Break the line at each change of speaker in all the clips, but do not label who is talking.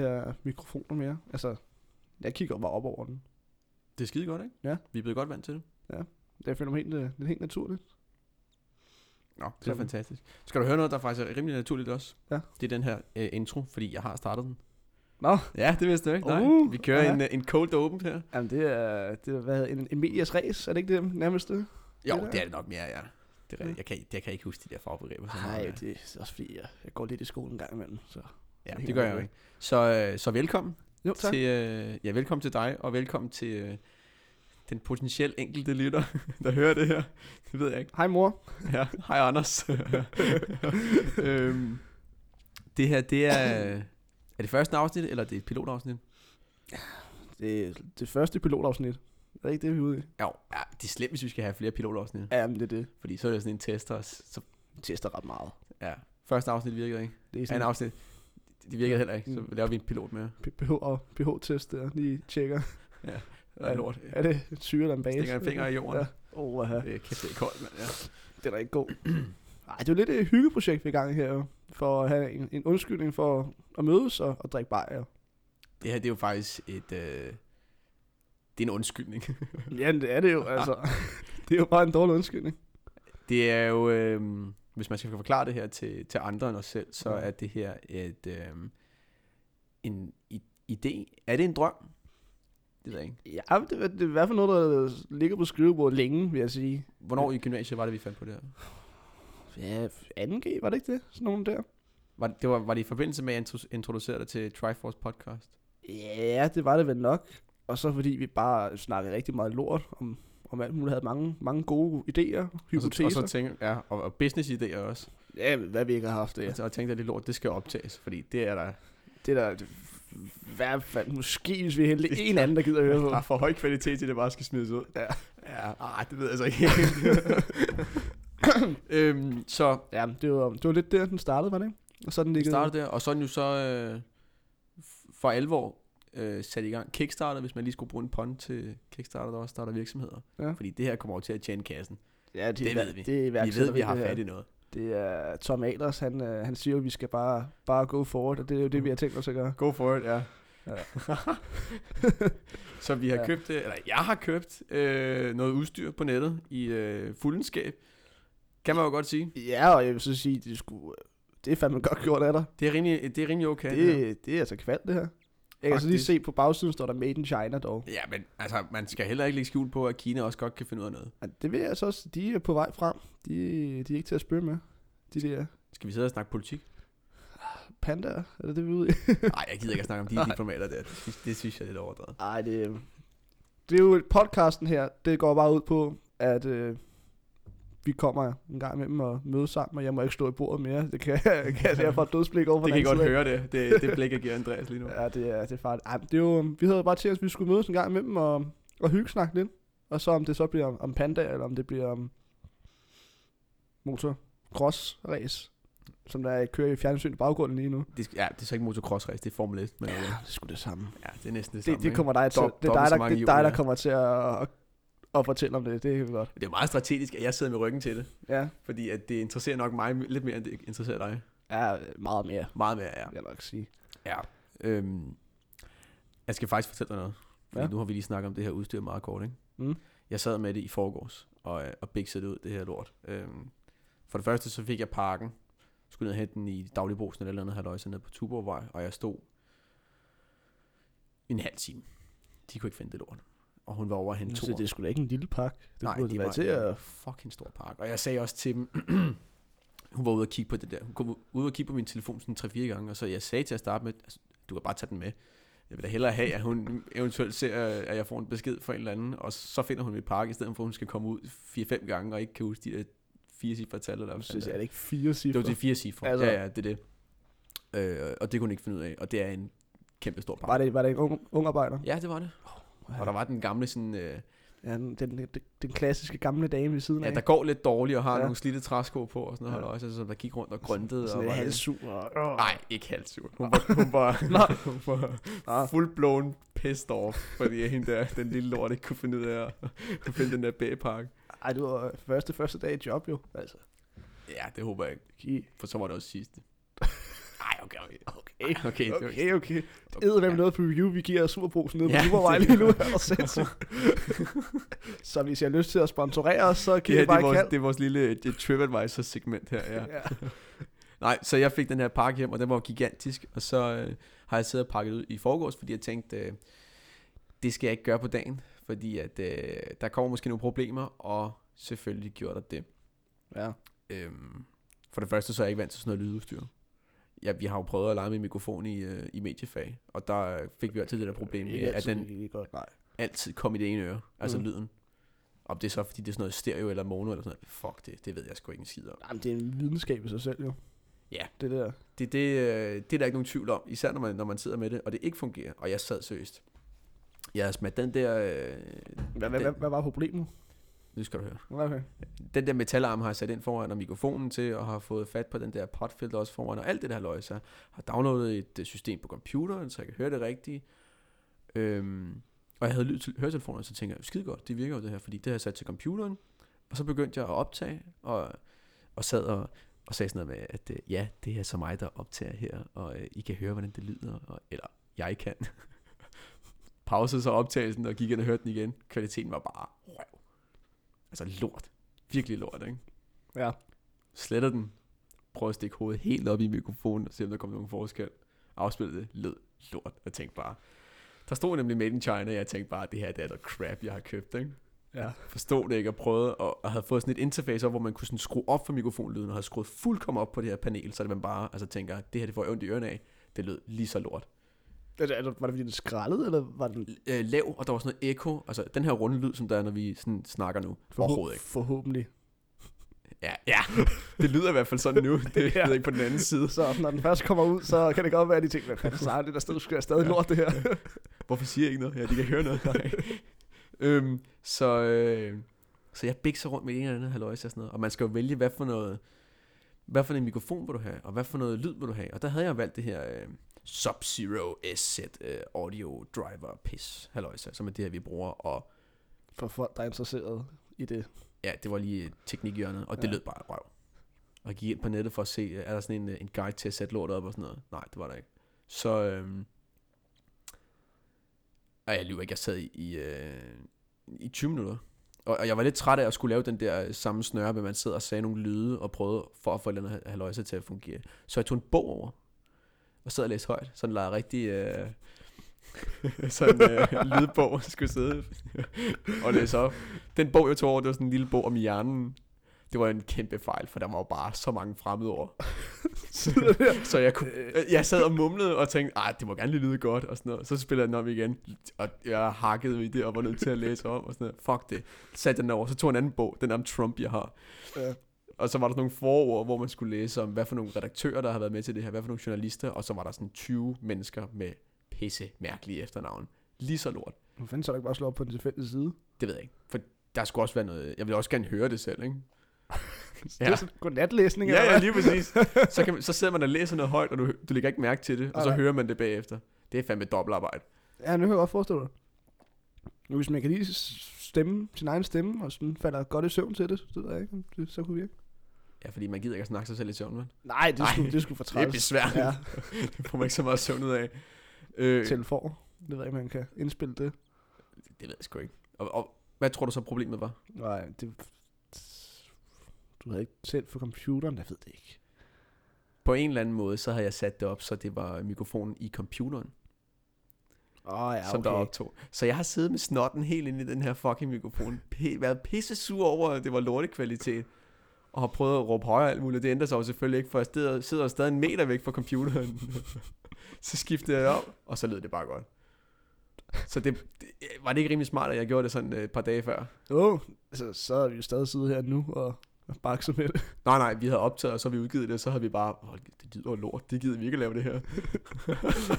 her mikrofoner mere. Altså, jeg kigger bare op over den.
Det er skide godt, ikke?
Ja.
Vi er blevet godt vant til det.
Det er fænomen, øh, det, det er helt naturligt.
Nå, det er
Sådan.
fantastisk. Skal du høre noget, der faktisk er rimelig naturligt også?
Ja.
Det er den her øh, intro, fordi jeg har startet den.
Nå.
Ja, det vidste du ikke. Nej.
Uh,
vi kører
ja.
en, øh, en cold open her.
Jamen, det er, det er hvad, en, en medias race, er det ikke det nærmeste?
Jo,
Det der.
det, det er det nok mere, ja. Det
Ja.
er, rigtigt. jeg, kan, jeg kan ikke huske de der fagbegreber. så
Nej,
meget, ja.
det er også fordi, jeg, jeg går lidt i skolen en gang imellem. Så.
Ja,
Det
det,
hænger
gør
jeg
jeg jo
med.
ikke. Så, øh, så velkommen
Jo, tak.
til, øh, ja, velkommen til dig, og velkommen til øh, den potentielt enkelte lytter, der hører det her. Det ved jeg ikke.
Hej mor.
Ja, hej Anders. øhm, det her, det er, er det første afsnit, eller er det et pilotafsnit?
Det er det første pilotafsnit. Er det ikke det, vi er ude i?
Jo, ja, det er slemt, hvis vi skal have flere pilotafsnit,
Ja, men det er det.
fordi så er det sådan en test også. Så,
Vi tester ret meget.
ja, første afsnit virkede ikke.
Det er
Anden
sådan
afsnit, det virkede heller ikke, så
Mm.
laver vi en pilot med.
en pH og pH-test der, lige tjekker.
Ja, lort.
Er det en syre eller en base?
Stikker en finger i jorden.
Ja. Oh, uh,
Øh, kæft, det er koldt, mand. Ja.
det er da ikke god. Nej, det er jo lidt et hyggeprojekt, vi er i gang i her, jo, for at have en, en undskyldning for at mødes og, og drikke bajer.
Det her, det er jo faktisk et... Øh, det er en undskyldning.
Ja, det er det jo, altså. det er jo bare en dårlig undskyldning.
Det er jo... Øh, hvis man skal forklare det her til, til andre end os selv, så
Mm.
er det her et, øh, en i- idé. Er det en drøm? Det ved jeg ikke.
Ja, men det, er- det er i hvert fald noget, der ligger på skrivebordet længe, vil jeg sige.
Hvornår i gymnasiet var det, vi fandt på det her?
Ja, 2G, var det ikke det? Sådan nogen der.
Var det, det var, var det i forbindelse med, at jeg intro- introducerede dig til Triforce podcast?
Ja, det var det vel nok. Og så fordi vi bare snakkede rigtig meget lort om, om alt muligt, havde mange, mange gode idéer, hypoteser.
Og så, og så tænkte, ja, og, og business-idéer også.
ja, hvad vi ikke har haft, det
Ja. Og, så- og tænkte, at det lort, det skal optages, fordi det er der
Det er der det, i hvert fald, måske hvis vi er heldige, en anden, der gider at høre på.
Der er for høj kvalitet til, at det bare skal smides ud.
Ja.
ja. Arh, det ved jeg så ikke øhm, så
Ja, det var, det var lidt der, den startede, var det ikke? Og så er den
vi
ligger...
startede der, og så er den jo så øh, f- for alvor øh, sat i gang. Kickstarter, hvis man lige skulle bruge en pond til Kickstarter, der også starter virksomheder.
Ja.
Fordi det her kommer over til at tjene kassen.
Ja, det,
Det ved vi.
Det er
Vi ved,
iværksætteri,
vi har
det her.
fat i noget.
Det er Tom Aders, han, øh, han siger jo, at vi skal bare, bare go forward, og det er jo det, vi har tænkt os at gøre.
Go for it, ja.
Ja.
så vi har
Ja.
ja. købt, øh, eller jeg har købt øh, noget udstyr på nettet i øh, fuldenskab. Kan man jo godt sige.
Ja, og jeg vil så sige, det, skulle, det er fandme godt gjort af dig.
Det er rimelig, det er rimelig okay. her.
Det, det er altså kvalt, det her. Jeg kan så lige
Faktisk.
se, på bagsiden står der Made in China dog.
Ja, men altså, man skal heller ikke lægge skjul på, at Kina også godt kan finde ud af noget.
Men det vil jeg så også, de er på vej frem. De, de er ikke til at spørge med. De der
Skal vi sidde og snakke politik?
pandaer, er det det, vi er ude i?
Nej, jeg gider ikke at snakke om de diplomater der. Det synes, det synes jeg er lidt overdrevet.
Ej, det, øhm, det er jo podcasten her, det går bare ud på, at øh, vi kommer en gang imellem og mødes sammen, og jeg må ikke stå i bordet mere. Det kan, kan jeg lære for et dødsblik over. på
Det
den
kan I
anden
godt
side af.
høre det. Det, det blik, jeg giver Andreas lige nu.
Ja, det er, det er farligt. Ej, men det er jo, vi havde bare til, at vi skulle mødes en gang imellem og, og hygge snakke lidt. Og så om det så bliver om, om panda, eller om det bliver om motor cross race, som der kører i fjernsyn i baggrunden lige nu.
Det, ja, det er så ikke motocross race, det er Formel 1. Men, ja.
det er sgu det samme.
ja, det er næsten det samme.
Det, det
ikke?
kommer dig til.
Dob-
det er
dobbelt
dig,
så
der,
mange
det er
hjul,
dig, der
ja.
kommer til at, at, at fortælle om det. Det er godt.
Det er jo meget strategisk, at jeg sidder med ryggen til det.
Ja,
Fordi at det interesserer nok mig lidt mere, end det interesserer dig.
ja meget mere,
Meget mere, ja.
vil jeg nok sige.
ja. Øhm, jeg skal faktisk fortælle dig noget. Fordi
Ja.
ja. nu har vi lige snakket om det her udstyr meget kort, ikke?
Mm.
Jeg sad med det i forgårs og, øh, og bikset det ud, det her lort. Øhm, for det første så fik jeg pakken, skulle ned og hente den i dagligbrugsen eller et eller andet halvøjse nede på Tuborgvej, og jeg stod en halv time. De kunne ikke finde det lort. Og hun var over at hente
Så
to.
det er sgu da ikke en lille pakke. Det
Nej,
burde
det
være
var
til
en
at...
fucking stor pakke. Og jeg sagde også til dem, hun var ude og kigge på det der. Hun kom ud og kigge på min telefon sådan 3-4 gange, og så jeg sagde til at starte med, altså, du kan bare tage den med. Jeg vil da hellere have, at hun eventuelt ser, at jeg får en besked fra en eller anden, og så finder hun mit pakke, i stedet for at hun skal komme ud 4-5 gange, og ikke kan huske de der fire cifre tal. Eller hvad
Jeg
fanden
synes,
det
er
er.
øh, det ikke fire
det
cifre?
var de fire cifre.
Altså-
Altså. Ja, ja, det er det. Øh, og det kunne hun ikke finde ud af, og det er en kæmpe stor pakke.
Var det, var det en ung, ung arbejder?
Ja, det var det. Og der var den gamle sådan... Øh,
Ja, den, den, den, den klassiske gamle dame ved siden af.
Ja, der går lidt dårligt og har
Ja.
ja. nogle slidte træsko på og sådan
Ja.
noget, ja. også, altså, der gik rundt og grøntede.
sådan
og
lidt
var lidt-
halvsur. og-
Nej, ikke halvsur. Hun var, hun var,
Nå.
hun var
Nå.
fullblown pissed off, fordi hende der, den lille lort ikke kunne finde ud af at- at finde den der bagpakke.
Ej, det var øh, første, første dag i job jo. Altså,
Ja, det håber jeg ikke,
gi-
for så var det også sidste. Nej, okay, okay, okay, okay, okay.
Okay, okay. Det er med noget på review, vi giver superbrusen nede på
Ja,
Supervej
det-
lige nu. Og så hvis I har lyst til at sponsorere os, så kan
Ja,
I
det er,
bare
vores,
kalde.
det er vores lille det TripAdvisor-segment her, ja.
Ja.
Nej, så jeg fik den her pakke hjem, og den var jo gigantisk, og så øh, har jeg siddet og pakket ud i forgårs, fordi jeg tænkte, øh, det skal jeg ikke gøre på dagen, fordi at øh, der kommer måske nogle problemer, og selvfølgelig gjorde der det.
ja.
Øhm, for det første så er jeg ikke vant til sådan noget lydudstyr. Ja, vi har jo prøvet at lege med mikrofon i, øh, i mediefag, og der øh, fik vi altid det der problem med, at den
godt. Nej.
altid kom i det ene øre, altså
Mm.
mm. lyden. Om det er så, fordi det er sådan noget stereo eller mono eller sådan noget. Fuck det, det ved jeg sgu ikke en skid om.
Jamen, det er en videnskab i sig selv, jo.
Ja.
Det der.
Det, det, øh, det er der ikke nogen tvivl om, især når man, når man sidder med det, og det ikke fungerer. Og jeg sad seriøst. Jeg smadte den der... Øh,
Hvad, hvad, hvad, hvad var problemet?
nu skal du høre.
Okay.
Den der metalarm har jeg sat ind foran, og mikrofonen til, og har fået fat på den der potfilter også foran, og alt det der løg, så har downloadet et øh, system på computeren, så jeg kan høre det rigtigt. Øhm, og jeg havde lyd til høretelefoner, så tænker jeg, skide godt, det virker jo det her, fordi det har jeg sat til computeren. Og så begyndte jeg at optage, og, og sad og, og sagde sådan noget med, at øh, ja, det er så mig, der optager her, og øh, I kan høre, hvordan det lyder, og, eller jeg kan. Pausede så optagelsen og gik ind og hørte den igen. Kvaliteten var bare røv. Altså lort. Virkelig lort, ikke?
Ja.
sletter den, prøver at stikke hovedet helt op i mikrofonen og se, om der kommer nogen forskel. Afspillede det, lød lort. Jeg tænkte bare, der stod nemlig Made in China, og jeg tænkte bare, det her det er noget crap, jeg har købt, ikke?
Ja.
Forstod det ikke og prøvede, og, og havde fået sådan et interface op, hvor man kunne sådan skrue op for mikrofonlyden, og havde skruet fuldkommen op på det her panel, så det man bare altså, tænker, det her det får jeg ondt i ørerne af. Det lød lige så lort.
Altså, er det- var det fordi, den skrællede, eller var den
Øh, lav, og der var sådan noget echo, altså den her runde lyd, som der er, når vi sådan snakker nu. Overhovedet ikke.
Forhåbentlig.
Ja, ja. Det lyder i hvert fald sådan nu. Det
Ja.
er ikke på den anden side.
Så når den først kommer ud, så kan det godt være, at de tænker, hvad fanden Sara, det der sted, du skal stadig lort det her.
Hvorfor siger jeg ikke noget? Ja, de kan høre noget. Nej. øhm, så, øh, så jeg bikser rundt med en eller anden halvøjse og sådan noget. Og man skal jo vælge, hvad for noget... Hvad for en mikrofon vil du have, og hvad for noget lyd vil du have? Og der havde jeg valgt det her øh, Sub-Zero SZ øh, Audio Driver Piss, halløjsa, som er det her, vi bruger. Og
For folk, der er interesseret i det.
ja, det var lige teknikhjørnet, og det
Ja.
lød bare af røv. Og jeg gik ind på nettet for at se, øh, er der sådan en, øh, en guide til at sætte lortet op og sådan noget? Nej, det var der ikke. Så, øhm, og jeg lyver ikke, jeg sad i, i, øh, i 20 minutter. Og, og jeg var lidt træt af at skulle lave den der øh, samme snøre, men man sidder og sagde nogle lyde og prøvede for at få et eller andet haløjse til at fungere. Så jeg tog en bog over og sad og læste højt. Sådan der rigtig... Øh, sådan en øh, lydbog, der skulle sidde og læse op. Den bog, jeg tog over, det var sådan en lille bog om hjernen. Det var en kæmpe fejl, for der var jo bare så mange fremmedord. så jeg, kunne, jeg sad og mumlede og tænkte, at det må gerne lige lyde godt, og sådan noget. Så spiller jeg den om igen, og jeg hakkede i det, og var nødt til at læse om, og sådan noget. Fuck det. Satte jeg den over, så tog jeg en anden bog, den om Trump, jeg har.
Ja.
Og så var der sådan nogle forord, hvor man skulle læse om, hvad for nogle redaktører, der har været med til det her, hvad for nogle journalister, og så var der sådan 20 mennesker med pisse mærkelige efternavn. Lige så lort.
Nu fanden så du ikke bare slå op på den tilfældige side.
Det ved jeg ikke. For der skulle også være noget... Jeg vil også gerne høre det selv, ikke?
Ja. Det er sådan godnatlæsning.
Ja,
eller
ja,
hvad?
lige præcis. Så, kan, man- så sidder man og læser noget højt, og du, du lægger ikke mærke til det, og så
Nej.
hører man det bagefter. Det er fandme dobbeltarbejde.
Ja, nu kan jeg godt forestille dig. Nu, hvis man kan lige stemme sin egen stemme, og sådan falder godt i søvn til det, så ved jeg ikke, om det så kunne virke.
Ja, fordi man gider ikke at snakke sig selv i søvn, vel?
Nej, det
Nej,
skulle, det skulle for
Det er
træls.
besværligt.
Ja,
Ja. det får man ikke så meget søvn ud af. Øh,
telefon. Det ved jeg ikke, man kan indspille det.
det ved jeg sgu ikke. Og, og hvad tror du så problemet var?
Nej, det... Du havde ikke tændt for computeren, jeg ved det ikke.
På en eller anden måde, så havde jeg sat det op, så det var mikrofonen i computeren,
Åh oh, ja,
ja, okay. som der optog. Så jeg har siddet med snotten helt inde i den her fucking mikrofon, p- været pisse sur over, at det var lortekvalitet, og har prøvet at råbe højere og alt muligt. Det ændrer sig jo selvfølgelig ikke, for jeg sidder, sidder stadig en meter væk fra computeren. så skiftede jeg op, og så lød det bare godt. Så det, det, var det ikke rimelig smart, at jeg gjorde det sådan øh, et par dage før?
Jo, oh, altså, så er vi jo stadig siddet her nu og bakset med det.
Nej, nej, vi havde optaget, og så havde vi udgivet det, og så havde vi bare, "Åh, det lyder jo lort, det gider vi ikke at lave det her.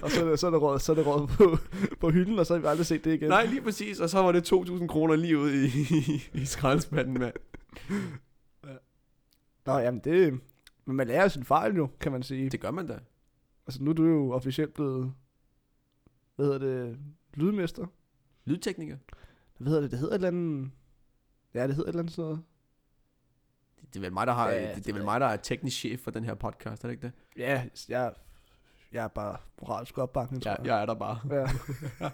og så er det, så er det råd, så er det råd på, på hylden, og så har vi aldrig set det igen.
Nej, lige præcis, og så var det 2.000 kroner lige ud i, i, i skraldespanden, mand.
Nå, jamen det... Men man lærer jo sin fejl jo, kan man sige.
Det gør man da.
Altså, nu er du jo officielt blevet... Hvad hedder det? Lydmester?
Lydtekniker.
Hvad hedder det? Det hedder et eller andet... Ja, det hedder et eller andet sådan noget.
Det, det er vel mig, der har,
Ja,
ja, det,
det
det
ved
er vel
jeg
mig, der er teknisk chef for den her podcast, er det ikke det?
Ja, jeg Jeg er bare moralsk opbakning, tror
Jeg,
jeg.
jeg er der bare.
Ja.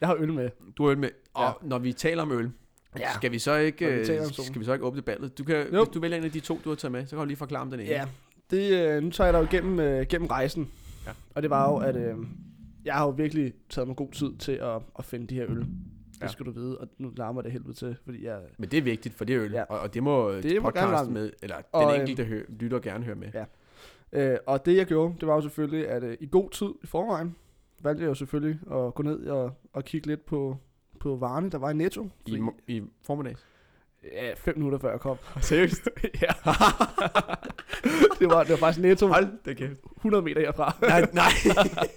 jeg har øl med.
Du er øl med. Og
Ja.
ja. når vi taler om øl,
Ja.
ja. skal, vi så ikke,
Når vi
øh,
taler om solen.
skal vi så ikke åbne ballet? Du kan,
Jo.
hvis du vælger en af de to, du har taget med, så kan du lige forklare om den ene.
Ja, det, øh, nu tager jeg dig jo gennem, øh, gennem rejsen.
Ja.
Og det var jo, at øh, jeg har jo virkelig taget mig god tid til at, at finde de her øl. Det
Ja.
skal du vide, og nu larmer det helvede til, fordi jeg...
Men det er vigtigt, for det er øl.
Ja.
Ja. Og, og det må øh,
Det må gerne være-
podcasten med, eller
Og,
den
øh,
enkelte hø- lytter gerne høre med.
Ja. Øh, og det jeg gjorde, det var jo selvfølgelig, at øh, i god tid i forvejen, valgte jeg jo selvfølgelig at gå ned og, og kigge lidt på, på varerne, der var i Netto.
I,
fordi-
mo- I formiddag.
Ja, fem minutter før jeg kom.
Seriøst?
ja. det, var, det var faktisk Netto
Hold da kæft.
100 meter herfra.
Nej, nej.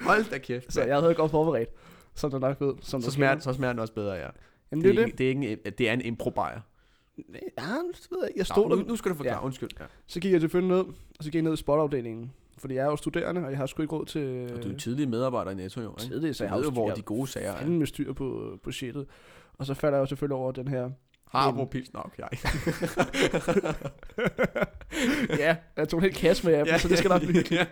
Hold da kæft.
Så
Så, ja.
jeg havde godt forberedt, som du nok ved. Som
så,
du
smager,
kender.
så smager den også bedre, ja.
Jamen,
Det
det er
er, ikke, det, er ikke en, det er en improbajer.
det. Ja, det ved jeg ikke. Jeg
Nå,
stod
nu,
der
nu skal du forklare.
Ja.
Ja. Undskyld. Ja.
Så gik jeg selvfølgelig ned, og så gik jeg ned i spotafdelingen. Fordi jeg er jo studerende, og jeg har sgu ikke råd til...
Og du er tidlig medarbejder i Netto, jo. Ikke?
tidlig, så
Så
jeg
jeg
har
ved jo,
jo
hvor
jeg
de
er
gode sager er.
fandme med styr på, på shitet. Og så falder jeg jo selvfølgelig over den her...
Harbo Pils nok, jeg.
ja, jeg tog en hel kasse med af dem, ja, så det skal nok blive
ja,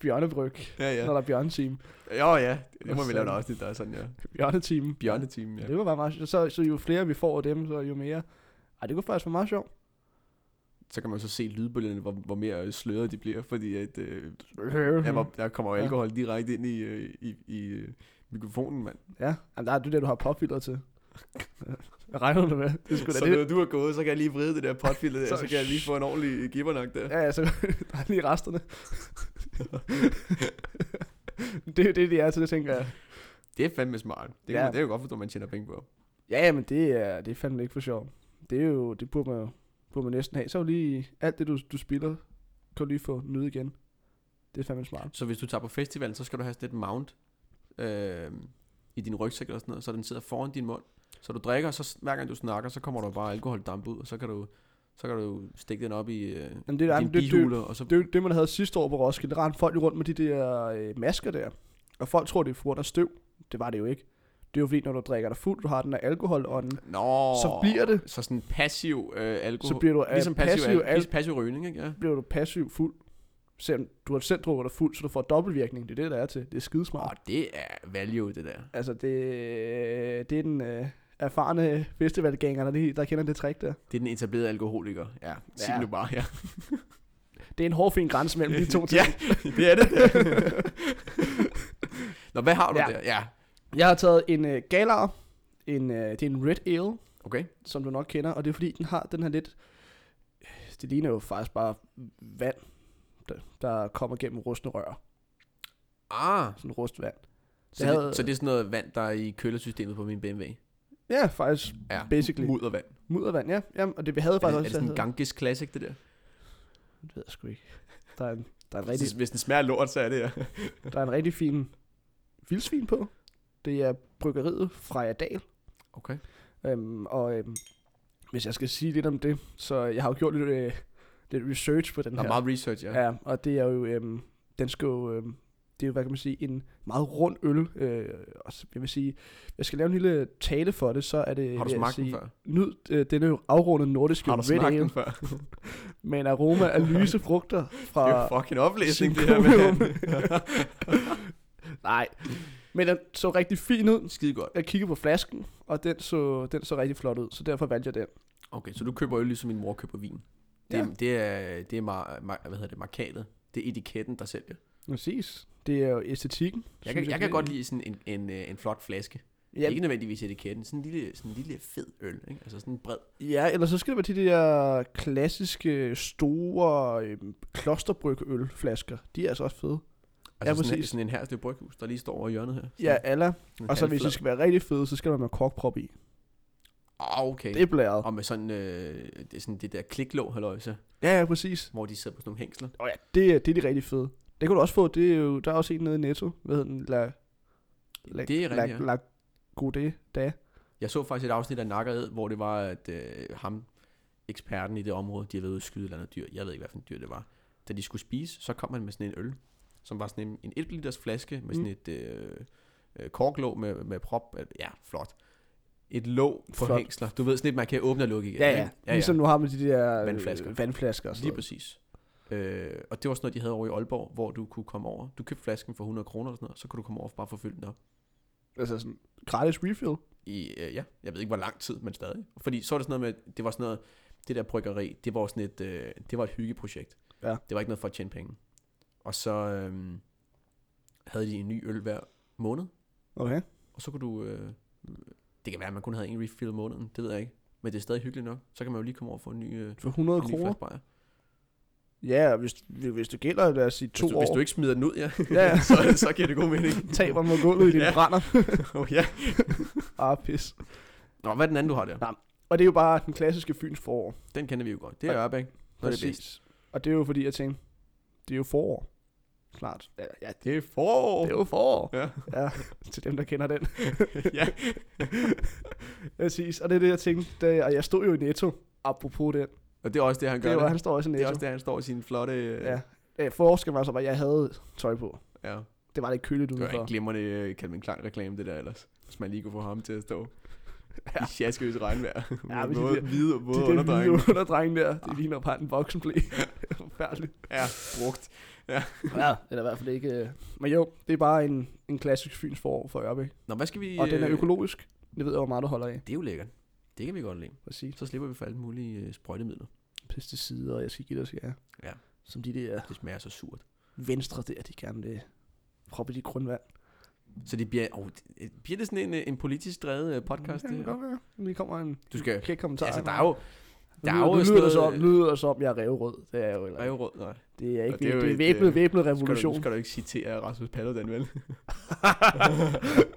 bjørnebryg,
ja,
ja.
ja.
når der er bjørneteam.
Jo, ja. Det må
Og så-
vi lave et afsnit, der er sådan, ja.
Bjørneteam.
Bjørneteam, ja.
Det var bare meget sjovt. Så, så jo flere vi får af dem, så jo mere... Ej, det kunne faktisk være meget sjovt.
Så kan man så se lydbølgerne, hvor, hvor mere øh, sløret de bliver, fordi at, øh,
Ja,
jeg, var, der kommer jo
Ja.
alkohol direkte ind i, øh, i, i øh, mikrofonen, mand.
ja. Jamen, der er det der, du har popfilter til. Jeg regner det med. Det er sgu da
Så
det.
når du er gået, så kan jeg lige vride det der potfilter der,
Så-
så, kan jeg lige få en ordentlig gibbernok der.
Ja, ja, så der er lige resterne. det er jo det, de er, så det tænker jeg.
Det er fandme smart. Det kan,
Ja.
ja. man, det er jo godt, at man tjener penge på.
Ja, men det er, det er fandme ikke for sjov. Det er jo, det burde man, jo- burde man næsten have. Så er jo lige alt det, du, du spiller, kan du lige få nyde igen. Det er fandme smart.
Så hvis du tager på festivalen, så skal du have sådan et mount øh, i din rygsæk eller sådan noget, så den sidder foran din mund. Så du drikker, og så s- hver gang du snakker, så kommer der bare alkoholdamp ud, og så kan du, så kan du stikke den op i øh,
Jamen, det, er,
din
det, det, det,
bihule, og så...
det, er jo det, man havde sidste år på Roskilde, der rendte folk jo rundt med de der øh, masker der. Og folk tror, det er på grund af støv. Det var det jo ikke. Det er jo fordi, når du drikker dig fuld, du har den der alkoholånden,
Nå,
så bliver det-
Så sådan passiv øh, alkohol.
så bliver du, øh,
ligesom passiv,
passiv
passiv,
al-
al- ligesom passiv rygning, ikke? Ja.
bliver du passivt fuld. Selvom du har selv drukket dig fuld, så du får dobbeltvirkning. Det er det, der er til. Det er skidesmart.
Åh, det er value, det der.
Altså, det, det er den øh, erfarne festivalgænger, der, lige, der kender det trick der.
Det er den etablerede alkoholiker. Ja, sig
Ja.
ja. nu bare, ja.
Det er en hårfin grænse mellem de to ting.
ja, det er det. Nå, hvad har du
Ja.
ja. der? Ja,
Jeg har taget en øh, galar. En, øh, det er en red ale,
okay.
som du nok kender, og det er fordi, den har den her lidt... Det ligner jo faktisk bare vand, der, der kommer gennem rustne rør.
Ah,
Sådan rustvand.
så,
Jeg
det,
havde-
så det er sådan noget vand, der er i kølesystemet på min BMW?
Ja, faktisk.
Ja,
Basically.
muddervand.
Muddervand, ja. Jamen, og det vi havde
Er
faktisk
det, er
også...
det sådan en
jeg havde-
Ganges Classic, det der?
Det ved jeg sgu ikke. Der er en, der er en rigtig
Rigtig. Hvis den smager af lort, så er det ja.
Der er en rigtig fin vildsvin på. Det er bryggeriet Freja Dal.
Okay.
Øhm, og øhm, hvis jeg skal sige lidt om det, så jeg har jo gjort lidt, øh, lidt research på den
Der
her.
er meget research, ja.
ja. ja. og det er jo, øhm, den skal jo, øhm, det er jo, hvad kan man sige, en meget rund øl. Øh, og så- jeg vil sige, jeg skal lave en lille tale for det, så er det,
Har du
vil jeg
smagt den
sige,
før?
nyd øh, denne afrundede nordiske
Har du
red
smagt
ale
den før?
med en aroma af lyse frugter
Det er jo
fra,
fucking oplæsning, det her
Symptomium.
med.
nej, men den så rigtig fin ud.
Skide godt.
jeg kiggede på flasken, og den så, den så rigtig flot ud, så derfor valgte jeg den.
Okay, så du køber øl, ligesom min mor køber vin.
Ja.
Det, ja. det er, det er mar, mar, hvad hedder det, markatet. Det er etiketten, der sælger.
Præcis. Det er jo æstetikken.
Jeg
synes
kan, jeg kan
det-
godt lide sådan en, en, øh, en flot flaske. Ja.
Ja,
Ikke nødvendigvis etiketten. Sådan en lille, sådan en lille fed øl. Ikke? Altså sådan en bred.
ja, eller så skal det være de der klassiske, store øhm, klosterbrygølflasker. De er altså også fede.
Altså ja, sådan, en,
præcis.
sådan en herslev bryghus, der lige står over i hjørnet her. Sådan
Ja, alla.
en
Og så hvis
halvflad.
de skal være rigtig fede, så skal man med korkprop i.
Ah, okay.
Det er blæret.
Og med sådan, øh, det, er sådan det der kliklåg, halløjse,
Ja, ja, præcis.
hvor de sidder på sådan nogle hængsler.
Og ja, det, er- det er de rigtig fede. Det kan du også få. Det er jo, der er også en nede i Netto. Hvad hedder den? La, la,
Det er rigtigt,
la,
ja.
la, Gode da.
Jeg så faktisk et afsnit af Nakkered, hvor det var, at øh, ham, eksperten i det område, de havde været ude at skyde et eller andet dyr. Jeg ved ikke, hvad for en dyr det var. Da de skulle spise, så kom han med sådan en øl, som var sådan en, en 1 liters flaske med sådan
Mm.
et øh, øh, korklåg med, med prop. Øh, ja, flot. Et låg på
Flot.
flot. hængsler. Du ved sådan et, man kan åbne og lukke igen.
Ja, Ligesom
ikke?
ja. Ligesom nu har man de der øh,
Vandflasker.
vandflasker og sådan
Lige
noget.
præcis. Øh, og det var sådan noget, de havde over i Aalborg, hvor du kunne komme over. Du købte flasken for 100 kroner eller sådan noget, så kunne du komme over og bare få fyldt den op.
Altså sådan gratis refill.
I, øh, ja, jeg ved ikke, hvor lang tid, men stadig. Fordi så var det sådan noget med, det var sådan noget, det der bryggeri, det var sådan et, øh, det var et hyggeprojekt.
Ja.
Det var ikke noget for at tjene penge. Og så øh, havde de en ny øl hver måned,
Okay.
og så kunne du... Øh, det kan være, at man kun havde en refill om måneden. Det ved jeg ikke. Men det er stadig hyggeligt nok. Så kan man jo lige komme over og få en ny, øh,
For 100
en ny
kroner.
flaske bajer.
Ja, og hvis, hvis det gælder, lad os sige to
hvis du,
år,
Hvis du ikke smider den ud, ja,
Ja, ja.
så, så giver det god mening.
taber den mod gulvet i dine
Ja.
brænder.
oh, ja.
ah, pis.
Nå, hvad er den anden, du har der?
Nej. Og det er jo bare den klassiske Fyns forår.
Den kender vi jo godt. Det er Ørbæk. Når det er bedst.
Og det er jo fordi, jeg tænkte, det er jo forår. Klart. Ja, ja det,
er forår.
det er jo forår.
Ja.
Ja, til dem, der kender den.
ja.
Præcis. Og det er det, jeg tænkte. Da, og jeg stod jo i Netto, apropos den.
Og det er også det, han
Det
gør.
er jo,
Det,
han står også i
det er
Netto.
også det, han står i sin flotte... øh,
Ja. Øh, forskellen var så bare, at jeg havde tøj på.
ja.
Det var lidt køligt
Det var en
udenfor.
glimrende øh, Calvin Klein reklame, det der ellers. Hvis man lige kunne få ham til at stå ja. i sjaskøs regnvejr.
Ja,
Ja,
men
med
de
både
der-
hvide og
De
våde
der
underdrenge.
hvide underdreng der,
Ah.
det ligner bare en voksenblæ. Forfærdeligt.
Ja, brugt.
Ja, eller i hvert fald ikke. øh. Men jo, det er bare en, en klassisk fyns forår for Ørbæk.
Nå, hvad skal vi...
Og den er
øh,
økologisk. Det ved jeg, hvor meget du holder af.
Det er jo lækkert. Det kan vi godt lide.
Præcis.
Så slipper vi for alle mulige øh, sprøjtemidler.
Pesticider, og jeg skal give dig, skal jeg.
Ja.
Som de der
Det smager så surt.
venstre der, de gerne vil proppe i grundvand.
Så det bliver, oh, det, bliver det sådan en, øh, en politisk drevet øh, podcast?
Ja, det
Det
kan
her?
godt være. Men det kommer en
Du skal-
kæk kommentar.
altså, der er jo
der er
der er jo
lyder,
sådan
lyder, det som,
noget-
lyder det som, jeg er revrød. Det er jeg jo eller. ikke.
revrød. Nej.
Det er ikke
Og det er
det,
jo
det er
et,
væbnet,
øh,
væbnet
Skal du,
revolution.
nu skal du ikke citere Rasmus Paludan, vel?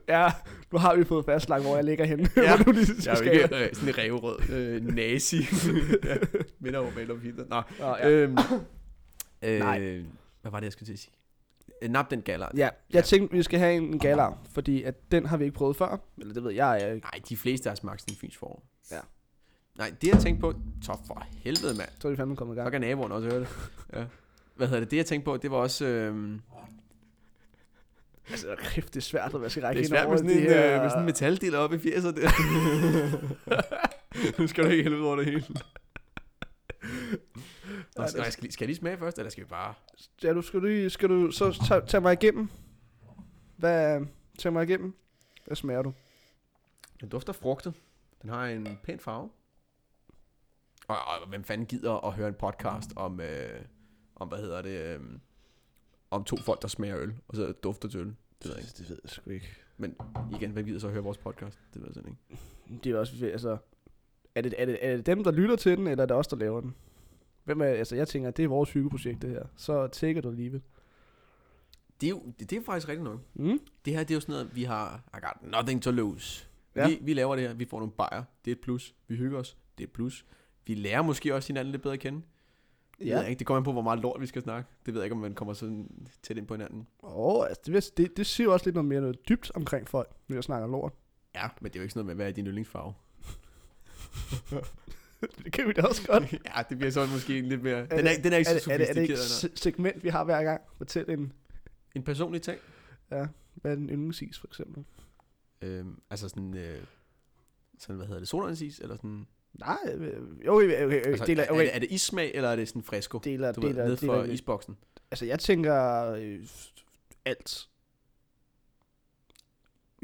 ja, nu har vi fået fastlagt, hvor jeg ligger henne.
Ja.
Hvor du lige
Jeg er
skal
jo ikke øh, sådan en revrød øh, nazi. ja, minder over Adolf Hitler. Nå,
Nå, ja.
ja. øhm, øh,
Nej.
Hvad var det, jeg skulle til at sige? Øh, Nap den galler.
ja, jeg tænkte, vi skal have en en galar, fordi at den har vi ikke prøvet før. Eller det ved jeg jeg ikke.
Nej, de fleste har smagt sådan en fyns forår.
Ja.
Nej, det jeg tænkte på... Så for helvede, mand.
Så er vi fandme kommet i
Så
gang.
kan naboen også høre det. Ja. Hvad hedder det? Det jeg tænkte på, det var også... Øhm,
Altså, kæft, det er svært at vaske række
det er svært med sådan, en, øh, med sådan en metaldel oppe i 80'erne. der. nu skal du ikke hælde ud over det hele. Nå, skal, nej, skal, lige- skal jeg lige smage først, eller skal vi bare...
Ja, du skal lige, skal du, så tage, tage mig igennem. Hvad, tag mig igennem. Hvad smager du?
Den dufter frugtet. Den har en pæn farve. Og, og hvem fanden gider at høre en podcast om, øh, om hvad hedder det, øh, om to folk, der smager øl, og så dufter til øl. Altså, Det ved jeg ikke.
Det ved jeg sgu ikke.
Igen, hvem gider så at høre vores podcast? Det ved jeg sådan ikke.
Det er også, altså, er det, er, det, er det dem, der lytter til den, eller er det os, der laver den? Hvem er, altså, jeg tænker, det er vores hyggeprojekt, det her. Så tækker du alligevel.
Det er jo det, det er faktisk rigtigt nok.
Mm?
Det her, det er jo sådan noget, vi har I got nothing to lose.
Ja.
Ja. Vi, vi laver det her, vi får nogle bajer, det er et plus. Vi hygger os, det er et plus. Vi lærer måske også hinanden lidt bedre at kende. Det, ved jeg ikke. det kommer an på, hvor meget lort vi skal snakke. Det ved jeg ikke, om man kommer sådan tæt ind på hinanden.
Åh, oh, altså, det, vil- det, det, siger jo også lidt noget mere noget dybt omkring folk, når jeg snakker lort.
Ja, men det er jo ikke sådan noget med, hvad er din yndlingsfarve?
det kan vi da også godt.
ja, det bliver så måske lidt mere...
Er
den, er,
det-
den er ikke
Er
så
det, er det, er det ikke
sofistikeret. nej.
et segment, vi har hver gang? Fortæl en,
En personlig ting?
ja, hvad er en yndlingsis, for eksempel?
Øhm, altså sådan... Øh, sådan, hvad hedder det? Sodavansis? Eller sådan...
Nej, øh, jo, okay, okay, okay,
Altså,
deler,
er,
okay.
det, er det issmag, eller er det sådan fresco? Det,
deler,
du ved,
deler,
ned
deler,
for
deler,
isboksen.
Altså, jeg tænker øh, alt.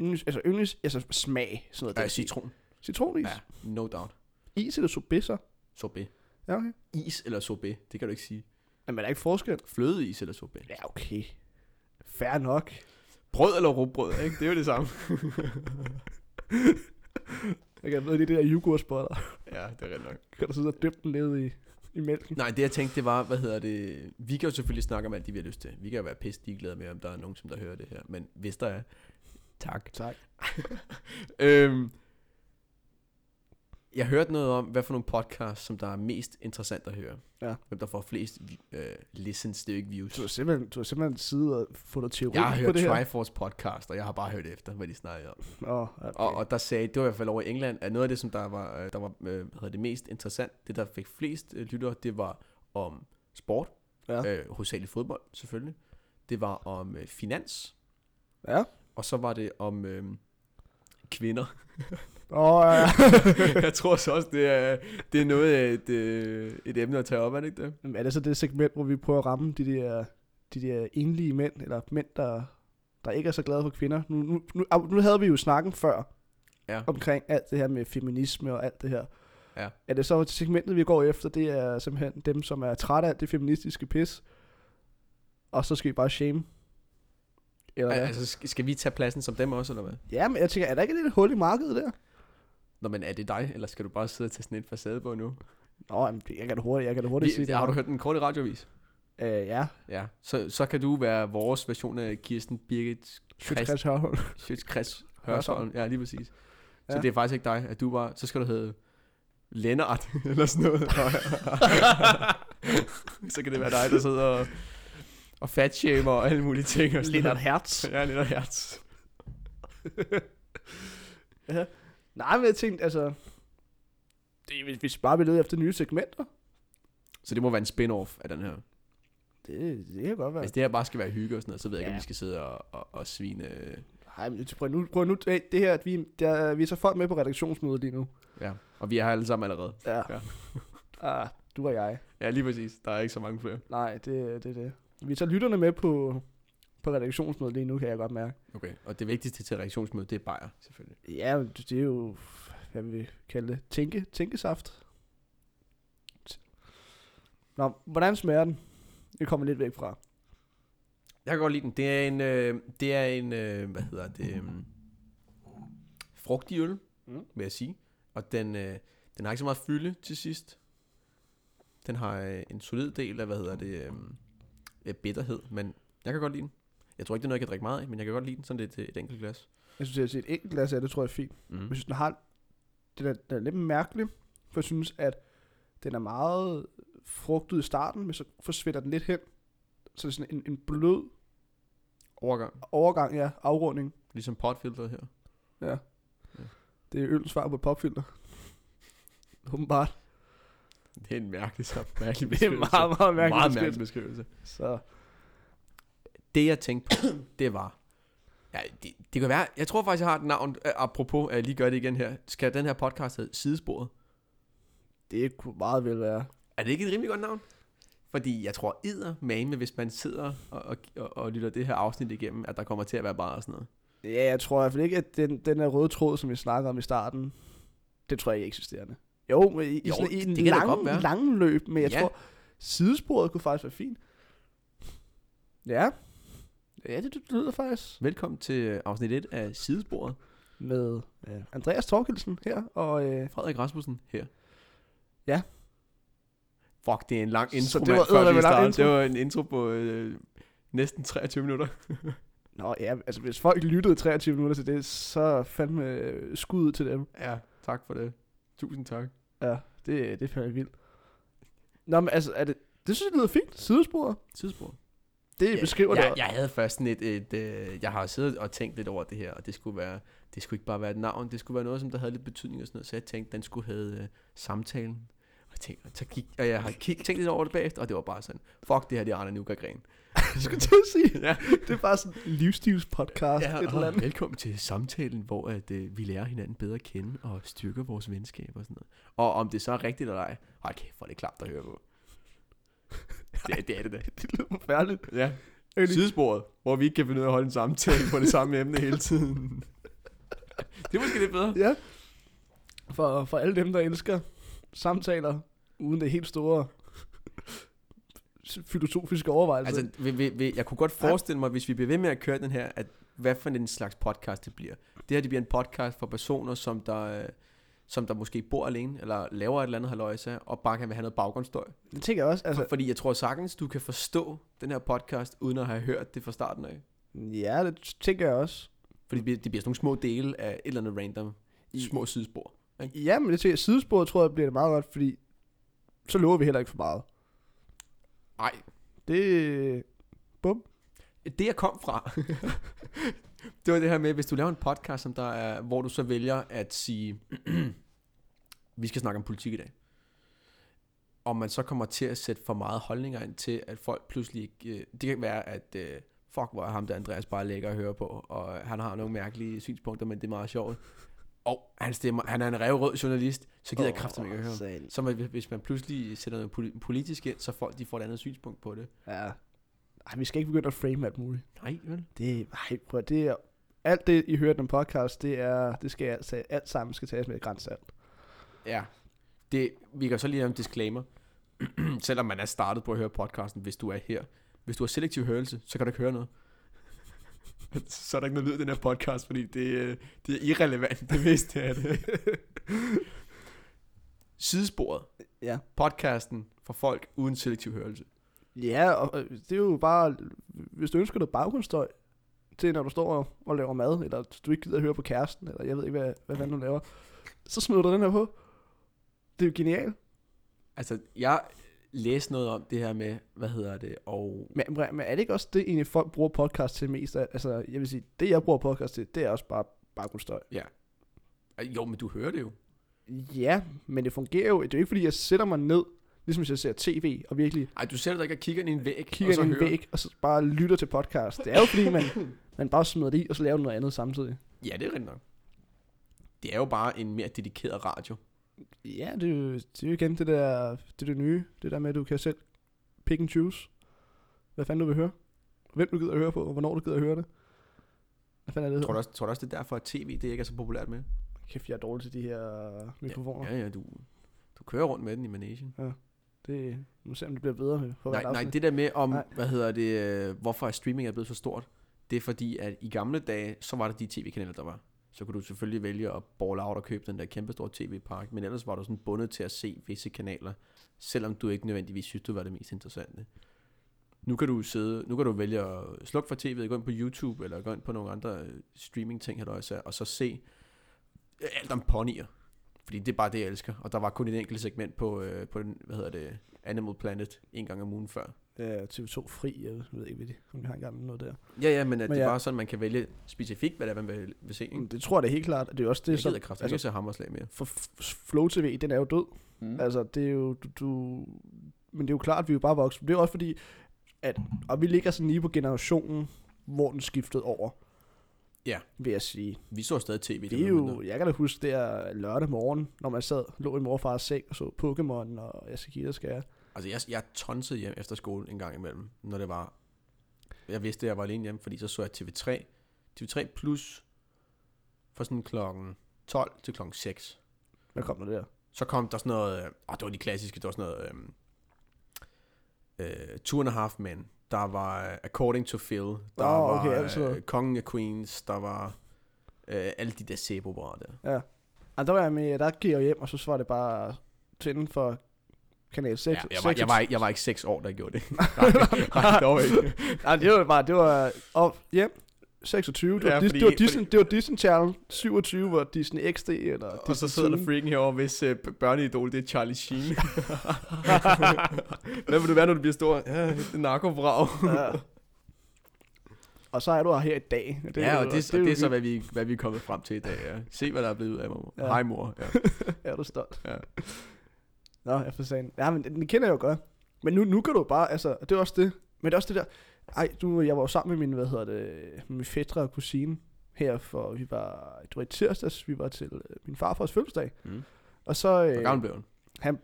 Yndlings, altså, yndlings, altså smag, sådan noget.
Ja,
den stil.
citron.
Citronis?
Ja, no doubt.
Is eller sorbisser?
Sorbet.
Ja, okay.
Is eller sorbet, det kan du ikke sige.
Jamen, er der ikke forskel?
Flødeis eller sorbet.
Ja, okay. Fair nok.
Brød eller rugbrød, ikke? Det er jo det samme.
Jeg kan ved, det er det der yoghurtspotter.
ja, det er rigtigt nok.
kan du sidde og dyppe den ned i, i mælken?
Nej, det jeg tænkte, det var, hvad hedder det... Vi kan jo selvfølgelig snakke om alt, det vi har lyst til. Vi kan jo være pisse ligeglade med, om der er nogen, som der hører det her. Men hvis der er... Tak.
Tak.
øhm, jeg hørte noget om, hvad for nogle podcasts, som der er mest interessant at høre.
Ja.
Hvem der får flest vi- øh, listens, det er jo ikke views.
Du har simpelthen, du har simpelthen siddet og fundet teori
Jeg har
på
hørt
det her.
Triforce podcast, og jeg har bare hørt efter, hvad de snakkede om.
Åh, okay.
Og, og der sagde, det var i hvert fald over i England, at noget af det, som der var, øh, der var øh, hvad hedder det mest interessant, det der fik flest øh, lyttere, det var om sport,
Ja.
øh, hovedsageligt fodbold selvfølgelig. Det var om øh, finans,
Ja.
og så var det om øh, kvinder.
Åh, ja.
jeg tror så også, det er, det er noget af et, øh, et emne at tage op, er det ikke det?
Jamen, er det så det segment, hvor vi prøver at ramme de der, de der enlige mænd, eller mænd, der, der ikke er så glade for kvinder? Nu, nu, nu, au, nu havde vi jo snakken før
Ja.
omkring alt det her med feminisme og alt det her.
Ja.
Er det så segmentet, vi går efter, det er simpelthen dem, som er trætte af alt det feministiske pis, og så skal vi bare shame? Eller hvad?
Altså, sk- skal vi tage pladsen som dem også, eller hvad?
Ja, men jeg tænker, er der ikke et lille hul i markedet der?
Nå, men er det dig, eller skal du bare sidde og tage sådan en facade på nu?
Nå, jamen, det- jeg kan da hurtigt, jeg kan da hurtigt sige
Vi,
det.
har du hørt den korte radiovis?
Øh, ja.
Ja. Så, så kan du være vores version af Kirsten Birgit Christ-
Chris Hørholm.
Sjøtskreds
Hørsholm.
Hørsholm. Ja, lige præcis. Så
Ja.
det er faktisk ikke dig, at du bare, så skal du hedde Lennart, eller sådan noget. så kan det være dig, der sidder og, og fatshamer og alle mulige ting. Og sådan
Lennart
noget.
Hertz.
Ja, Lennart Hertz.
Nej, men jeg tænkte, altså... Det, hvis, hvis vi bare vil lede efter nye segmenter,
Så det må være en spin-off af den her.
det, det kan godt være.
Hvis det her bare skal være hygge og sådan noget, så ved jeg ikke,
Ja.
om vi skal sidde og, og, og svine. øh,
Nej, men prøv nu, prøv nu, hey, det her, at vi, der, vi er så folk med på redaktionsmødet lige nu.
Ja, og vi er her alle sammen allerede.
Ja.
Ja.
ah, du og jeg.
Ja, lige præcis. Der er ikke så mange flere.
Nej, det det, er det. Vi tager lytterne med på, på redaktionsmødet lige nu, kan jeg godt mærke.
Okay, og det vigtigste til reaktionsmødet, det er bajer, selvfølgelig.
Ja, men det det er jo, hvad vil vi kalde det? Tænke, tænkesaft. Nå, hvordan smager den? Jeg kommer lidt væk fra.
Jeg kan godt lide den. Det er en, øh, det er en øh, hvad hedder det, øh, frugtig øl,
Mm.
mm. vil jeg sige. Og den, øh, den har ikke så meget fylde til sidst. Den har øh, en solid del af, hvad hedder det, øh, øh, bitterhed, men jeg kan godt lide den. Jeg tror ikke, det er noget, jeg kan drikke meget af, men jeg kan godt lide den sådan lidt til et enkelt glas.
Jeg synes, at et enkelt glas af det, tror jeg er fint.
Mm.
Jeg synes, den har... Den er, den er lidt mærkelig, for jeg synes, at den er meget frugtet i starten, men så forsvinder den lidt hen. Så det er sådan en, en blød
Overgang.
overgang, ja, afrunding.
Ligesom potfilteret her.
Ja.
Ja.
Det er ølens svar på et popfilter. Åbenbart.
Det er en mærkelig, så mærkelig
Det er en meget, meget mærkelig
meget
beskrivelse.
mærkelig beskrivelse.
Så
Det jeg tænkte på, det var... Ja, det, det kan være... Jeg tror faktisk, jeg har et navn, øh, apropos, at jeg lige gør det igen her. Skal den her podcast hedde Sidesporet?
det kunne meget vel være.
Er det ikke et rimelig godt navn? Fordi jeg tror edder mame, hvis man sidder og, og, og, og, lytter det her afsnit igennem, at der kommer til at være bare og sådan noget.
Ja, jeg tror i hvert fald ikke, at den, den her røde tråd, som vi snakkede om i starten, det tror jeg ikke er eksisterende. Jo, men i, jo,
Jo,
sådan, i en
det kan da
lang,
godt være.
lang løb, men jeg
Ja.
tror, sidesporet kunne faktisk være fint. Ja. Ja, det, det lyder faktisk
Velkommen til øh, afsnit 1 af Sidesporet.
med øh, Andreas Torkelsen her, og øh,
Frederik Rasmussen her.
Ja.
Fuck, det er en lang
Så
intro,
det
det
var
var, før
eddermame
vi
lang
startede.
intro.
Det var en intro på øh, næsten 23 minutter.
Nå ja, altså hvis folk lyttede 23 minutter til det, så fandme øh, skud til dem.
Ja, tak for det. Tusind tak.
Ja, det, det er fandme vildt. Nå, men altså, er det, det synes jeg lyder fint, sidesporet.
Tidsspor.
Det beskriver
jeg,
det.
Jeg havde først sådan et, et øh, jeg har jo siddet og tænkt lidt over det her, og det skulle være, det skulle ikke bare være et navn, det skulle være noget, som der havde lidt betydning og sådan noget, så jeg tænkte, den skulle hedde øh, samtalen. Og jeg, tænkte, så gik, og jeg har kig, tænkt lidt over det bagefter, og det var bare sådan, fuck det her, det er Arne Nuka-gren.
Jeg skulle til at sige,
Ja.
det er bare sådan en livsstilspodcast, ja, et eller andet.
og velkommen til samtalen, hvor at, øh, vi lærer hinanden bedre at kende og styrker vores venskab og sådan noget. Og om det så er rigtigt eller ej, ej kæft, hvor er det klart at høre på. Det, er- det er det da.
Det lyder forfærdeligt.
Ja.
Egentlig.
Sidesporet, hvor vi ikke kan finde ud af at holde en samtale på det samme emne hele tiden. det er måske lidt bedre.
Ja. For, for alle dem, der elsker samtaler uden det helt store filosofiske overvejelse.
Altså,
Altså,
vi, vi, vi, jeg kunne godt forestille mig, hvis vi bliver ved med at køre den her, at hvad for en slags podcast det bliver. Det her, det bliver en podcast for personer, som der, øh, som der måske bor alene, eller laver et eller andet haløjse, og bare kan have noget baggrundsstøj.
det tænker jeg også. Altså,
Altså, Fordi jeg tror sagtens, du kan forstå den her podcast, uden at have hørt det fra starten af.
ja, det tænker jeg også.
Fordi det bliver, det bliver sådan nogle små dele af et eller andet random,
I-
små sidespor.
Ja, men det tænker jeg. Sidesporet tror jeg bliver det meget godt, fordi så lover vi heller ikke for meget.
Nej,
Det... Bum.
Det jeg kom fra, det var det her med, hvis du laver en podcast, som der er, hvor du så vælger at sige, vi skal snakke om politik i dag. Om man så kommer til at sætte for meget holdninger ind til, at folk pludselig ikke, øh, det kan være, at øh, fuck, hvor er ham der Andreas bare lækker at høre på, og han har nogle mærkelige synspunkter, men det er meget sjovt. Og han, stemmer, han er en revrød journalist, så gider oh, jeg kraftigt ikke at høre ham.
satan.
Som hvis- hvis man pludselig sætter noget poli- politisk ind, så folk de får et andet synspunkt på det.
Ja. Ej, vi skal ikke begynde at frame alt muligt.
Nej, vel?
Det, ej, prøv, at- det er, alt det, I hører i den podcast, det er, det skal altså, alt sammen skal tages med et grænsalt.
Ja. Det, vi kan så lige lave en disclaimer. Selvom man er startet på at høre podcasten, hvis du er her. Hvis du har selektiv hørelse, så kan du ikke høre noget. så er der ikke noget lyd i den her podcast, fordi det, øh, det er irrelevant, det meste af det. Sidesporet.
Ja.
Podcasten for folk uden selektiv hørelse.
Ja, og øh, det er jo bare, hvis du ønsker noget baggrundsstøj, til når du står og, og laver mad, eller du ikke gider at høre på kæresten, eller jeg ved ikke, hvad, hvad fanden du laver, så smider du den her på. Det er jo genialt.
Altså, jeg læste noget om det her med, hvad hedder det, og...
Men, men er det ikke også det, egentlig folk bruger podcast til mest? af? Altså, jeg vil sige, det jeg bruger podcast til, det er også bare baggrundsstøj.
Jo, men du hører det jo.
Ja, men det fungerer jo. Det er jo ikke, fordi jeg sætter mig ned, ligesom hvis jeg ser tv, og virkelig
Ej, du sætter dig ikke og kigger ind i en væg, og
kigger
så
ind i en
hører.
væg, og så bare lytter til podcast. Det er jo, fordi man, man bare smider det i, og så laver noget andet samtidig.
Ja, det er rigtigt nok. Det er jo bare en mere dedikeret radio.
Ja, det er jo, det er jo igen det der, det, er det nye. Det der med, at du kan selv pick and choose, hvad fanden du vil høre. Hvem du gider at høre på, og hvornår du gider at høre det. Hvad fanden er det?
Tror du også, tror du også det er derfor, at tv det ikke er så populært med?
Kæft, jeg er dårlig til de her mikrofoner.
Ja, ja, du, du kører rundt med den i managen.
Det, nu ser jeg, om det bliver bedre for
Nej,
hvert
nej,
afsnit.
det der med om, nej.
Nej.
hvad hedder det, øh, hvorfor streaming er blevet så stort, det er fordi, at i gamle dage, så var det de tv-kanaler, der var. Så kunne du selvfølgelig vælge at ball out og købe den der kæmpe store tv-pakke, men ellers var du sådan bundet til at se visse kanaler, selvom du ikke nødvendigvis synes, det var det mest interessante. Nu kan du sidde, nu kan du vælge at slukke for tv'et, gå ind på YouTube, eller gå ind på nogle andre øh, streaming-ting, her og så se øh, alt om ponyer. Fordi det er bare det, jeg elsker. Og der var kun et enkelt segment på, øh, på den, hvad hedder det, Animal Planet en gang om ugen før.
Ja, Øh, TV2 Fri, jeg ved ikke, hvad de- om de har engang noget der.
Ja, ja, men, at
Men
det er
ja.
bare sådan, man kan vælge specifikt, hvad det er, man vil, vil se. Ikke?
Det tror jeg da helt klart, at det er også det,
jeg
som...
gider kraftigt altså, ikke
altså,
se hammerslag mere.
for f- Flow TV, den er jo død.
Mm.
Altså, det er jo... Du, du, men det er jo klart, at vi er jo bare voksne. Det er jo også fordi, at... Og vi ligger sådan lige på generationen, hvor den skiftede over.
Ja.
Vil jeg sige.
Vi så stadig tv.
Det er jo... Jeg kan da huske der lørdag morgen, når man sad, lå i morfars seng og så Pokémon, og jeg skal give dig, skal jeg.
Altså, jeg, jeg tonsede hjem efter skole en gang imellem, når det var... Jeg vidste, at jeg var alene hjemme, fordi så så jeg TV3. TV3 Plus fra sådan klokken 12 til klokken 6.
Hvad kom der der?
Så kom der sådan noget, øh, åh, det var de klassiske, der var sådan noget, øhm, øh, øh, Two and a Half Men, der var øh, According to Phil, der oh, var
okay, alt sådan
øh,
noget.
Kongen af Queens, der var øh, alle de der sebo der.
Ej, der var jeg med, der gik jeg hjem, og så var det bare tænden for kanal 6.
Ja, jeg, var,
6
jeg, var, ikke- jeg var ikke seks år, der gjorde det. nej, nej, dog ikke.
Nej, det var bare, det var op hjem. 26, det var,
Ja,
ja, fordi,
fordi-
det var Disney, det var Disney Channel, 27 var Disney XD, eller Disney
Og så sidder der
Toon.
freaking herovre, hvis øh, b- børneidol, det er Charlie Sheen. Hvad vil du være, når du bliver stor? Ja, det er narkobrav.
ja. Og så er du her i dag.
Det ja,
jo-
og det, det, og det er så,
jo-
hvad vi, hvad vi er kommet frem til i dag. Ja. Se, hvad der er blevet ud af mig. Ja.
Ja.
Hej, mor. Ja.
Er du stolt?
Ja.
Nå, jeg får sagen. Ja, men den den kender jeg jo godt. Men nu, nu kan du bare, altså, det er også det. Men det er også det der, ej, du, jeg var jo sammen med min, hvad hedder det, min fætter og kusine her, for vi var, det var i tirsdags, vi var til øh, min farfars fødselsdag.
Mm.
Og så,
Hvor
øh,
gammel blev han?
han-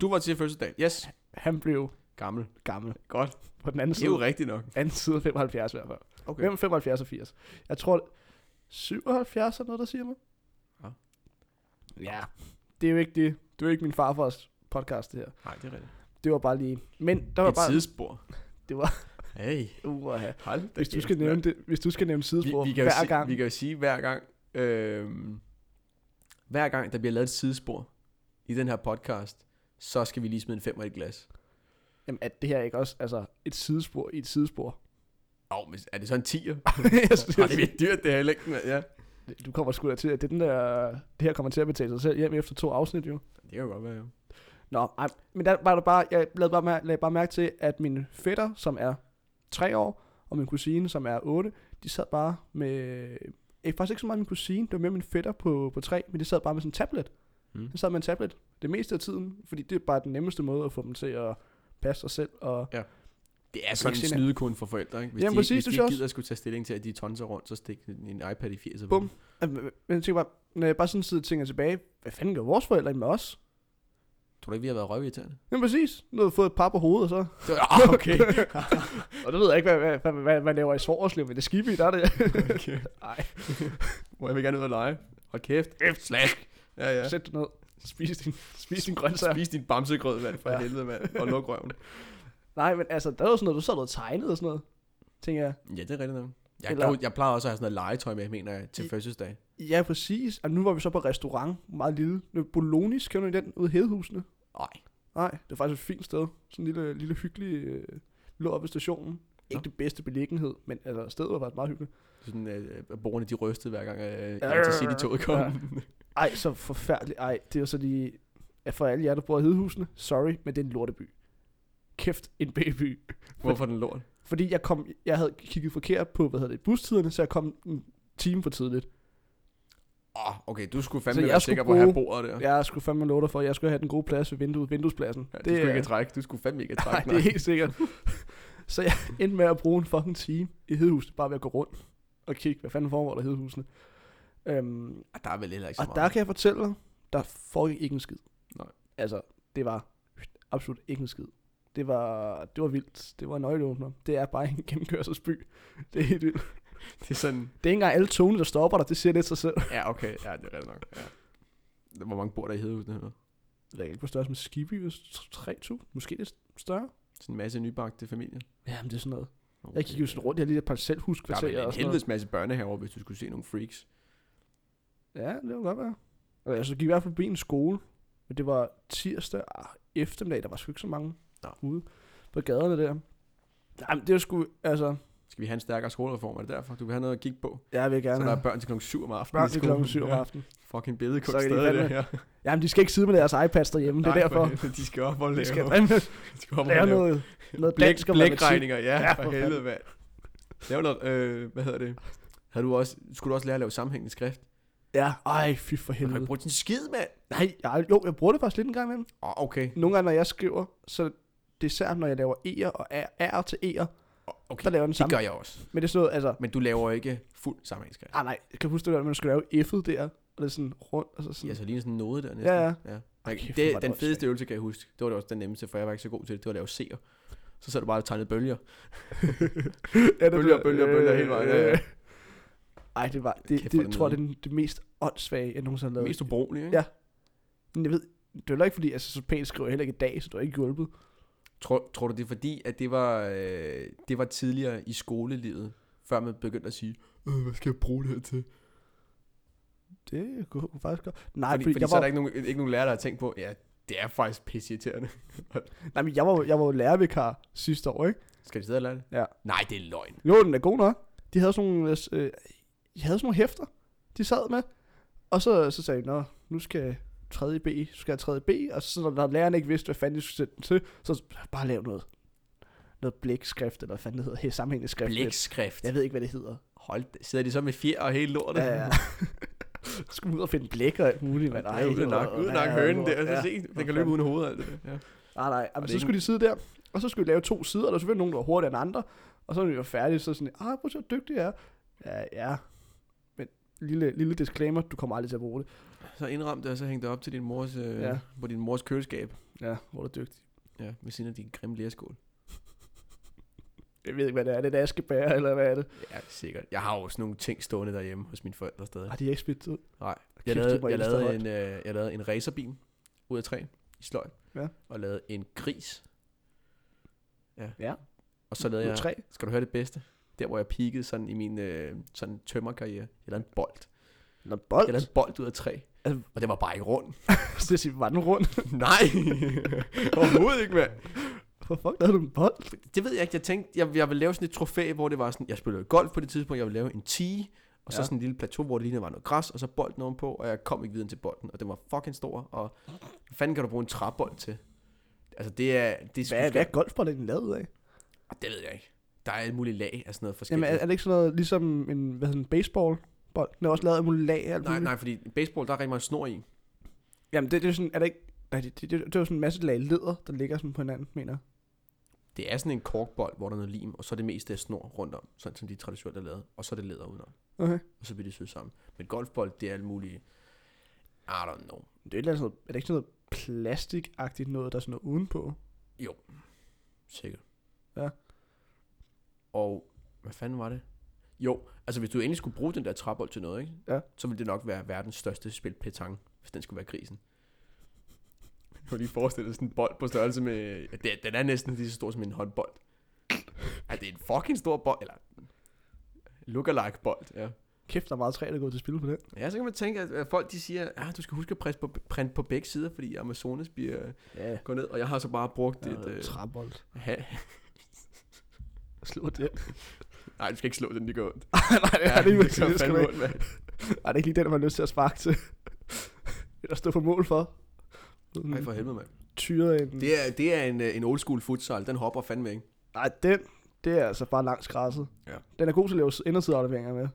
Du var til fødselsdag. Yes.
han blev
Gammel.
gammel.
Godt.
På den anden
Det er
side.
jo rigtigt nok.
anden side af 75 i hvert fald.
Okay.
Hvem er 75 og 80? Jeg tror, 77 er noget, der siger mig.
Ja.
Ja. Det er jo ikke det. Det er jo ikke min farfars podcast, det her.
Nej, det er rigtigt.
Det var bare lige... Men der
Det
var
var Et bare...
bare...
sidespor.
Det var...
Hey.
Uh, ja.
Hold da
Hvis du
kæft,
skal nævne
mand.
det, hvis du skal nævne sidespor
vi, vi kan jo
hver
sige,
gang...
Vi kan jo sige hver gang, øhm, hver gang der bliver lavet et sidespor i den her podcast, så skal vi lige smide en femmer i et glas.
Jamen, at det her ikke også... Altså, et sidespor i et sidespor.
Åh, oh, men er det så en 10'er?
Jeg synes-
Ej, det bliver dyrt, det her i længden, mand, ja.
du kommer sgu da til, at det, er den der, det her kommer til at betale sig selv hjem efter to afsnit, jo.
Det kan jo godt være, jo.
Nå, ej, men der var der bare, jeg lagde bare, mær- lagde bare mærke til, at min fætter, som er 3 år, og min kusine, som er 8, de sad bare med, ikke, faktisk ikke så meget min kusine, det var mere min fætter på, på 3, men de sad bare med sådan en tablet.
Mm.
Mm. De sad med en tablet det meste af tiden, fordi det er bare den nemmeste måde at få dem til at passe sig selv. Og
Ja. Det er sådan en
Ikke genere.
snydekunde for forældre, ikke? Hvis
Jamen,
de,
præcis,
hvis de
det
ikke
synes jeg
gider at skulle tage stilling til, at de tonser rundt, så stik en en iPad i 80'erne.
Bum. Men jeg tænker bare, når jeg bare sådan sidder og tænker tilbage, hvad fanden gør vores forældre med os?
Tror du ikke, vi har været røvirriterende?
Jamen præcis, nu har vi fået et par på hovedet, og så.
Det var, ah, okay.
og det ved jeg ikke, hvad, hvad, hvad, hvad man laver i Svorslev, men det skibby, der er det.
okay. Ej. Må jeg vil gerne ud og lege. Hold kæft. Slask. Ja, ja.
Sæt dig ned, spis din, spis din grøntsager.
Spis din bamsegrød, mand, for
Ja.
helvede, mand. Og luk røven.
Nej, men altså, der er jo sådan noget, du sad og tegnede og sådan noget. Tænker jeg,
Ja, det er rigtigt nok. Jeg,
Eller-
Eller... jeg plejer også at have sådan noget legetøj med, mener jeg, til
I-
fødselsdag.
ja præcis. Og nu var vi så på restaurant, meget lille. Det var Bolognis, kender I den, ude i Hedehusene?
Nej.
Nej, det er faktisk et fint sted. Sådan en lille, lille hyggelig, øh, lå oppe ved stationen. Ikke det bedste beliggenhed, men altså, stedet var faktisk meget hyggeligt.
Sådan, øh, at borgerne de rystede hver gang, øh,
Ja.
Intercity-toget kom.
Ja. Ej, så forfærdeligt. Ej, det er jo så lige... Ja, for alle jer, der bor i Hedehusene, sorry, men det er en lorteby. Kæft, en baby.
Hvorfor den lort?
Fordi jeg, kom, jeg havde kigget forkert på, hvad hedder det, bustiderne, så jeg kom en time for tidligt.
Åh, oh, okay, du skulle
Så
fandme
jeg
være
skulle
sikker på at have
bruge-
bordet der. Ja,
Jeg skulle fandme love dig for, at jeg skulle have den gode plads ved vinduet, vinduespladsen.
det, du skulle
er-
ikke trække. Du skulle fandme ikke
Nej,
trække.
det er helt sikkert. så jeg endte med at bruge en fucking time i Hedehusene, bare ved at gå rundt og kigge, hvad fanden foregår der i Hedehusene. Øhm,
Ah, der er vel heller ikke så
og
meget.
der kan jeg fortælle dig, der foregik ikke en skid.
Nej.
Altså, det var absolut ikke en skid. Det var, det var vildt. Det var en nøgleåbner. Det er bare en gennemkørselsby. Det er helt vildt.
Det er sådan...
Det er ikke engang alle togene, der stopper dig. Det siger lidt sig selv.
Ja, okay. Ja, det er rigtigt nok. Ja. Hvor mange bor der i Hedehusen her?
Jeg ved ikke, hvor større som Skiby, 3.000, måske lidt større.
Sådan en masse nybagte familier.
Jamen, det er sådan noget.
Okay.
Jeg gik jo sådan rundt, jeg lige et
Der
parcelhuskvarter
er vel
og
en
sådan noget.
helvedes masse børnehaver, hvis du skulle se nogle freaks.
Ja, det kunne godt være. Og Altså, jeg gik i hvert fald forbi en skole, men det var tirsdag ah, eftermiddag, der var sgu ikke så mange
Nå.
ude på gaderne der. Jamen, det var sgu, altså,
Skal vi have en stærkere skolereform? Er det derfor? Du vil have noget at kigge på?
jeg vil gerne
Så der er
have
børn til klokken 7 om aftenen.
børn
i
til
skolen.
klokken 7 om
Ja.
aftenen.
Fucking bedekunst
Så kan de
stadig
fandme-
der. Ja.
Jamen, de skal ikke sidde med deres iPads derhjemme, det er
Nej,
derfor.
for helvede, De skal op og lave.
De skal fandme
de skal op og
lære
lave.
noget, noget
Blæk,
dansk og matematik.
blækregninger, ja,
Ja,
ja,
for
for helvede, mand. Lav noget, øh, hvad hedder det? Havde du også, skulle du også lære at lave sammenhængende skrift?
Ja, ej, fy for
Du har
helvede.
ikke brugt en skid, mand.
Nej, jeg, jo, jeg bruger det faktisk lidt en gang imellem.
Åh, oh, okay.
Nogle gange, når jeg skriver, så det er især, når jeg laver E'er og R'er til E'er,
Åh, Okay,
der laver jeg den
det
samme.
gør jeg også.
Men det er sådan noget, altså,
Men du laver ikke fuld sammenhængende skrift.
ah nej, jeg kan huske det der, at man skulle lave F'et der, og det er sådan rundt, og så sådan.
Ja, så ligner sådan en node der næsten.
Ja, ja.
ja.
Ej,
Okay,
kæft, hvor var det
det, den
åndssvagt.
fedeste øvelse, kan jeg huske, det var det også den nemmeste, for jeg var ikke så god til det, det var at lave C'er. Så sad du bare og tegnede bølger.
ja, det
bølger,
bliver-
bølger, bølger hele vejen. Ja, ja.
Ej, det var, det, det,
Kæft, hvor er
det
det
tror jeg, det er den- det mest åndssvage, jeg nogensinde har lavet.
Mest ubrugelige, ikke?
Ja. Men jeg ved, det er heller ikke fordi, altså, så pænt skriver jeg heller ikke i dag, så du har ikke hjulpet.
Tror, tror du, det er fordi, at det var, øh, det var tidligere i skolelivet, før man begyndte at sige, øh, hvad skal jeg bruge det her til?
Det kunne jeg faktisk godt. Nej,
fordi,
fordi,
fordi
jeg,
så er
var,
der ikke nogen, ikke nogen lærer, der har tænkt på, ja, det er faktisk pisseirriterende.
nej, men jeg var, jeg var jo lærervikar sidste år, ikke?
Skal de sidde og lære det?
Ja.
Nej, det er løgn.
Jo, den er god nok. De havde sådan nogle, øh, de havde sådan nogle hæfter, de sad med. Og så, så sagde de, nå, nu skal 3. B, så skal jeg 3. B, og så når læreren ikke vidste, hvad fanden de skulle sætte den til, så bare lav noget, noget blækskrift, eller hvad fanden det hedder, he- sammenhængende skrift.
Blækskrift.
Jeg ved ikke, hvad det hedder.
Hold da. Sidder de så med fjer og hele lortet?
Ja, ja. Skulle ud og finde blæk og alt muligt, mand.
Nej, uden nok, uden nok hønen der. Så se, den kan løbe uden hovedet. alt det der. Ja.
Nej, nej. Jamen,
det
så
ikke
skulle de sidde der, og så skulle de lave to sider. Der var selvfølgelig nogen, der var hurtigere end andre. Og så når de var færdige, så sådan, ah, prøv at se, hvor dygtig jeg er. Ja, ja. Men lille, lille disclaimer, du kommer aldrig til at bruge det.
Så indram det, og så hæng det op til din mors, øh,
Ja.
ja. på din mors køleskab.
Ja, hvor er du dygtig.
Ja, ved siden af din grimme lærskål.
Jeg ved ikke, hvad det er. Er det et askebær, eller hvad er det?
Ja, sikkert. Jeg har også nogle ting stående derhjemme hos mine forældre stadig.
Ej, de er ikke spidt ud.
Nej.
de
Jeg lavede,
var
jeg,
ældste
lavede
hold.
en, øh, jeg lavede en racerbil ud af træ i sløj.
Ja.
Og lavede en gris. Ja.
Ja.
Og så lavede jeg...
Tre.
Skal du høre det bedste? Der, hvor jeg peakede sådan i min øh, sådan tømmerkarriere. Jeg lavede en bold.
Nå, bold.
Jeg lavede en bold ud af træ.
Altså-
Og det var bare ikke rundt.
Så det siger, var den rund?
Nej! Overhovedet ikke, mand.
Hvor fuck lavede du en bold?
Det ved jeg ikke. Jeg tænkte, jeg, jeg ville lave sådan et trofæ, hvor det var sådan... Jeg spillede golf på det tidspunkt. Jeg ville lave en tee. Og så
Ja.
sådan en lille plateau, hvor det lignede, der var noget græs. Og så bolden ovenpå. Og jeg kom ikke videre til bolden. Og den var fucking stor. Og hvad fanden kan du bruge en træbold til? Altså, det er... Det er sgu
Hvad,
skørt.
hvad er golfbold egentlig lavet af?
Det ved jeg ikke. Der er alle mulige lag af sådan noget forskelligt.
Jamen, er, er det ikke sådan noget, ligesom en, hvad hedder en baseballbold? Den er også lavet af mulag og alt
nej,
muligt.
nej, fordi baseball, der er rigtig meget snor i.
Jamen, det, det er sådan, er det ikke... Nej, det, det, det, det, er jo sådan en masse lag leder, der ligger sådan på hinanden, mener jeg.
Det Det er sådan en korkbold, hvor der er noget lim, og så er det meste af snor rundt om, sådan som de traditionelt er lavet, og så er det læder udenom,
Okay.
og så bliver det syet sammen. Men golfbold, det er alt muligt, I don't know.
Det er, et eller andet, sådan noget- er det ikke sådan noget plastikagtigt noget, der er sådan noget udenpå?
Sikkert.
Ja.
Og hvad fanden var det? Jo, altså hvis du endelig skulle bruge den der træbold til noget, ikke?
Ja.
så ville det nok være verdens største spil petanque, hvis den skulle være grisen. Jeg kunne lige forestille dig sådan en bold på størrelse med... Ja, det- den er næsten lige så stor som en håndbold. Ej, det er en fucking stor bold. Eller... Lookalike bold, ja.
Kæft, der er meget træ, der går til spil på den.
Ja, så kan man tænke, at- at folk de siger, ah, du skal huske at printe på, print på begge sider, fordi Amazonas bliver
Ja.
går ned, og jeg har så bare brugt
Det
et...
er
Øh,
et træbold.
ha-
Slå det.
Nej, du skal ikke slå den, det går ondt.
Nej, det er det ikke.
det gør
Det skal
fandme
du ikke.
ondt, mand.
Ej, det er ikke lige den, man har lyst til at sparke til. Eller stå på mål for.
Ej, for helvede, mand.
Tyret en...
Det er, det er en, øh, en old school futsal. Den hopper fandme ikke.
Nej, den, det er altså bare langs græsset.
Ja.
Den er god til at lave indersideafleveringer med.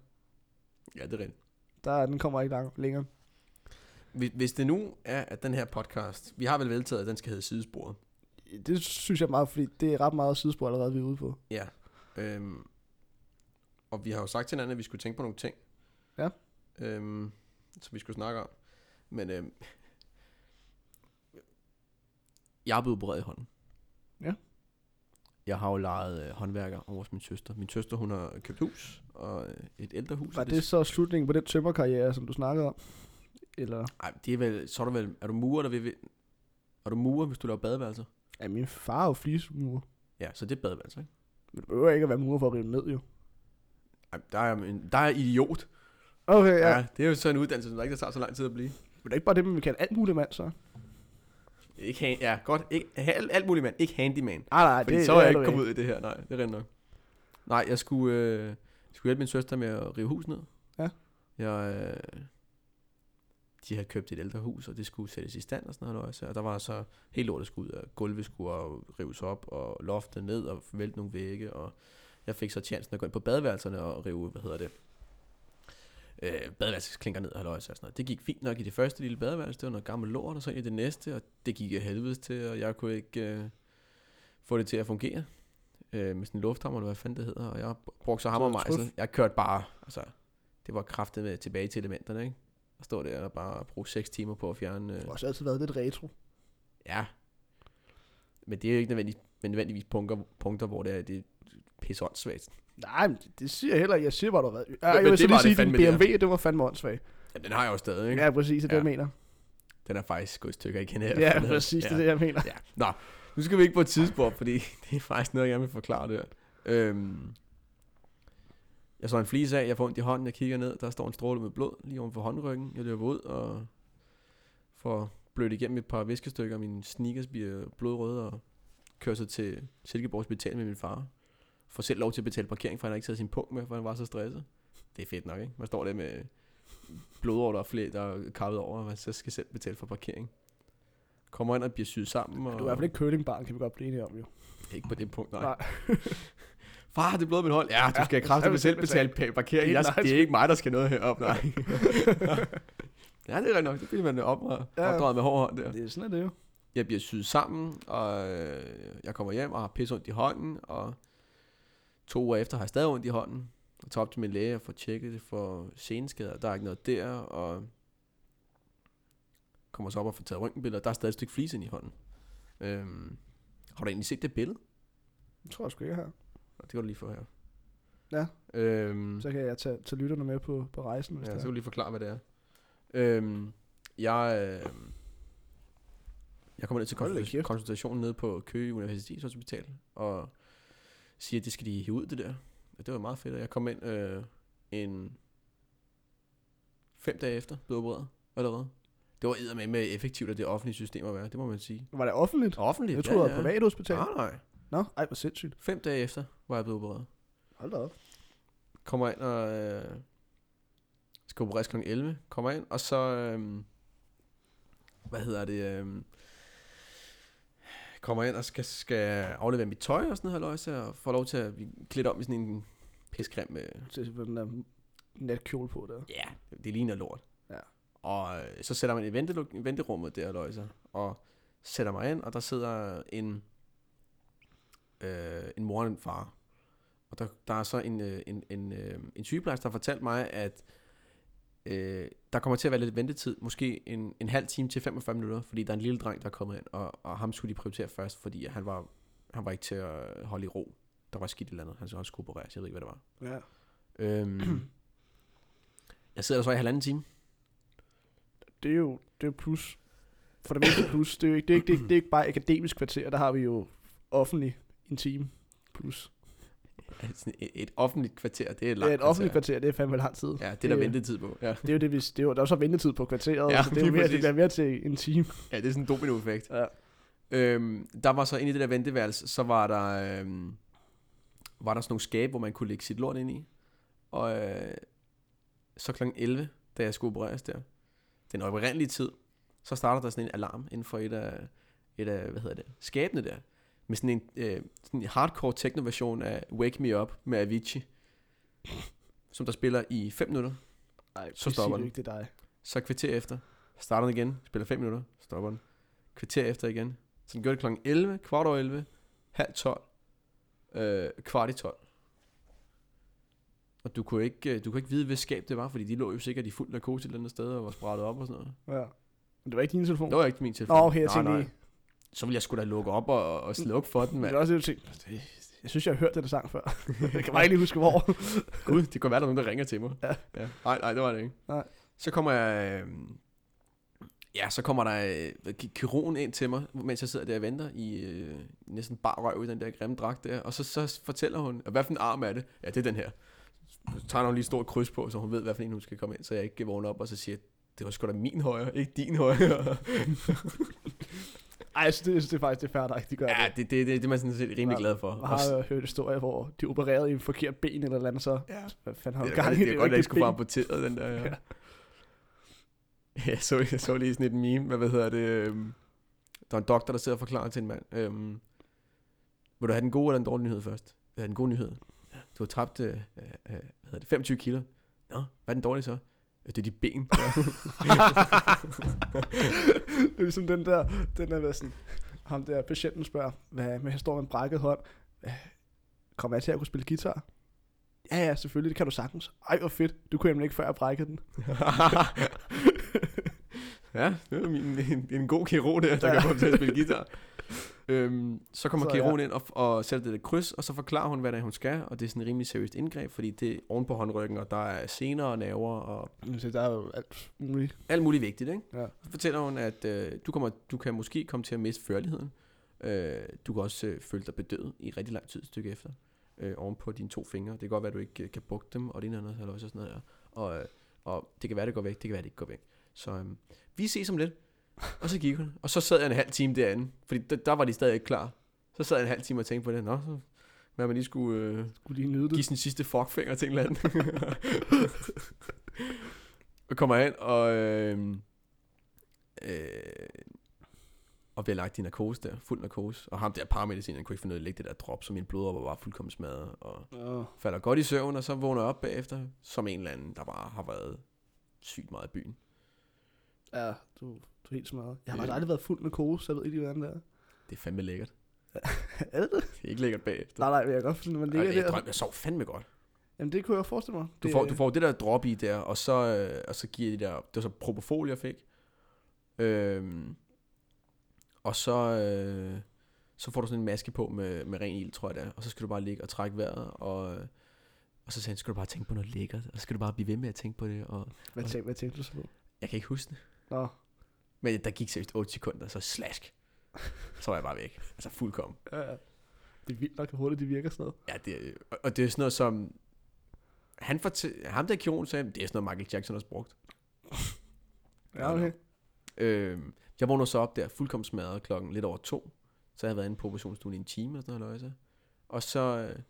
Ja, det er rent.
Der, den kommer ikke lang, længere.
Hvis, hvis det nu er, at den her podcast... Vi har vel vedtaget, at den skal hedde Sidesporet.
Det synes jeg meget, fordi det er ret meget sidespor allerede, vi er ude på.
Ja. Øhm, og vi har jo sagt til hinanden, at vi skulle tænke på nogle ting.
Ja.
Øhm, som vi skulle snakke om. Men øhm, jeg er blevet opereret i hånden.
Ja.
Jeg har jo lejet øh, håndværker over hos min søster. Min søster, hun har købt hus og øh, et ældre hus.
Var det så slutningen på den tømmerkarriere, som du snakkede om? Eller?
Ej, det er vel, så er du vel, er du murer, der vil, vil- er du murer, hvis du laver badeværelser?
Ja, min far er jo flismurer.
Ja, så det er badeværelser, ikke?
Men du behøver ikke at være murer for at rive dem ned, jo.
Ej, der er, en, der er idiot.
Okay, ja.
Ja. ja. det er jo så en uddannelse, som der ikke der tager så lang tid at blive.
Men det er ikke bare det, man kan alt muligt, mand, så.
Ikke han, ja, godt. Ikke, alt, alt muligt, mand. Ikke handyman.
Nej, nej,
Fordi
det
så er jeg
du
ikke kommet ud i det her. Nej, det er rent nok. Nej, jeg skulle, øh, skulle hjælpe min søster med at rive hus ned.
Ja.
Jeg, øh, de havde købt et ældre hus, og det skulle sættes i stand og sådan noget. Også. Og der var så helt lortet skulle ud, og gulvet skulle og rives op, og loftet ned, og vælte nogle vægge. Og jeg fik så chancen at gå ind på badeværelserne og rive, hvad hedder det, øh, badeværelsesklinker ned, halløj, og sådan noget. Det gik fint nok i det første lille badeværelse, det var noget gammelt lort, og så ind i det næste, og det gik jeg helvedes til, og jeg kunne ikke øh, få det til at fungere øh, med sådan en lufthammer, eller hvad fanden det hedder, og jeg brugte så hammer og
noget truf?
mejsel. Jeg kørte bare, altså, det var kraftet med tilbage til elementerne, ikke? Og stå der og bare bruge 6 timer på at fjerne... Øh,
Det har også altid været lidt retro.
Ja. Men det er jo ikke nødvendigt, men nødvendigvis punkter, punkter hvor det er, det er pisseåndssvagt.
Nej, men det- det siger jeg heller ikke. Jeg siger bare, du har været... Ja,
men
jeg vil
det
så
var
lige
det
sige, din
fandme
BMW, det var fandme åndssvagt.
Jamen, den har jeg jo stadig, ikke? Ja.
Ja, præcis, det er det, jeg mener.
Den er faktisk gået i stykker igen her.
Ja, præcis, det er det, jeg mener.
Ja. Nå, nu skal vi ikke på et tidspunkt, fordi det er faktisk noget, jeg gerne vil forklare det her. Øhm, jeg så en flise af, jeg får ondt i hånden, jeg kigger ned, der står en stråle med blod lige oven for håndryggen. Jeg løber ud og får blødt igennem et par viskestykker. Mine sneakers bliver blodrøde og kører så til Silkeborg Hospital med min far. Får selv lov til at betale parkering, for han har ikke taget sin punkt med, for han var så stresset. Det er fedt nok, ikke? Man står der med blodår, der er flere, der er kappet over, og man så skal selv betale for parkering. Kommer ind og bliver syet sammen. Og...
Du er i hvert fald ikke curlingbarn, kan vi godt blive enige om, jo.
Ikke på det punkt, nej.
Nej.
nej. Far, det er blevet min hånd. Ja, du
Ja,
skal
du
ja,
skal
med selv
selv
betale pa- parkering.
Helt
Jeg,
nice.
det er ikke mig, der skal noget herop, nej. ja, det er rigtig nok. Det bliver man op og
Ja.
ja. opdraget med hård hånd der.
Det er sådan, er det jo.
Jeg bliver syet sammen, og øh, jeg kommer hjem og har pisse ondt i hånden, og to uger efter har jeg stadig ondt i hånden. Jeg tager op til min læge og får tjekket det for seneskader, der er ikke noget der, og kommer så op og får taget røntgenbilleder, der er stadig et stykke flis ind i hånden. Øhm, har du egentlig set det billede?
Det tror jeg sgu ikke, jeg har.
Nå, Det kan du lige få her.
Ja.
Øhm,
Så kan jeg tage, tage lytterne med på, på rejsen, hvis
ja,
det
så
er.
kan du lige forklare, hvad det er. Øhm, jeg, øh, jeg kommer ned til
Hold da
konsulta-
kæft.
konsultationen nede på Køge Universitetshospital, og siger, at det skal de hive ud, det der. Og det var meget fedt, og jeg kom ind øh, en fem dage efter, blev opereret allerede. Det var eddermame med effektivt, at det offentlige system at være, det må man sige.
Var det offentligt?
Offentligt?
Jeg tror, det var privat hospital.
Nej, nej.
Nå, ej, hvor sindssygt.
Fem dage efter var jeg blevet opereret.
Hold da op.
kommer ind og øh, skal opereres kl. 11, kommer ind, og så, øh, hvad hedder det, øh, kommer ind og skal, skal aflevere mit tøj og sådan noget, halløjse, og får lov til at blive klædt om i sådan en pissegrim, øh,
Se, hvad den der natkjole på der.
ja, det ligner lort.
Ja.
Og øh, så sætter man i venteluk- venterummet der, halløjse, og sætter mig ind, og der sidder en, øh, en mor og en far. Og der, der er så en, øh, en, en, øh, en sygeplejerske, der har fortalt mig, at øh, der kommer til at være lidt ventetid, måske en, en halv time til 45 minutter, fordi der er en lille dreng, der er kommet ind, og, og ham skulle de prioritere først, fordi han var, han var ikke til at holde i ro. Der var skidt et eller andet, han så også skulle opereres, jeg ved ikke, hvad det var.
Ja.
Øhm, jeg sidder der så i halvanden time.
Det er jo det er plus. For det meste plus. Det er jo ikke, det er ikke, det er, ikke- det er ikke bare akademisk kvarter, der har vi jo offentlig en time plus.
Altså, et, et offentligt kvarter, det er
Det
et langt
er et offentligt kvarter, det er fandme lang tid.
Ja, det er der
Det-
ventetid på. Ja.
Det er jo det, vi, det er jo, der er jo så ventetid på kvarteret,
Ja,
ja, så det, er jo
lige
mere, det
præcis.
bliver mere til en time.
ja, det er sådan en dominoeffekt.
Ja.
Øhm, der var så inde i det der venteværelse, så var der, øhm, var der sådan nogle skabe, hvor man kunne lægge sit lort ind i. Og øh, så kl. 11, da jeg skulle opereres der, den oprindelige tid, så starter der sådan en alarm inden for et af, et af hvad hedder det, skabene der. Med sådan en, øh, sådan en hardcore techno-version af Wake Me Up med Avicii, som der spiller i 5 minutter.
Nej,
Så stopper den.
ikke, det er dig.
Så et kvarter efter, starter den igen, spiller 5 minutter, stopper den. Kvarter efter igen. Så den gjorde det kl. 11, kvart over 11, halv 12, øh, kvart i 12. Og du kunne, ikke, øh, du kunne ikke vide, hvad skab det var, fordi de lå jo sikkert i fuld narkose et eller andet sted og var sprættet op og sådan noget.
Ja. Men det var ikke din telefon.
Det var ikke min telefon.
Nå, okay, jeg tænkte lige.
Så ville jeg skulle da lukke op og, og slukke for den,
Men det
mand.
er også det, jeg tænkte. det- Jeg synes, jeg har hørt det der sang før. jeg kan bare ikke lige huske, hvor.
Gud, det kunne være, der er nogen, der ringer til mig.
Ja.
ja. Nej, nej, det var det ikke.
Nej.
Så kommer jeg... Øh, ja, så kommer der øh, ki- kirurgen ind til mig, mens jeg sidder der og venter i øh, næsten bare røv i den der grimme dragt der. Og så, så fortæller hun, hvad for en arm er det? Ja, det er den her. Så tager hun lige et stort kryds på, så hun ved, hvad for en hun skal komme ind, så jeg ikke vågner op og så siger, det var sgu da min højre, ikke din højre.
Ej, jeg synes, det, jeg synes, det er faktisk det er færdigt, at de gør
ja,
det.
det, det, det, det er man sådan set rimelig
Ja.
glad for.
Jeg
Og
har jo hørt historier, hvor de opererede i en forkert ben eller et eller andet, så
ja.
hvad fanden har
Det
hun
er,
gang
godt,
i?
det er
jo
godt, at
ikke
jeg skulle få
ben.
amputeret den der. Ja.
Ja.
Jeg, så, jeg så lige sådan et meme, hvad, hvad hedder det? Øhm, der er en doktor, der sidder og forklarer til en mand. Øhm, vil du have den gode eller den dårlige nyhed først? Det er den gode nyhed. Du har tabt øh, øh, hvad hedder det, 25 kilo. Nå, hvad er den dårlige så? "Øh, Det er dit ben.
det er ligesom den der, den der med sådan, ham der patienten spørger, hvad med, han står med en brækket hånd, "Øh, kommer jeg til at kunne spille guitar? Ja, ja, selvfølgelig, det kan du sagtens. Ej, hvor fedt, du kunne nemlig ikke før jeg brækkede den.
ja, det er min, en, en god kirurg der, der ja. kan få ham til at spille guitar. Øhm, så kommer
Så ja.
kirurgen ind og, og sætter det der kryds, og så forklarer hun, hvad det er, hun skal, og det er sådan et rimelig seriøst indgreb, fordi det er oven på håndryggen, og der er sener og nerver og
Så der er jo alt muligt.
alt muligt vigtigt, ikke?
Ja.
Så fortæller hun, at øh, du, kommer, du kan måske komme til at miste førligheden. Øh, du kan også øh, føle dig bedøvet i rigtig lang tid et stykke efter. Øh, oven på dine to fingre. Det kan godt være, at du ikke øh, kan bukke dem, og det ene og andet, eller også sådan noget der. Og, øh, og det kan være, det går væk, det kan være, det ikke går væk. Så øh, vi ses om lidt. Og så gik hun. Og så sad jeg en halv time derinde, fordi der, der var de stadig ikke klar. Så sad jeg en halv time og tænkte på det. Nå, så, hvad man lige skulle... Øh,
Skulle lige nyde
give
det.
sin sidste fuckfinger til en eller anden. og kommer hen og... Øh, øh, og bliver lagt i narkose der, fuld narkose. Og ham der paramedicineren kunne ikke finde ud af at lægge det der drop, så min blodopper var fuldkommen smadret. Og
Åh,
falder godt i søvn, og så vågner jeg op bagefter, som en eller anden, der bare har været sygt meget i byen.
Ja, du, du er helt smadret. Jeg har
Ja.
faktisk aldrig været fuld med kose, så jeg ved ikke, lige, hvordan det er.
Det er fandme lækkert.
Er det det?
Det er ikke lækkert bagefter.
Nej, nej, men jeg kan godt forstå, når man
Ej,
ligger
jeg,
der.
drømte, jeg sov fandme godt.
Jamen, det kunne jeg forestille mig.
Du
Det-
får, du får det der drop i der, og så, øh, og så giver de der, det var så propofol, jeg fik. Øhm, og så, øh, så får du sådan en maske på med, med ren ild, tror jeg det er. Og så skal du bare ligge og trække vejret, og, øh, og så sagde han, skal du bare tænke på noget lækkert, og så skal du bare blive ved med at tænke på det. Og
Hvad tænkte, hvad tænkte du så på?
jeg kan ikke huske det.
Nå,
Men der gik seriøst 8 sekunder, så slask. Så var jeg bare væk. Altså fuldkommen.
ja, ja. Det er vildt nok, hvor hurtigt det virker sådan noget.
Ja, det, øh, og- og det er sådan noget som... Han fortæ- ham der kirurgen sagde, det er sådan noget, Michael Jackson også brugt.
Ja, okay.
Øh, jeg vågnede så op der fuldkommen smadret klokken lidt over to. Så jeg havde været inde på operationsstuen i en time og sådan noget løjse. Og så øh,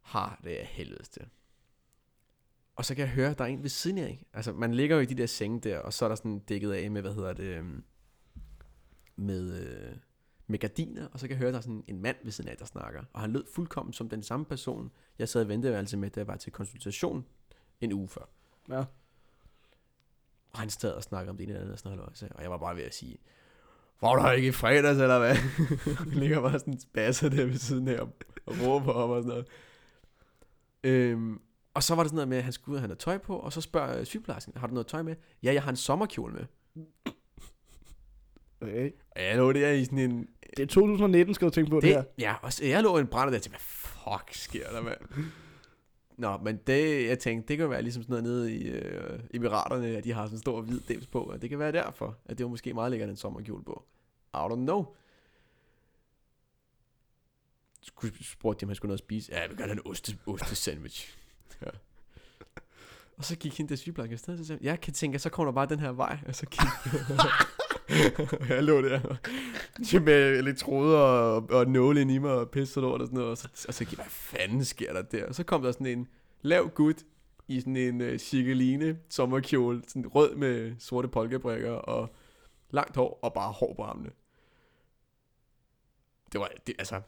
har det af helvedes til. Og så kan jeg høre, at der er en ved siden af. ikke? Altså, man ligger jo i de der senge der, og så er der sådan dækket af med, hvad hedder det, øhm, med, øh, med gardiner, og så kan jeg høre, at der er sådan en mand ved siden af, der snakker. Og han lød fuldkommen som den samme person, jeg sad i venteværelse med, da jeg var til konsultation en uge før.
Ja.
altså. Og han sad og snakkede om det ene eller andet, og sådan noget, halløjsa. og jeg var bare ved at sige, Var du her ikke i fredags, eller hvad? Hun ligger bare sådan basser der ved siden af og, og råber op og sådan noget. Øhm, og så var det sådan noget med, at han skulle ud og have noget tøj på, og så spørger øh, sygeplejersken, har du noget tøj med? Ja, jeg har en sommerkjole med.
Okay.
Og jeg lå der i sådan en...
Det er 2019, skal du tænke på det, det her.
Det, ja, og så- jeg lå i en brænder der til, hvad fuck sker der, mand? Nå, men det, jeg tænkte, det kan jo være ligesom sådan noget nede i øh, Emiraterne, at de har sådan en stor hvid dims på, og det kan være derfor, at det var måske meget lækkert en sommerkjole på. I don't know. Skulle spurgte de, om han skulle noget at spise. Ja, vi gør da en oste, oste sandwich. Ja. Og så gik hende der sygeplejerske afsted, og så sagde hun, jeg kan tænke, at så kommer der bare den her vej, og så gik Og jeg lå der og- med elektroder og, og nåle ind i mig og pisse og lort og sådan noget. Og så, og så gik jeg, hvad fanden sker der der? Og så kom der sådan en lav gut i sådan en øh, chicaline sommerkjole, sådan rød med sorte polkabrikker og langt hår og bare hår på armene. Det var, det, altså,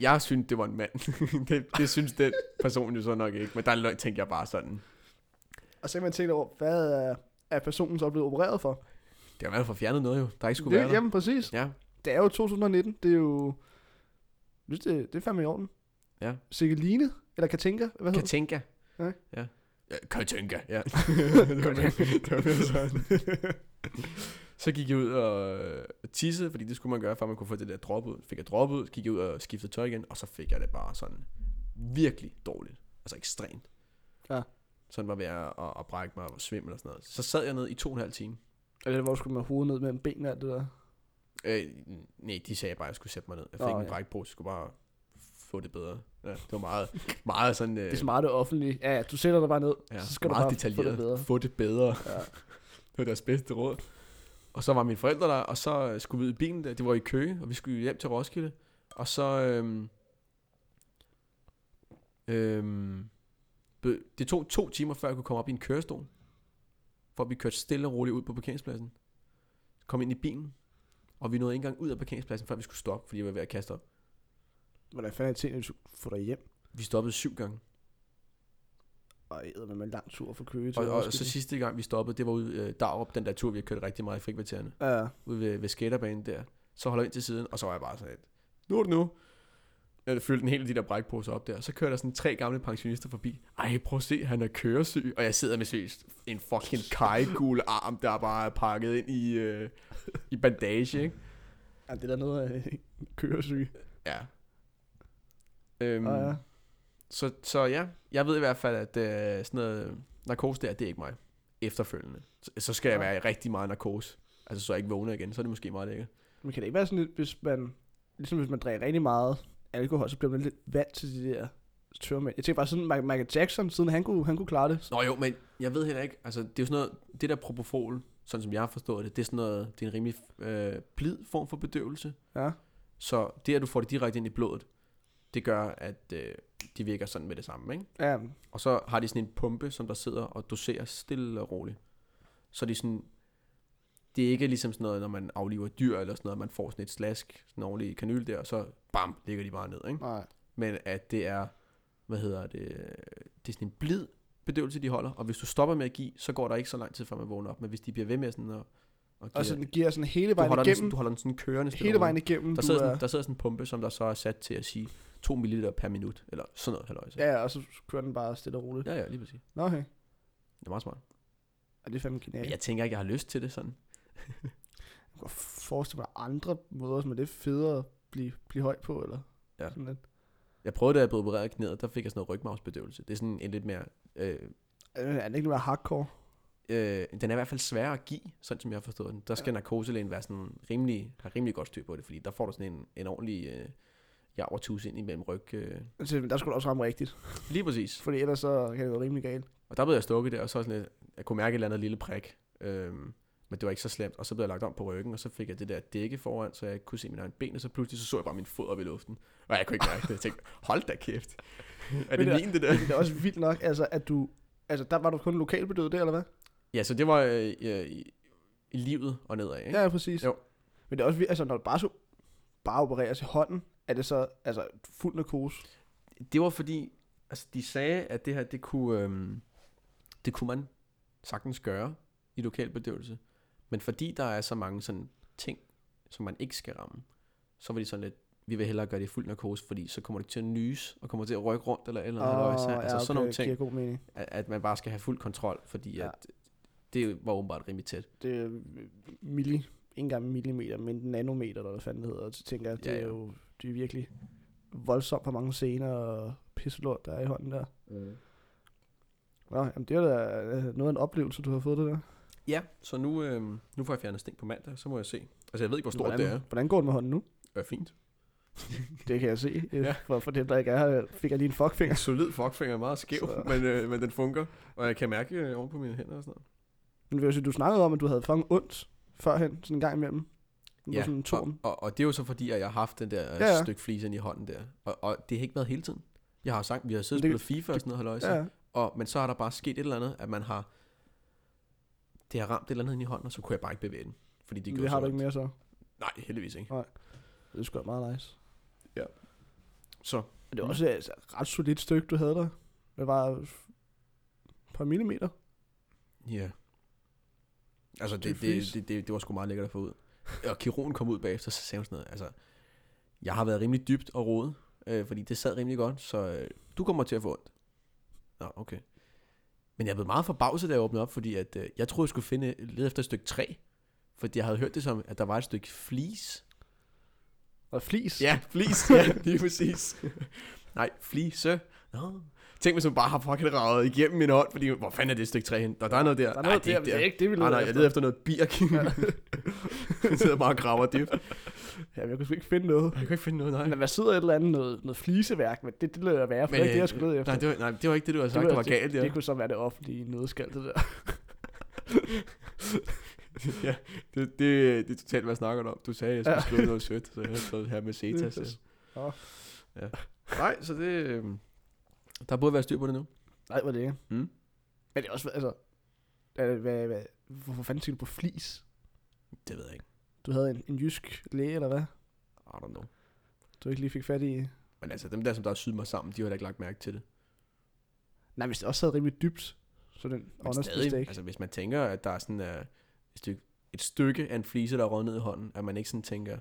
jeg synes, det var en mand. det, det synes den person jo så nok ikke, men der løg- tænkte jeg bare sådan,
Og så kan man tænke over, hvad er, er personen så blevet opereret for?
det har været for fjernet noget jo, der ikke skulle være
Det,
der.
jamen præcis.
Ja,
Det er jo 2019. Det er jo... Jeg synes, Det, det er fandme i orden.
Ja.
Sikkeline? Eller Katinka? Hvad hedder
Katinka.
Ja.
Ja. ja. Katinka, ja. det var mere- det var mere sådan. så gik jeg ud og øh, tissede, fordi det skulle man gøre, før man kunne få det der drop ud. Fik jeg drop ud, gik jeg ud og skiftede tøj igen, og så fik jeg det bare sådan virkelig dårligt. Altså ekstremt.
Ja.
Sådan var ved at, at, at brække mig og svimle og sådan noget. Så sad jeg ned i to og en halv time.
Er det, hvor du skulle med hovedet ned mellem benene og alt det der?
Øh, nej, de sagde bare, at jeg skulle sætte mig ned. Jeg fik
Nå,
oh, en
ja.
brækpose, jeg skulle bare få det bedre. Ja, det var meget, meget sådan... Øh,
Det smarte offentlige. Ja, ja, du sætter dig bare ned.
Ja,
så skal du
meget
bare få
detaljeret.
det bedre.
Få det bedre.
Ja.
Det var deres bedste råd. Og så var mine forældre der, og så øh, skulle vi ud i bilen der. Det var i Køge, og vi skulle hjem til Roskilde. Og så... Øhm, øhm, be- det tog to timer, før jeg kunne komme op i en kørestol. For vi kørte stille og roligt ud på parkeringspladsen. Kom ind i bilen. Og vi nåede ikke engang ud af parkeringspladsen, før vi skulle stoppe, fordi jeg var ved at kaste op.
Hvordan fanden er det tænkt, at du får dig hjem?
Vi stoppede syv gange.
Og æder med en lang tur fra Køge til
Og, og, og
Roskilde.
så sidste gang, vi stoppede, det var ude øh, derop, den der tur, vi har kørt rigtig meget i frikvartererne.
Ja,
ude ved, ved skaterbanen der. Så holder jeg ind til siden, og så var jeg bare sådan lidt, nu er det nu. Jeg fyldte en hel af de der brækposer op der, og så kører der sådan tre gamle pensionister forbi. Ej, prøv at se, han er køresyg. Og jeg sidder med seriøst en fucking kajgul arm, der bare er pakket ind i, øh, i bandage, ikke?
ja det er da noget af køresyge.
Ja. Øhm,
Mm. ja.
så, så ja, jeg ved i hvert fald, at øh, sådan noget narkose der, det er ikke mig. Efterfølgende. Så, så skal jeg
Nej.
være i rigtig meget narkose. Altså så jeg ikke vågner igen, så er det måske meget lækkert.
Men kan det ikke være sådan lidt, hvis man, ligesom hvis man drikker rigtig meget alkohol, så bliver man lidt vant til de der tørmænd. Jeg tænker bare sådan, Mike- Michael Jackson, siden han kunne, han kunne klare det.
Nå jo, men jeg ved heller ikke, altså det er jo sådan noget, det der propofol, sådan som jeg har forstået det, det er sådan noget, det er en rimelig øh, blid form for bedøvelse.
Ja.
Så det, at du får det direkte ind i blodet, det gør, at øh, de virker sådan med det samme, ikke?
Ja,
Og så har de sådan en pumpe, som der sidder og doserer stille og roligt. Så det er sådan, det er ikke ligesom sådan noget, når man afliver et dyr eller sådan noget, man får sådan et slask, sådan en ordentlig kanyl der, og så bam, ligger de bare ned, ikke?
nej.
men at det er, hvad hedder det, det er sådan en blid bedøvelse, de holder, og hvis du stopper med at give, så går der ikke så lang tid, før man vågner op, men hvis de bliver ved med sådan at, at give,
Og så den giver sådan hele
du,
vejen
holder den, sådan-
igennem.
du holder den sådan kørende stille
hele
og
vejen
roligt.
igennem.
der
du
sidder,
er-
sådan, der sidder sådan en pumpe, som der så er sat til at sige 2 ml per minut, eller sådan noget, halløj. Ja.
Ja, og så kører den bare stille og roligt.
ja, ja, lige præcis.
Nå, okay.
Det er meget smart.
Og det er fandme
Men
genialt. Jeg
jeg tænker ikke, jeg har lyst til det sådan.
kan godt forestille mig andre måder, som er lidt federe at blive, blive høj på, eller
Ja.
sådan lidt.
Jeg prøvede, da jeg blev opereret i knæet, der fik jeg sådan noget rygmavsbedøvelse. Det er sådan en lidt mere, øh,
Øh, Er det ikke noget hardcore?
øh, den er i hvert fald sværere at give, sådan som jeg har forstået den. Der skal ja. narkoselægen være sådan rimelig, have rimelig godt styr på det, fordi der får du sådan en, en ordentlig øh, javertus ind imellem ryg. Øh.
Altså, men der skulle du også ramme rigtigt.
Lige præcis.
Fordi ellers så kan det gå rimelig galt.
Og der blev jeg stukket der, og så sådan lidt, jeg kunne mærke et eller andet lille prik. Øh, men det var ikke så slemt, og så blev jeg lagt om på ryggen, og så fik jeg det der dække foran, så jeg ikke kunne se mine egne ben, og så pludselig så, så jeg bare min fod op i luften. Og jeg kunne ikke mærke det. Jeg tænkte, hold da kæft. er det
Men det-
min det der?
Det er også vildt nok, altså, at du... Altså, der var du kun lokalbedøvet der, eller hvad?
Ja, så det var øh, øh, i, i livet og nedad, ikke?
Ja, ja, præcis.
Jo.
Men det er også vildt, altså, når du bare, så, bare opereres i hånden, er det så altså, fuld narkose?
det var fordi, altså de sagde, at det her, det kunne, øhm, det kunne man sagtens gøre i lokal bedøvelse. Men fordi der er så mange sådan ting, som man ikke skal ramme, så var de sådan lidt, vi vil hellere gøre det i fuld narkose, fordi så kommer du ikke til at nys, og kommer til at rykke rundt, eller et eller andet. halløjsa." altså sådan nogle ting,
giver god mening.
at, at man bare skal have fuld kontrol, fordi
Ja.
ja. at det var åbenbart rimelig tæt.
Det er milli, ikke engang millimeter, men nanometer, eller hvad fanden det hedder. Og så tænker jeg, det
Ja,
er
ja.
jo det er virkelig voldsomt, hvor mange scener og pisselort, der er i hånden der.
Mm.
Nå, jamen det er da øh, noget af en oplevelse, du har fået det der.
Ja, så nu, øh, nu får jeg fjernet sten på mandag, så må jeg se. Altså jeg ved ikke, hvor stort
hvordan,
det er.
Hvordan går det med hånden nu?
Det er fint.
Det kan jeg se. ja.
Ja.
for, for dem, der ikke er her, fik jeg lige en fuckfinger.
En solid fuckfinger, meget skæv,
Så-
men, øh, men den fungerer. Og jeg kan mærke øh, oven på mine hænder og sådan noget.
Men det vil sige, du snakkede om, at du havde fanget ondt førhen, sådan en gang imellem. Du ja. sådan en
og,
torn.
og, og det er jo så fordi, at jeg har haft den der
Ja,
ja,
ja.
ja. stykke flisen i hånden der. Og, og det har ikke været hele tiden. Jeg har jo sagt, vi har siddet og
Det-
spillet FIFA og sådan noget, halløjse.
Ja,
Og, men så har der bare sket et eller andet, at man har... Det har ramt et eller andet ind i hånden, og så kunne jeg bare ikke bevæge den. Fordi det
det,
gjorde
det har
så
du ikke
ondt.
mere så.
Nej, heldigvis ikke.
Det er sgu da meget nice.
Så
Og det var også altså, et ret solidt stykke, du havde der. Det var et par millimeter.
Ja. Altså,
Det er
det, det,
fis.
det, det, det var sgu meget lækkert at få ud. Og kirurgen kom ud bagefter, så sagde hun sådan noget, altså, jeg har været rimelig dybt og rodet, øh, fordi det sad rimelig godt, så øh, du kommer til at få ondt. Nå, okay. Men jeg blev meget forbavset, da jeg åbnede op, fordi at, øh, jeg troede, jeg skulle finde lede efter et stykke træ, fordi jeg havde hørt det som, at der var et stykke flis.
Og flis.
Ja, flis, ja, lige præcis. Nej, flise. Nå. Tænk, hvis man bare har fucking ravet igennem min hånd, fordi, hvor fanden er det et stykke træ hen? Der, der er noget der.
Der er noget
det
der,
er ikke
det er ikke det, vi
Nej,
leder
nej, jeg leder efter noget birk. Jeg sidder bare og graver dybt.
Ja, men jeg kunne sgu ikke finde noget.
Jeg kan ikke finde noget, nej.
Men hvad sidder et eller andet, noget, noget fliseværk, men det, det lader jeg være, for det er ikke det, jeg skulle lede efter.
øh, Nej, det var, nej, det var ikke det, du havde sagt,
var-
det var, det var galt.
det,
Ja.
det, kunne så være det offentlige nødskald, det der.
ja, det, det, det er totalt, hvad jeg snakker om. Du sagde, at jeg skulle skrive noget sødt, så jeg havde skrevet her med Cetas.
Åh.
Ja. Ja. Nej, så det... øh, Der burde være styr på det nu.
Nej, hvor er det
Mm.
Men det er også, altså... øh, Hvad, hvad, hvorfor fanden tænkte du på flis?
Det ved jeg ikke.
Du havde en, en jysk læge, eller hvad?
I don't know.
Du ikke lige fik fat i...
Men altså, dem der, som der har syet mig sammen, de har da ikke lagt mærke til det.
Nej, hvis det også sad rimelig dybt, så den
Men
honest mistake.
altså, hvis man tænker, at der er sådan uh, et, stykke, et stykke af en flise, der er røget ned i hånden, at man ikke sådan tænker,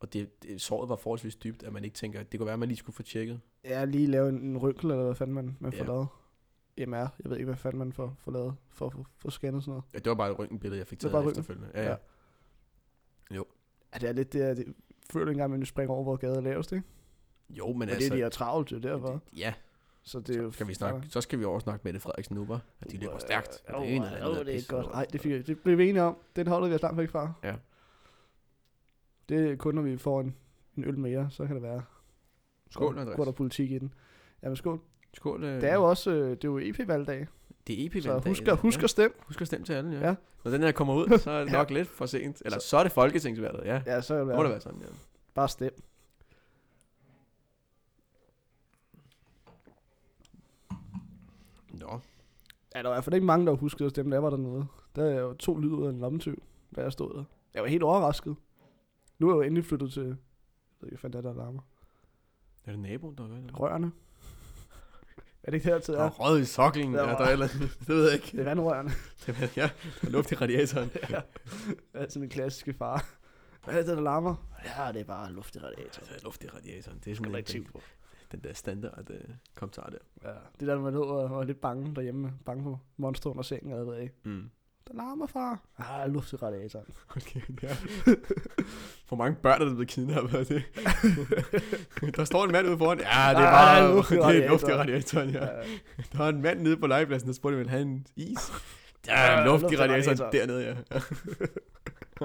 og det, det, såret var forholdsvis dybt, at man ikke tænker, at det kunne være, at man lige skulle få tjekket.
Ja, lige lave en, en rynkel, eller hvad fanden man, man får
Ja.
lavet. MR, jeg ved ikke, hvad fanden man får, får lavet, for at få- få scannet sådan noget.
Ja, det var bare et røntgenbillede, jeg fik
Det var
taget
bare røntgen.
efterfølgende. Ja, ja.
Ja. Ja, det er lidt det, at det føler engang, at man springer over, hvor gaden er lavest, ikke?
Jo, men
Men
altså...
altså, det er de er travlt, det er derfor.
ja,
Så det er jo...
så skal, vi snakke, så skal vi over snakke med det Frederiksen nu, bare. At de løber stærkt.
Øh,
det ene
Jo,
eller
øh,
andet
jo,
er
det er
pis.
godt. Nej, det, fik, det blev vi enige om. Den holder vi os langt væk fra.
Ja.
Det er kun, når vi får en, en øl mere, så kan det være.
Skål,
Andreas.
Andreas.
Godt politik i den. Jamen skål.
Skål. Øh,
Det er jo også, øh, det er jo EP-valgdag,
det er ep
så husk, at- husk at stemme.
Ja, husk at stemme til alle, ja.
Ja.
ja. Når den her kommer ud, så er
Ja.
det nok lidt for sent. Eller så er det folketingsvalget, ja.
Ja, så kan det
Må det
være.
være sådan, ja.
Bare stem.
Nå,
Ja, der var i hvert fald ikke mange, der huskede at stemme, da jeg var dernede. Der er jo to lyd ud af en lommetøv, da jeg stod der. Jeg var helt overrasket. Nu er jeg jo endelig flyttet til, jeg ved ikke, hvad fanden det er, der larmer.
er det naboen, der gør det?
Rørene. er det ikke det, der altid
Der
er?
er røget i sokkelen,
Der
ja,
var-
der er et eller andet. Det ved jeg ikke.
Det er vandrørene.
Det ved jeg. Ja, der er luft i radiatoren.
ja. Det er sådan en klassiske far. Hvad er det, der larmer? Ja, det er bare luft i radiator.
Der er luft i radiatoren. Det er sådan lidt den,
på.
den der standard øh, kommentar der.
Ja. Det der, man lå og var lidt bange derhjemme. Bange på monster under sengen, og jeg ved ikke.
Mm.
Der larmer, far. Ah, luft i radiatoren.
Okay, ja. Hvor mange børn er der blevet kidnappet af det? der står en mand ude foran. Ja, det er
Ah,
bare
luft i
det er luft i
radiatoren.
radiatoren. Ja.
Ja.
Der er en mand nede på legepladsen, der spurgte, om han ville have en is. Der
Ah,
er luft,
luft i
i radiatoren
radiatoren.
dernede, ja.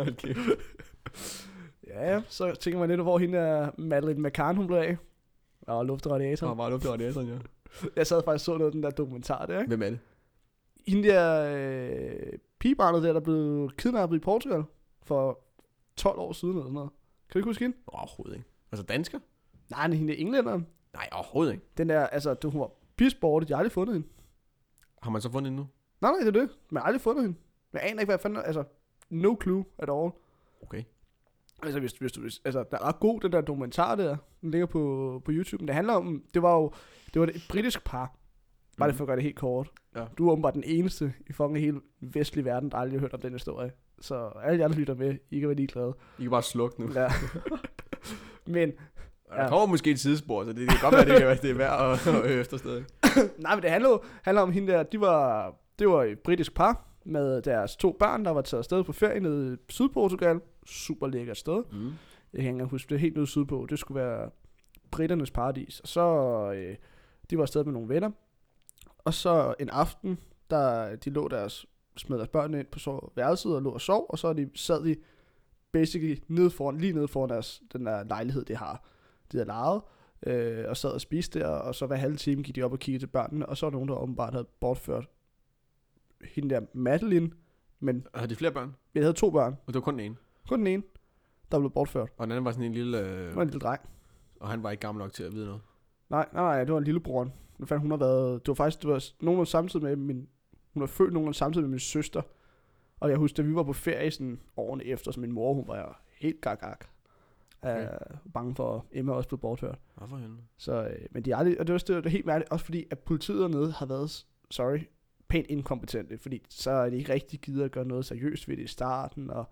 okay.
ja, ja. Så tænker man lidt, hvor hende er Madeleine McCann, hun blev af. Og luft i
Der var
radiatoren.
bare luft i radiatoren, ja.
Jeg sad faktisk og så noget af den der dokumentar der, ikke?
Hvem er det?
Hende der øh, pigebarnet der, der blev kidnappet i Portugal for 12 år siden eller sådan noget. Kan du ikke huske hende?
Overhovedet ikke. Altså dansker?
Nej, men hende er englænderen.
Nej, overhovedet ikke.
Den der, altså, du, hun var bisborte, jeg har aldrig fundet hende.
Har man så fundet den nu?
Nej, nej, det er det. Men jeg har aldrig fundet hende. Men jeg aner ikke, hvad fanden, altså, no clue at all.
Okay.
Altså, hvis, hvis, du- hvis, altså, der er ret god, den der dokumentar der, den ligger på, på YouTube, men det handler om, det var jo, det var et britisk par. Bare lige for at gøre det helt kort.
Ja.
Du er åbenbart den eneste i fucking hele vestlige verden, der aldrig har hørt om den historie. Så alle jer, der lytter med, I kan være ligeglade.
I kan bare slukke nu.
Ja. men,
Og Der
Ja.
kommer måske et sidespor, så det, det kan godt være, det, kan være, det er værd at, at høre efter stadig.
nej, men det handler, jo- handler om hende der. De var, det var et britisk par med deres to børn, der var taget afsted på ferie nede i Sydportugal. Super lækkert sted.
Mm.
Jeg kan ikke engang huske det er helt nede sydpå. Det skulle være britternes paradis. Og så øh, de var afsted med nogle venner. Og så en aften, der de lå deres, smed deres børn ind på sov, værelset og lå og sov. Og så de, sad de basically nede foran, lige nede foran deres, den der lejlighed, de har. De havde lejet. Øh, og sad og spiste der, og så hver halve time gik de op og kiggede til børnene, og så var der nogen, der åbenbart havde bortført hende der Madeline, men
Har de flere børn?
jeg havde to børn,
Og det var kun den ene.
kun den ene, der blev bortført.
Og den anden var sådan en lille...
Det
Øh,
var en lille dreng.
og han var ikke gammel nok til at vide noget.
Nej, nej, nej, det var lillebroren. Nu fandt hun har været, det var faktisk, det var s- nogenlunde samtidig med min, hun var født nogenlunde samtidig med min søster. Og jeg husker, da vi var på ferie sådan årene efter, så min mor, hun var helt gak gak. Okay.
Okay.
Uh, bange for, at Emma også blev bortført.
Hvorfor hende?
Så, øh, men de er aldrig, og det var, også- det var helt mærkeligt, også fordi, at politiet dernede har været, s- sorry, pænt inkompetente, fordi så er de ikke rigtig gider at gøre noget seriøst ved det i starten, og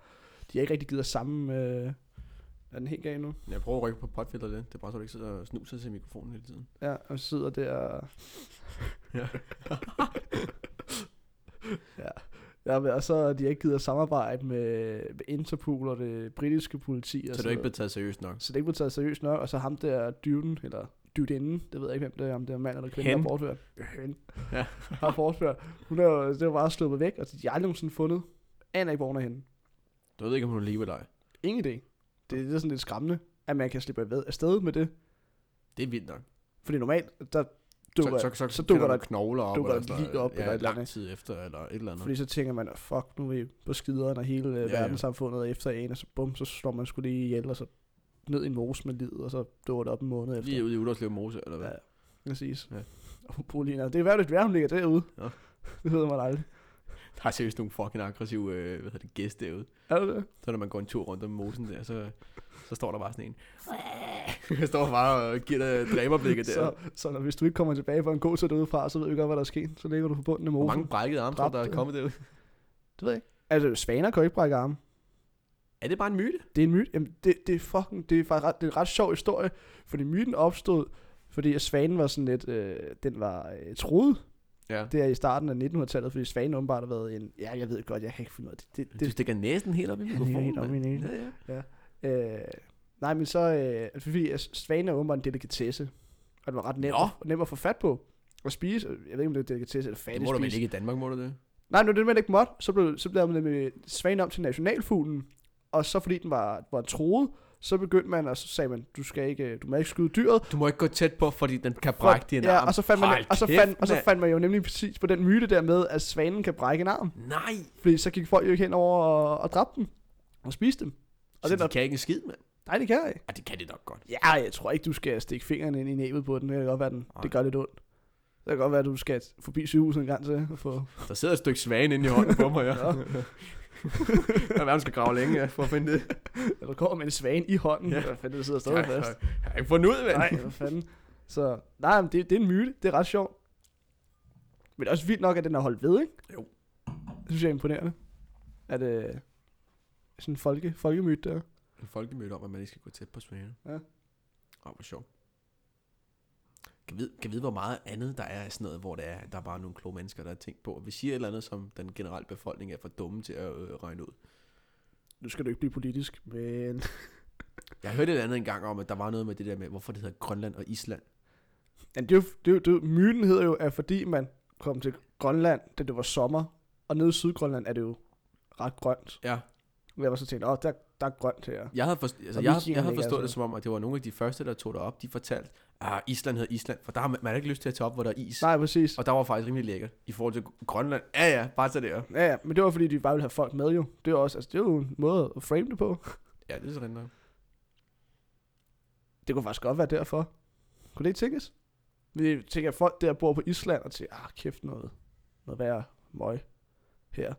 de har ikke rigtig gider sammen, øh, er den helt gal nu?
Jeg prøver at rykke på potfilteret lidt. Det er bare så, du ikke sidder og snuser til mikrofonen hele tiden.
Ja, og sidder der og...
Ja.
ja. ja men, og så har de ikke gider samarbejde med, med Interpol og det britiske politi. Og
Så det er
sådan
ikke
noget.
blevet taget seriøst nok.
så det er ikke blevet taget seriøst nok, og så ham der dyven, eller dyvdinden, det ved jeg ikke, hvem det er, om det er mand eller kvinde, der
Hen.
er bortført. Hen.
Ja.
har bortført. Hun er jo, det er jo bare sluppet væk, og de har aldrig nogensinde fundet. Aner ikke, hvor hun er henne.
Du ved ikke, om hun lever dig.
Ingen idé. Det, det er sådan lidt skræmmende, at man kan slippe af afsted med det.
Det er vildt nok.
Fordi normalt, der dukker,
så, så, så,
så
så
dukker
finder
der-
du knogler op,
dukker
eller
der
sådan noget.
lige op,
ja,
eller et eller
lang
andet.
tid efter, eller et eller andet.
Fordi så tænker man, fuck, nu er vi på skideren, og hele ja,
Ja, ja.
verdenssamfundet er efter en, og så bum, så slår man skulle lige ihjel, og så ned i en mose med livet, og så dør det op en måned efter.
Lige ude i Uderslev Mose, eller hvad?
Ja, præcis. Ja.
Ja.
Apropos lige navn. Det er værd, at hun ligger derude.
Ja.
Det ved man aldrig.
Der er seriøst nogle fucking aggressive øh, hvad hedder det, gæst derude.
Er det det?
Så når man går en tur rundt om mosen der, så, så står der bare sådan en. Jeg står bare og giver dig dræberblikket der.
Så, så når, hvis du ikke kommer tilbage på en god tur derudefra, så ved du godt, hvad der er sket. Så ligger du på bunden af
Hvor
mosen.
mange brækkede arme, tror du, der er
Dræbte.
kommet derude?
Det ved jeg ikke. Altså, svaner kan jo ikke brække arme.
Er det bare en myte?
Det er en myte. Jamen, det, det er fucking, det er faktisk ret, det er en ret sjov historie, fordi myten opstod, fordi at svanen var sådan lidt, øh, den var øh, troet
Ja.
Det er i starten af 1900-tallet, fordi Svanen åbenbart har været en... Ja, jeg ved godt, jeg kan ikke finde ud af det. det,
Du
det
stikker næsen helt op i
Ja, det er
mikrofonen.
helt op i
mand.
næsen.
Ja, ja.
øh, nej, men så... Øh, fordi at Svanen er åbenbart en delikatesse. Og det var ret nem,
Nå.
nem at få fat på. Og spise. Jeg ved ikke, om det er delikatesse eller
Det
fattig
må du vel
spise.
ikke i Danmark, må du det?
Nej, nu er det man ikke måtte. Så blev, så blev man nemlig Svanen om til nationalfuglen. Og så fordi den var, var troet, så begyndte man, og så sagde man, du skal ikke, øh, du må ikke skyde dyret.
Du må ikke gå tæt på, fordi den kan brække din
ja,
arm.
og så, fandt man,
Hold
og, så
kæft,
fandt, og så
mand.
fandt man jo nemlig præcis på den myte der med, at svanen kan brække en arm.
Nej!
Fordi så gik folk jo ikke hen over og, og dræbte dem. Og spiste dem.
Og
Og
så
den
det
er,
de kan ikke en skid, mand.
nej, det kan jeg ikke.
Ja, det kan det nok godt.
Ja, jeg tror ikke, du skal stikke fingeren ind i næbet på den. Det kan godt være, den,
Nej.
det gør lidt ondt. Det kan godt være, at du skal forbi sygehuset en gang til. og få-
Der sidder et stykke svane inde i hånden på mig, ja. Jeg ved, skal grave længe ja, for at finde det.
Eller kommer med en svane i hånden. Ja.
Ja.
Hvad fanden, det sidder stadig
Jeg har-
fast.
Jeg har ikke fundet ud, mand.
Nej, hvad fanden. Så, nej, men det, det er en myte. Det er ret sjovt. Men det er også vildt nok, at den er holdt ved, ikke?
Jo.
Det synes jeg er imponerende. At øh, sådan en folke, folkemyte der.
En folkemøde om, at man ikke skal gå tæt på svaner.
Ja.
Åh, hvor sjovt. Kan vide, kan vide, hvor meget andet der er af sådan noget, hvor der er, der er bare nogle kloge mennesker, der har tænkt på. Vi siger et eller andet, som den generelle befolkning er for dumme til at øh, regne ud.
Nu skal du ikke blive politisk, men...
Jeg hørte et eller andet engang om, at der var noget med det der med, hvorfor det hedder Grønland og Island.
Men det er jo, det er jo, det er jo, myten hedder jo, at fordi man kom til Grønland, da det var sommer, og nede i Sydgrønland er det jo ret grønt.
Ja.
Og jeg var så tænkt, åh, der, der er grønt her.
Jeg havde, forst- altså,
Og
jeg, jeg
vikingerne
havde
ikke,
forstået det
altså.
som om, at det var nogle af de første, der tog det op. De fortalte, at Island hedder Island, for der har man, man har ikke lyst til at tage op, hvor der er is.
Nej, præcis.
Og der var faktisk rimelig lækkert i forhold til Grønland. Ja, ja, bare tag det her.
Ja, ja, men det var fordi, de bare ville have folk med jo. Det er jo også, altså, det er jo en måde at frame det på.
Ja, det er så rent nok.
Det kunne faktisk godt være derfor. Kunne det ikke tænkes? Vi tænker, at folk der bor på Island og tænker, ah, kæft noget, noget værre møg her.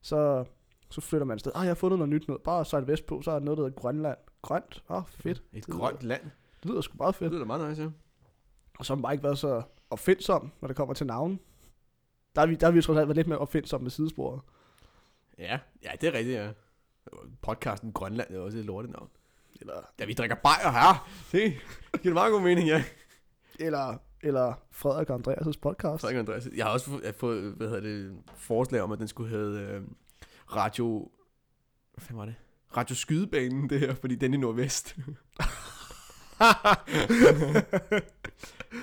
Så, så flytter man afsted. Ah, jeg har fundet noget nyt noget. Bare sejl vestpå, så er der noget, der hedder Grønland. Grønt? Åh, oh, fedt.
Et
lyder-
grønt land.
Det lyder sgu meget fedt.
Det lyder da meget nice, ja.
Og så har man bare ikke været så opfindsom, når det kommer til navnen. Der har vi, der har vi trods alt været lidt mere opfindsomme med sidesporet.
Ja, ja, det er rigtigt, ja. Podcasten Grønland er også et lortenavn.
Eller,
Ja, vi drikker bajer her. Se, det giver meget god mening, ja.
eller, eller Frederik og Andreas' podcast.
Frederik og Andreas. Jeg har også fået, jeg har fået hvad hedder det, forslag om, at den skulle hedde øh, Radio... Hvad fanden var det? Radio Skydebanen, det her, fordi den er i nordvest.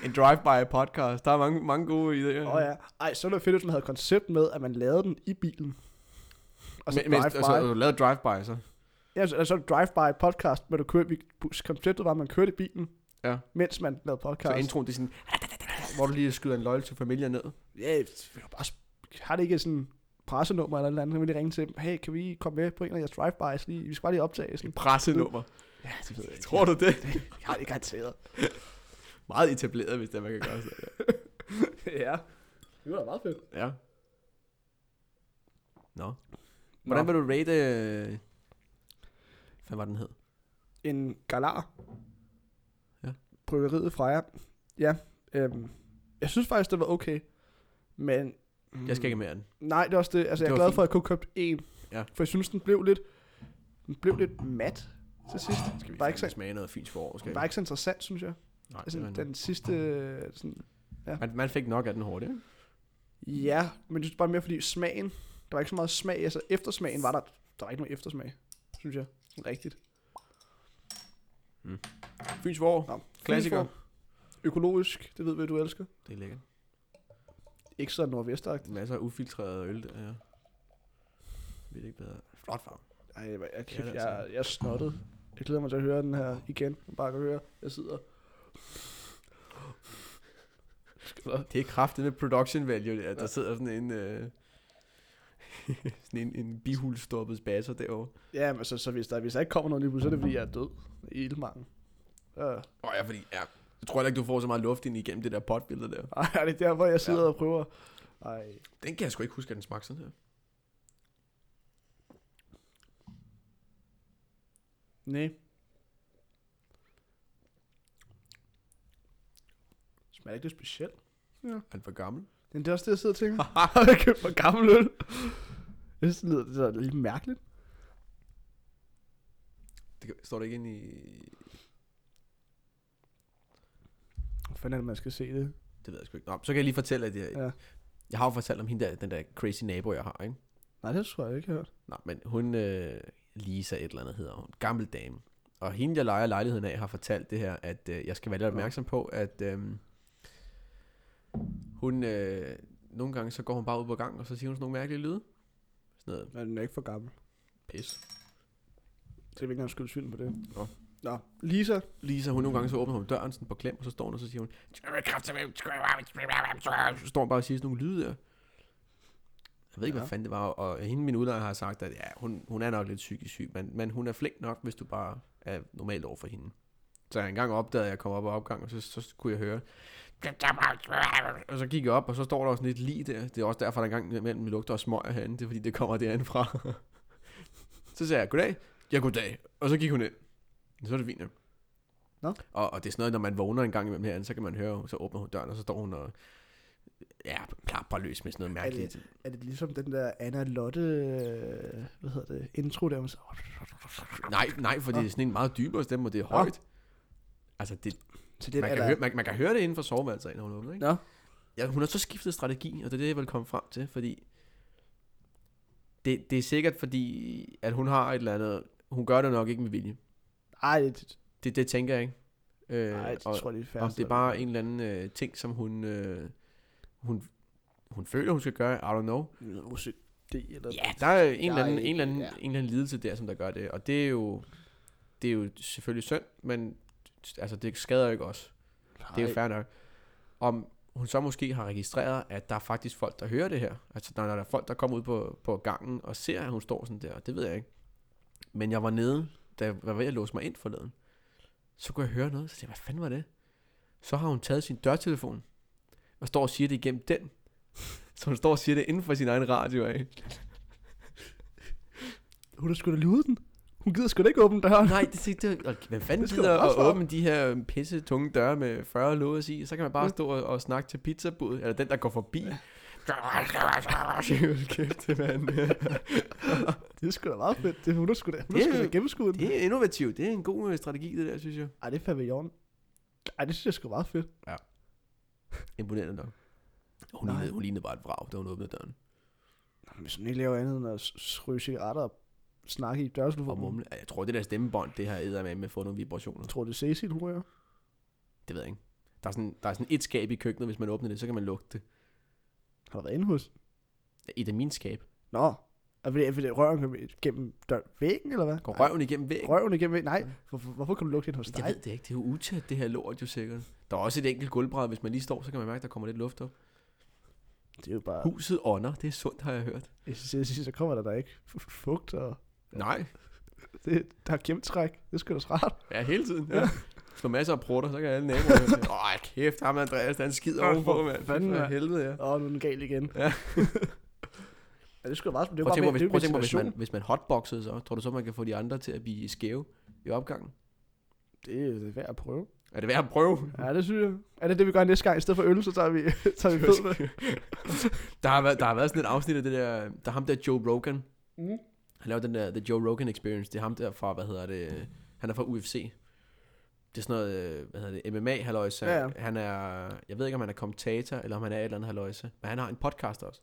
en drive-by podcast. Der er mange, mange gode idéer.
Åh oh, ja. Ej, så ville det fedt, hvis man havde et koncept med, at man lavede den i bilen. Og så
Men, men,
drive-by.
altså, du lavede drive-by, så.
Ja, så, så drive-by podcast, men du kørte, vi, konceptet var, at man kørte i bilen,
Ja.
mens man lavede
Så
podcast.
introen, det er sådan, hvor du lige skyder en løgle til familien ned.
ja, vi kan bare, sp- har det ikke sådan pressenummer eller noget andet, så vil de ringe til dem, hey, kan vi komme med på en af jeres drive-bys lige, vi skal bare lige optage sådan.
Pressenummer.
Ja, det ved jeg ikke.
Tror du det?
Jeg har det garanteret.
Meget etableret, hvis det er, man kan gøre sådan.
ja. Det var da meget fedt.
Ja. Nå. Hvordan vil du rate... øh, Hvad var den hed?
en galar.
Ja.
Bryggeriet Freja. Ja. Øhm, jeg synes faktisk, det var okay. Men... Mm,
Jeg skal ikke mere den.
Nej, det er også det. Altså, jeg
Det
er
var
glad
fint.
for, at jeg kun købte en.
Ja.
For jeg synes, den blev lidt... Den blev lidt mat til sidst.
Skal vi
Bare ikke
fandme smage noget fint forår, skal
Den
vi?
var ikke så interessant, synes jeg.
Nej, det er
Altså,
rigtigt.
den sidste... øh, Sådan,
man, man fik nok af den hårdt, ikke?
ja, men jeg synes bare mere, fordi smagen... Der var ikke så meget smag. Altså, eftersmagen var der... Der var ikke nogen eftersmag, synes jeg. Sådan Rigtigt.
Fyns forår.
Nå,
Mm. Klassiker.
Fynform. Økologisk, det ved vi, du elsker.
Det er lækkert.
Ikke så nordvestagtigt.
Masser af ufiltreret øl, der, ja. Ved det ikke bedre. Flot farve.
Ej, jeg, jeg,
Ja, det
jeg,
er altså-
jeg, jeg snottede. Jeg glæder mig til at høre den her igen. Man bare kan høre, jeg sidder.
Det er kraftet med production value, der, der sidder sådan en... Øh, sådan en, en bihulstoppet spasser derovre.
Ja, men så, så hvis, der, hvis der ikke kommer noget nyt, bud, så er det fordi, jeg er død i ildmangen. Øh,
Åh ja, fordi ja. Jeg tror heller ikke, du får så meget luft ind igennem det der potbillede der.
ej, er det er derfor, jeg sidder ja. og prøver. Ej,
Den kan jeg sgu ikke huske, at den smagte sådan her.
nej. Smager ikke det specielt?
Er den for gammel?
Men det er også det, jeg sidder og tænker. Har jeg købt for gammel øl? Jeg synes, det lyder det er lidt mærkeligt.
Det kan- står der ikke ind i...
Hvor fanden er det, man skal se det?
Det ved jeg sgu ikke. Nå, så kan jeg lige fortælle, at jeg,
Ja.
ja. jeg har jo fortalt om hende der, den der crazy nabo, jeg har, ikke?
Nej, det tror jeg ikke, jeg har hørt.
Nå, men hun, øh, Lisa et eller andet hedder hun, gammel dame. Og hende, jeg leger lejligheden af, har fortalt det her, at øh, jeg skal være lidt opmærksom på, at øh, hun, øh, nogle gange så går hun bare ud på gang, og så siger hun sådan nogle mærkelige lyde. Sådan noget
Nej, den er ikke for gammel.
pis.
Så jeg vil ikke engang skyde synd på det.
Nå.
Nå. Lisa,
Lisa, hun nogle gange så åbner hun døren sådan på klem, og så står hun, og så siger hun, så står hun bare og siger sådan nogle lyde der. Jeg ved ikke, ja.
Ja.
hvad fanden det var, og hende, min udlejer, har sagt, at ja, hun, hun er nok lidt psykisk syg, men, men hun er flink nok, hvis du bare er normal over for hende. Så jeg engang opdagede, at jeg kom op ad opgang, og så, så kunne jeg høre, og så gik jeg op, og så står der også sådan lidt lige der. Det er også derfor, der engang imellem lugter af smøger herinde, det er fordi, det kommer derinde fra. så sagde jeg, goddag. Ja, goddag. Og så gik hun ind. Så er det fint, ja.
Nå.
Og, og det er sådan noget, når man vågner en gang imellem herinde, så kan man høre, så åbner hun døren, og så står hun og ja, klapper løs med sådan noget
Er det-
mærkeligt.
er det ligesom den der Anna Lotte, øh, hvad hedder det, intro der, man så,
Nej, nej, for det er sådan en meget dybere stemme, og det er højt. Altså, det,
så det
man, kan høre, man, man kan høre det inden for soveværelset, når hun åbner, ikke?
Nå.
Ja, hun har så skiftet strategi, og det er det, jeg vil komme frem til, fordi det, det er sikkert fordi, at hun har et eller andet, hun gør det nok ikke med vilje.
Ej, det,
Det, det tænker jeg ikke. Øh,
ej, det
og,
tror jeg, det er færdigt.
om det er bare en eller anden øh, ting, som hun, øh, hun, hun føler, hun skal gøre, I don't know.
OCD eller...
Ja, der er en eller anden,
ikke-
en eller anden,
ja.
ja. en eller anden lidelse der, som der gør det, og det er jo, det er jo selvfølgelig synd, men altså, det skader jo ikke os. Det er jo fair nok. Om hun så måske har registreret, at der er faktisk folk, der hører det her. Altså, der, der er folk, der kommer ud på, på gangen og ser, at hun står sådan der. Det ved jeg ikke. Men jeg var nede, da jeg var ved at låse mig ind forleden. Så kunne jeg høre noget. Så tænkte jeg, hvad fanden var det? Så har hun taget sin dørtelefon og står og siger det igennem den. Så hun står og siger det inden for sin egen radio af.
Hun har sgu da luet den. Hun gider sgu da ikke åbne døren.
Nej, det, det, det og hvem fanden
Det skal du
gider
også
at
for.
åbne de her øhm, pisse tunge døre med 40 lås i? Så kan man bare stå og, og snakke til pizzabud, eller den, der går forbi. Hold kæft, mand.
Det er sgu da meget fedt. Det, hun er sgu da, hun er
Det er
sgu da
jo-
gennemskuddet.
det er innovativt. Det er en god øh, strategi, det der, synes jeg.
Ej, det er pavillon. Ej, det synes jeg sgu er meget fedt.
Imponerende nok. Hun
Nej.
lignede, hun lignede bare et vrag, da hun åbnede døren.
Nå, Hvis hun ikke laver andet end at s- s- ryge cigaretter og snakke i
Og
dørselfonen.
mumle. Jeg tror, det der stemmebånd, det har æder med, med at få nogle vibrationer.
Jeg tror, det er Cecil, hun ryger.
Det ved jeg ikke. Der er, sådan, der er sådan et skab i køkkenet, hvis man åbner det, så kan man lugte det.
Har du været inde hos?
Et af mine skab.
Nå. Er det, er det røven kom gennem dør, væggen, eller hvad?
Går
Nej,
røven igennem væggen?
Røven igennem væggen? Nej. Hvorfor, hvorfor kan du lugte ind hos dig?
Jeg ved det ikke. Det er jo utæt, det her lort jo sikkert. Der er også et enkelt gulvbræd. Hvis man lige står, så kan man mærke, at der kommer lidt luft op.
Det er jo bare...
Huset ånder. Det er sundt, har jeg hørt.
Jeg synes, jeg synes, så kommer der da ikke f- f- fugt, og
Nej.
det, der er gennemtræk. Det er sgu da rart.
Ja, hele tiden. Ja. Slå masser af prutter, så kan alle naboer høre det. Åh, kæft, ham Andreas, han skider
Åh,
ovenpå,
for
mand.
fanden,
For
mand.
helvede, ja.
Åh, nu er den gal igen.
Ja.
ja det er sgu da meget... Det er jo
Prøv
bare
at tænke på,
det er
hvis,
jo
prøv at tænke på, hvis, man,
ventilation.
hvis man hotboxede så, tror du så, man kan få de andre til at blive skæve i opgangen?
Det er, det er værd at prøve.
Er det værd at prøve?
Ja, det synes jeg. Er det det, vi gør næste gang? I stedet for øl, så tager vi, tager vi fed med.
der, har været, der har været sådan et afsnit af det der, der er ham der Joe Rogan.
Mm.
Han laver den der The Joe Rogan Experience. Det er ham der fra, hvad hedder det, han er fra UFC. Det er sådan noget, øh, hvad hedder det, MMA halløjse.
Ja, ja.
Han er, jeg ved ikke om han er kommentator, eller om han er et eller andet halløjse. Men han har en podcast også.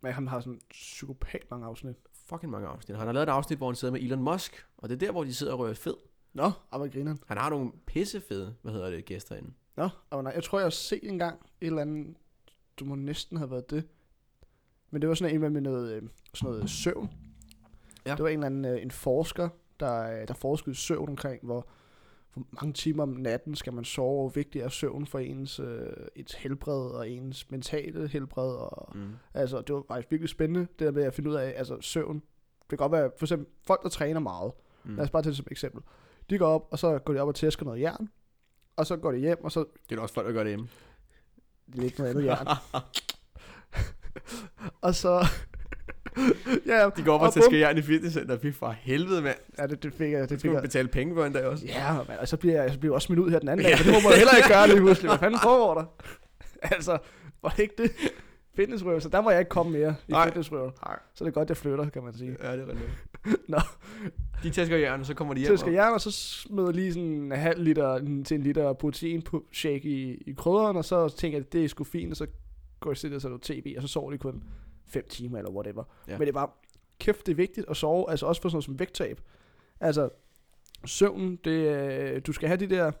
Men han har sådan psykopat mange afsnit.
Fucking mange afsnit. Han har lavet et afsnit, hvor han sidder med Elon Musk. Og det er der, hvor de sidder og rører fed.
Nå, og man griner.
Han har nogle pissefede, hvad hedder det, gæster inde.
Nå, og nej, jeg tror, jeg har set engang et eller andet, du må næsten have været det. Men det var sådan en med noget, øh, sådan noget søvn.
Ja.
Det var en eller anden øh, en forsker, der, øh, der forskede i søvn omkring, hvor, hvor mange timer om natten skal man sove, og hvor vigtig er søvn for ens, øh, ens helbred og ens mentale helbred. Og,
Mm.
altså, det var faktisk virkelig spændende, det der med at finde ud af, altså søvn. Det kan godt være, for eksempel folk, der træner meget,
Mm.
Lad os bare tage det som eksempel. De går op, og så går de op og tæsker noget jern, og så går de hjem, og så
Det er da også folk, der gør det hjemme.
det er ikke noget andet jern. og så... ja, ja,
De går op og,
Og
tager skærjern i fitnesscenter. Fy for helvede, mand.
ja, det, det fik jeg. Det
Det skal
fik
man
jeg.
betale penge for en dag også.
Ja, man, og så bliver jeg, så bliver jeg også smidt ud her den anden dag,
Ja.
for det må man heller ikke gøre lige pludselig. Hvad fanden foregår der? altså, var det ikke det? Fitnessrøver, så der må jeg ikke komme mere i
Nej.
fitnessrøver.
Nej.
Så er det godt, jeg flytter, kan man sige.
Ja, det er rigtigt.
Nå.
De tasker jern, og så kommer de hjem.
Så skal jeg, og så smider jeg lige sådan en halv liter til en liter protein på- shake i, i krydderen, og så tænker jeg, at det er sgu fint, og så går jeg stille og ser noget tv, og så sover de kun 5 timer eller whatever.
Ja.
Ja. Men det er bare, kæft, det er vigtigt at sove, altså også for sådan noget som vægttab. Altså, søvnen, det, øh, du skal have de der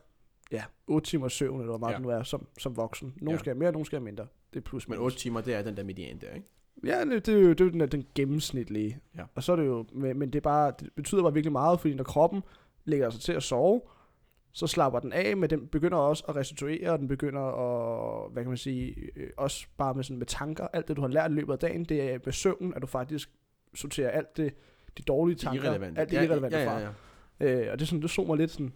ja, 8 timer søvn, eller hvor meget
Ja.
ja. du er som, som voksen. Nogle
Ja.
ja. skal have mere, nogle skal have mindre. Det er plus
Men
minus.
8 timer, det er den der median der, ikke?
Ja, det det er jo, det er jo den, den gennemsnitlige.
Ja.
Og så er det jo, men men det, er bare, det betyder bare virkelig meget, fordi når kroppen lægger sig til at sove, så slapper den af, men den begynder også at restituere, og den begynder at, hvad kan man sige, øh, også bare med, sådan, med tanker, alt det, du har lært i løbet af dagen, det er med søvnen, at du faktisk sorterer alt det, de dårlige
Det er
tanker,
irrelevant.
alt det irrelevante
ja, ja,
fra.
ja.
Øh, og det, er sådan, det så mig lidt sådan,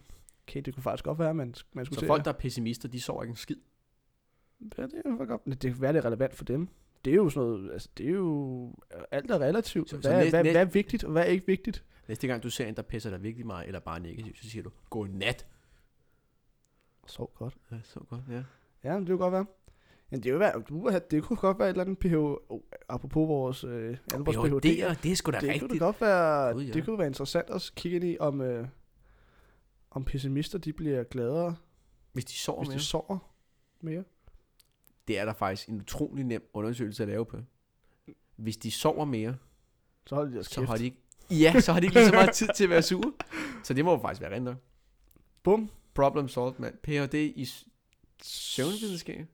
okay, det kunne faktisk godt være, man, man skulle
Så folk, der er pessimister, de sover ikke en skid.
Ja, det er jo godt. Men Det kan være, det er relevant for dem. Det er jo sådan noget, altså det er jo, alt er relativt.
Så-
Så,
så
hvad, er-
næ-
hvad,
næ-
hvad er vigtigt, og hvad er ikke vigtigt?
Næste gang, du ser en, der pisser dig virkelig meget, eller bare negativt, så siger du, god nat.
Sov godt.
Ja, så godt, ja.
Ja, men det kunne godt være. Men det, er jo, være- du, det kunne godt være et eller andet PH, oh, apropos vores øh, anden vores PhD.
PhD'er, det er sgu da
Det kunne det
rigtigt.
godt være,
Gud, ja.
det kunne være interessant at kigge ind i, om, øh, om pessimister de bliver gladere,
Hvis de sover
hvis
mere.
de sover mere.
Det er der faktisk en utrolig nem undersøgelse at lave på. Hvis de sover mere,
Så holder de deres
så
kæft.
har de ikke... Ja, så har de ikke lige så meget tid til at være sure. Så det må jo faktisk være rent nok.
Bum.
Problem solved, mand. Ph.D. i s- søvnvidenskab.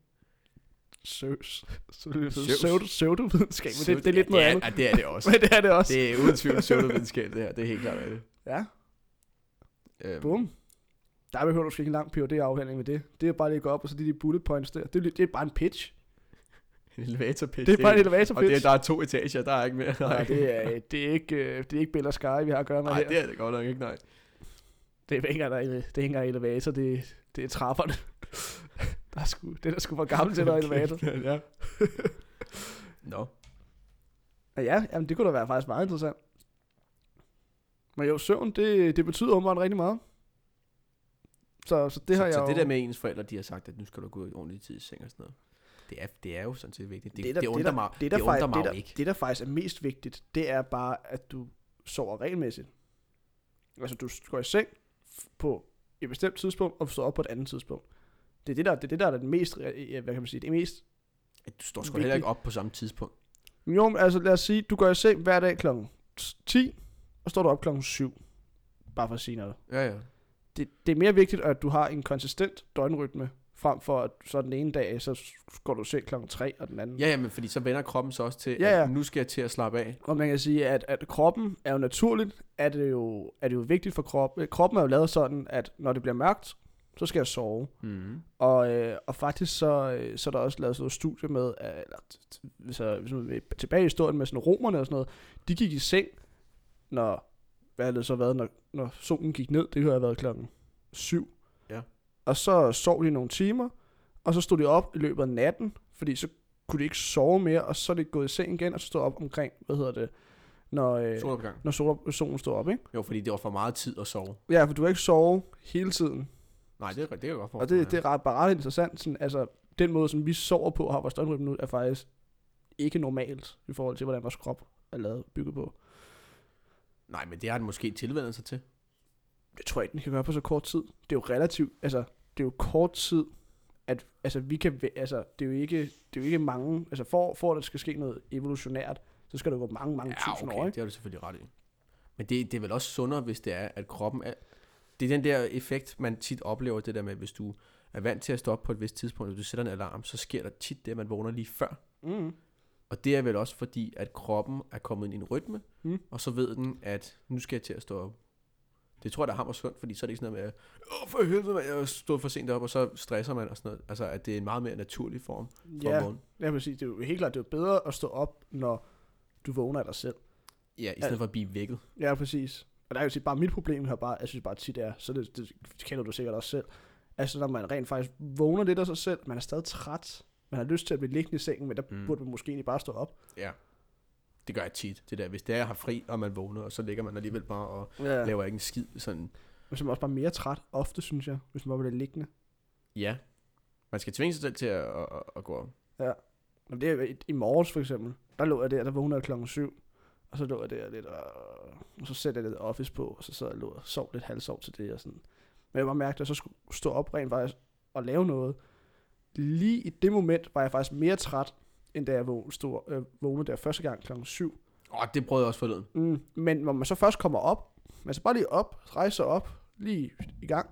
Søvs.
Søvs.
Søvs. Søvdevidenskab. Men det, det er lidt
Ja,
noget andet.
det Ja, det er det også.
Men det er det også.
det er uden tvivl søvnvidenskab, det her. Det er helt klart, hvad det
Ja.
er. Øhm,
Bum. Der behøver du sgu ikke en lang phd afhandling med det. Det er bare lige at gå op, og så de, de bullet points der. Det, er- det er bare en pitch.
En elevator pitch.
Det er bare en
Og
elevator
det, er-
pitch.
der er to etager, der er ikke mere. Nej,
Nej, det er, det er ikke, øh, det er ikke Bella Sky, vi har at gøre med
Nej,
her.
det er det godt nok ikke, nej.
Det, er ikke engang, der er ele- det er ikke engang elevator, det, det er trapperne. der er sgu, det er der sgu for gammel til, at der er elevator.
ja. Nå.
Og ja, jamen, det kunne da være faktisk meget interessant. Men jo, søvn, det, det betyder åbenbart rigtig meget. Så, så det har
så,
jeg
så
jo...
det der med ens forældre, de har sagt, at nu skal du gå ordentligt tid i seng og sådan noget. Det er, det er jo sådan set vigtigt. Det,
der-
det, det undrer
der-
mig,
det,
det
der
undrer
faktisk-
mig
det,
jo
der-
ikke.
Det, der faktisk er mest vigtigt, det er bare, at du sover regelmæssigt. Altså, du går i seng f- på et bestemt tidspunkt, og står op på et andet tidspunkt. Det er det, der, det, er det, der er det mest, re- hvad kan man sige, det mest...
At Du står sgu da heller ikke op på samme tidspunkt.
Jo, men altså lad os sige, du går i seng hver dag kl. 10, og står du op kl. 7. Bare for at sige noget.
Ja, ja.
Det, det er mere vigtigt, at du har en konsistent døgnrytme, frem for at så den ene dag, så går du i seng kl. 3, og den anden
Ja, ja, men fordi så vender kroppen så også til,
Ja,
ja,
ja.
ja. at nu skal jeg til at slappe af.
Og man kan sige, at, at kroppen er jo naturligt, er det jo, er det jo vigtigt for kroppen. Kroppen er jo lavet sådan, at når det bliver mørkt, så skal jeg sove.
Mm.
Og, øh, og faktisk så, øh, så er der også lavet sådan noget studie med, at, eller, t- t- hvis jeg, hvis man vil tilbage i historien med sådan romerne og sådan noget, de gik i seng, når, hvad har det så været, når, når solen gik ned, det kunne have været klokken 7.
Ja.
Og så sov de nogle timer, og så stod de op i løbet af natten, fordi så kunne de ikke sove mere, og så er de gået i seng igen, og så stod op omkring, hvad hedder det, når, øh,
Solopgang.
når sol, solen stod op, ikke?
Jo, fordi det var for meget tid at sove.
Ja, for du kan ikke sove hele tiden.
Nej, det er, det er jeg godt for.
Og det, det er ret, bare ret interessant. Sådan, altså, den måde, som vi sover på og har vores døgnrytme nu, er faktisk ikke normalt i forhold til, hvordan vores krop er lavet bygget på.
Nej, men det har den måske tilvendt sig til.
Det tror jeg, ikke, den kan gøre på så kort tid. Det er jo relativt, altså, det er jo kort tid, at altså, vi kan, væ- altså, det er jo ikke, det er jo ikke mange, altså, for, for at der skal ske noget evolutionært, så skal der gå mange, mange ja, tusind okay. år, ikke?
det har du selvfølgelig ret i. Men det, det er vel også sundere, hvis det er, at kroppen er... Det er den der effekt, man tit oplever, det der med, hvis du er vant til at stå op på et vist tidspunkt, og du sætter en alarm, så sker der tit det, at man vågner lige før.
Mm.
Og det er vel også fordi, at kroppen er kommet ind i en rytme,
Mm.
mm. og så ved den, at nu skal jeg til at stå op. Det tror jeg, der hammer sundt, fordi så er det ikke sådan noget med, åh for helvede, mand, jeg stod for sent op, og så stresser man og sådan noget. Altså, at det er en meget mere naturlig form for
Ja,
morgen.
jeg vil sige, det er jo helt klart, det er jo bedre at stå op, når du vågner af dig selv.
Ja, i stedet for at blive vækket.
Ja, præcis. Og der er jo sige, bare mit problem her bare, jeg synes bare tit er, så det, det kender du sikkert også selv, altså når man rent faktisk vågner lidt af sig selv, man er stadig træt, man har lyst til at blive liggende i sengen, men der mm.
Mm.
burde man måske egentlig bare stå op.
Ja. Det gør jeg tit, det der. Hvis det er, jeg har fri, og man vågner, og så ligger man alligevel bare og ja. laver ikke en skid. Sådan,
Men så er man også bare mere træt, ofte synes jeg, hvis man bare bliver liggende.
ja. Man skal tvinge sig selv til at, at, at gå op.
Jamen, det er jo i, i morges for eksempel, der lå jeg der, der vågnede jeg klokken 7, og så lå jeg der lidt, og, og så satte jeg lidt office på, og så sad jeg og lå og sov lidt halvsov til det, og sådan. Men jeg bare mærkte, at jeg så skulle stå op rent faktisk og lave noget. Lige i det moment var jeg faktisk mere træt, end da jeg våg- stod, øh, vågnede der første gang klokken 7.
Åh, det prøvede jeg også forleden.
Mm. Men når man så først kommer op, man så bare lige op, rejser op, lige i gang,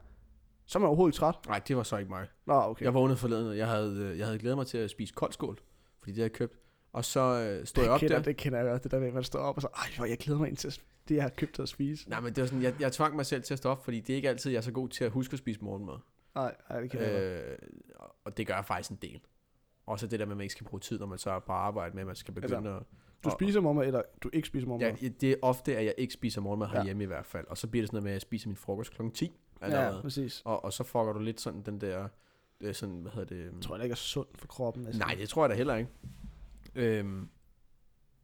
så er man overhovedet ikke træt.
Nej, det var så ikke mig.
Nå, okay.
Jeg vågnede forleden, og jeg havde, øh, jeg havde glædet mig til at spise koldskål, fordi det havde jeg købt. Og så øh, stod jeg op
kender,
der.
det kender jeg godt, det der med, at man står op og så, ej, hvor jeg glæder mig ind til at- det, jeg har købt til at spise.
Nej, men det var sådan, jeg, jeg tvang mig selv til at stå op, fordi det er ikke altid, jeg er så god til at huske at spise morgenmad.
Nej, nej, det kan jeg godt.
Øh, og- og det gør jeg faktisk en del. Og så det der med, at man ikke skal bruge tid, når man så er på arbejde med, at man skal begynde
Altså,
at...
Du
og-
spiser mormor, eller du ikke spiser mormor.
Ja,
Ja,
ja, det er ofte, at jeg ikke spiser morgenmad
Ja.
herhjemme i hvert fald. Og så bliver det sådan noget med, at jeg spiser min frokost kl. 10.
ja,
Allerede. Ja.
præcis.
Og, og så fucker du lidt sådan den der... Øh, sådan, hvad hedder det?
Jeg tror heller ikke er sundt for kroppen. Altså.
Nej, det tror jeg da heller ikke. Øhm,